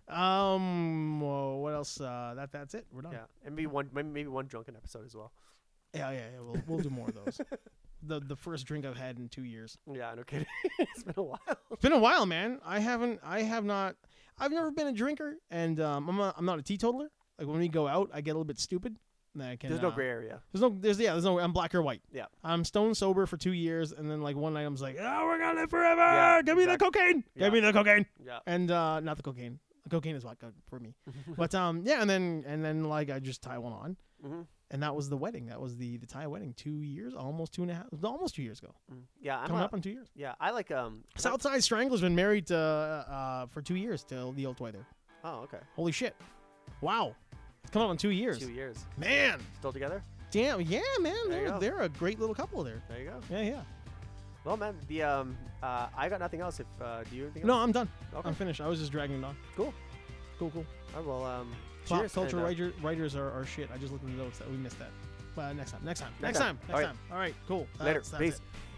Speaker 1: Um, whoa, what else? Uh, that that's it. We're done.
Speaker 2: Yeah, and maybe one maybe maybe one drunken episode as well.
Speaker 1: yeah, yeah. yeah, We'll we'll do more of those. the the first drink I've had in two years.
Speaker 2: Yeah, no kidding. it's been a while.
Speaker 1: It's been a while, man. I haven't. I have not. I've never been a drinker, and um, I'm a, I'm not a teetotaler. Like when we go out, I get a little bit stupid. and I can,
Speaker 2: There's no
Speaker 1: uh,
Speaker 2: gray area.
Speaker 1: There's no. There's yeah. There's no. I'm black or white.
Speaker 2: Yeah.
Speaker 1: I'm stone sober for two years, and then like one night I'm just like, oh, we're gonna live forever.
Speaker 2: Yeah,
Speaker 1: Give me the cocaine.
Speaker 2: Yeah.
Speaker 1: Give me the cocaine.
Speaker 2: Yeah.
Speaker 1: And uh, not the cocaine. The cocaine is vodka for me. but um, yeah, and then and then like I just tie one on,
Speaker 2: hmm
Speaker 1: and that was the wedding. That was the the Thai wedding. Two years, almost two and a half, almost two years ago.
Speaker 2: mm. Yeah, I'm
Speaker 1: Coming
Speaker 2: a-
Speaker 1: up on two years.
Speaker 2: yeah, I like um. I-
Speaker 1: Southside Strangler's been married to, uh, uh, for two years to the old toy there.
Speaker 2: Oh, okay.
Speaker 1: Holy shit! Wow, it's coming up on two years.
Speaker 2: Two years
Speaker 1: Man,
Speaker 2: still together.
Speaker 1: damn, yeah, man,
Speaker 2: you
Speaker 1: they're
Speaker 2: go.
Speaker 1: they're a great little couple there.
Speaker 2: There you go.
Speaker 1: Yeah, yeah.
Speaker 2: Well, man, the um, uh, I got nothing else. If uh, do you have anything?
Speaker 1: No, Um,
Speaker 2: else?
Speaker 1: I'm done.
Speaker 2: Okay.
Speaker 1: I'm finished. I was just dragging it on.
Speaker 2: Cool.
Speaker 1: Cool, cool.
Speaker 2: All right, well, um,
Speaker 1: Pop
Speaker 2: cheers,
Speaker 1: culture
Speaker 2: and, uh,
Speaker 1: writer, writers are, are shit. I just looked at the notes that we missed that. But next time, next time, next,
Speaker 2: Next time.
Speaker 1: time, next
Speaker 2: Alright.
Speaker 1: time. All right, cool.
Speaker 2: Later.
Speaker 1: That's, that's
Speaker 2: Peace.
Speaker 1: it.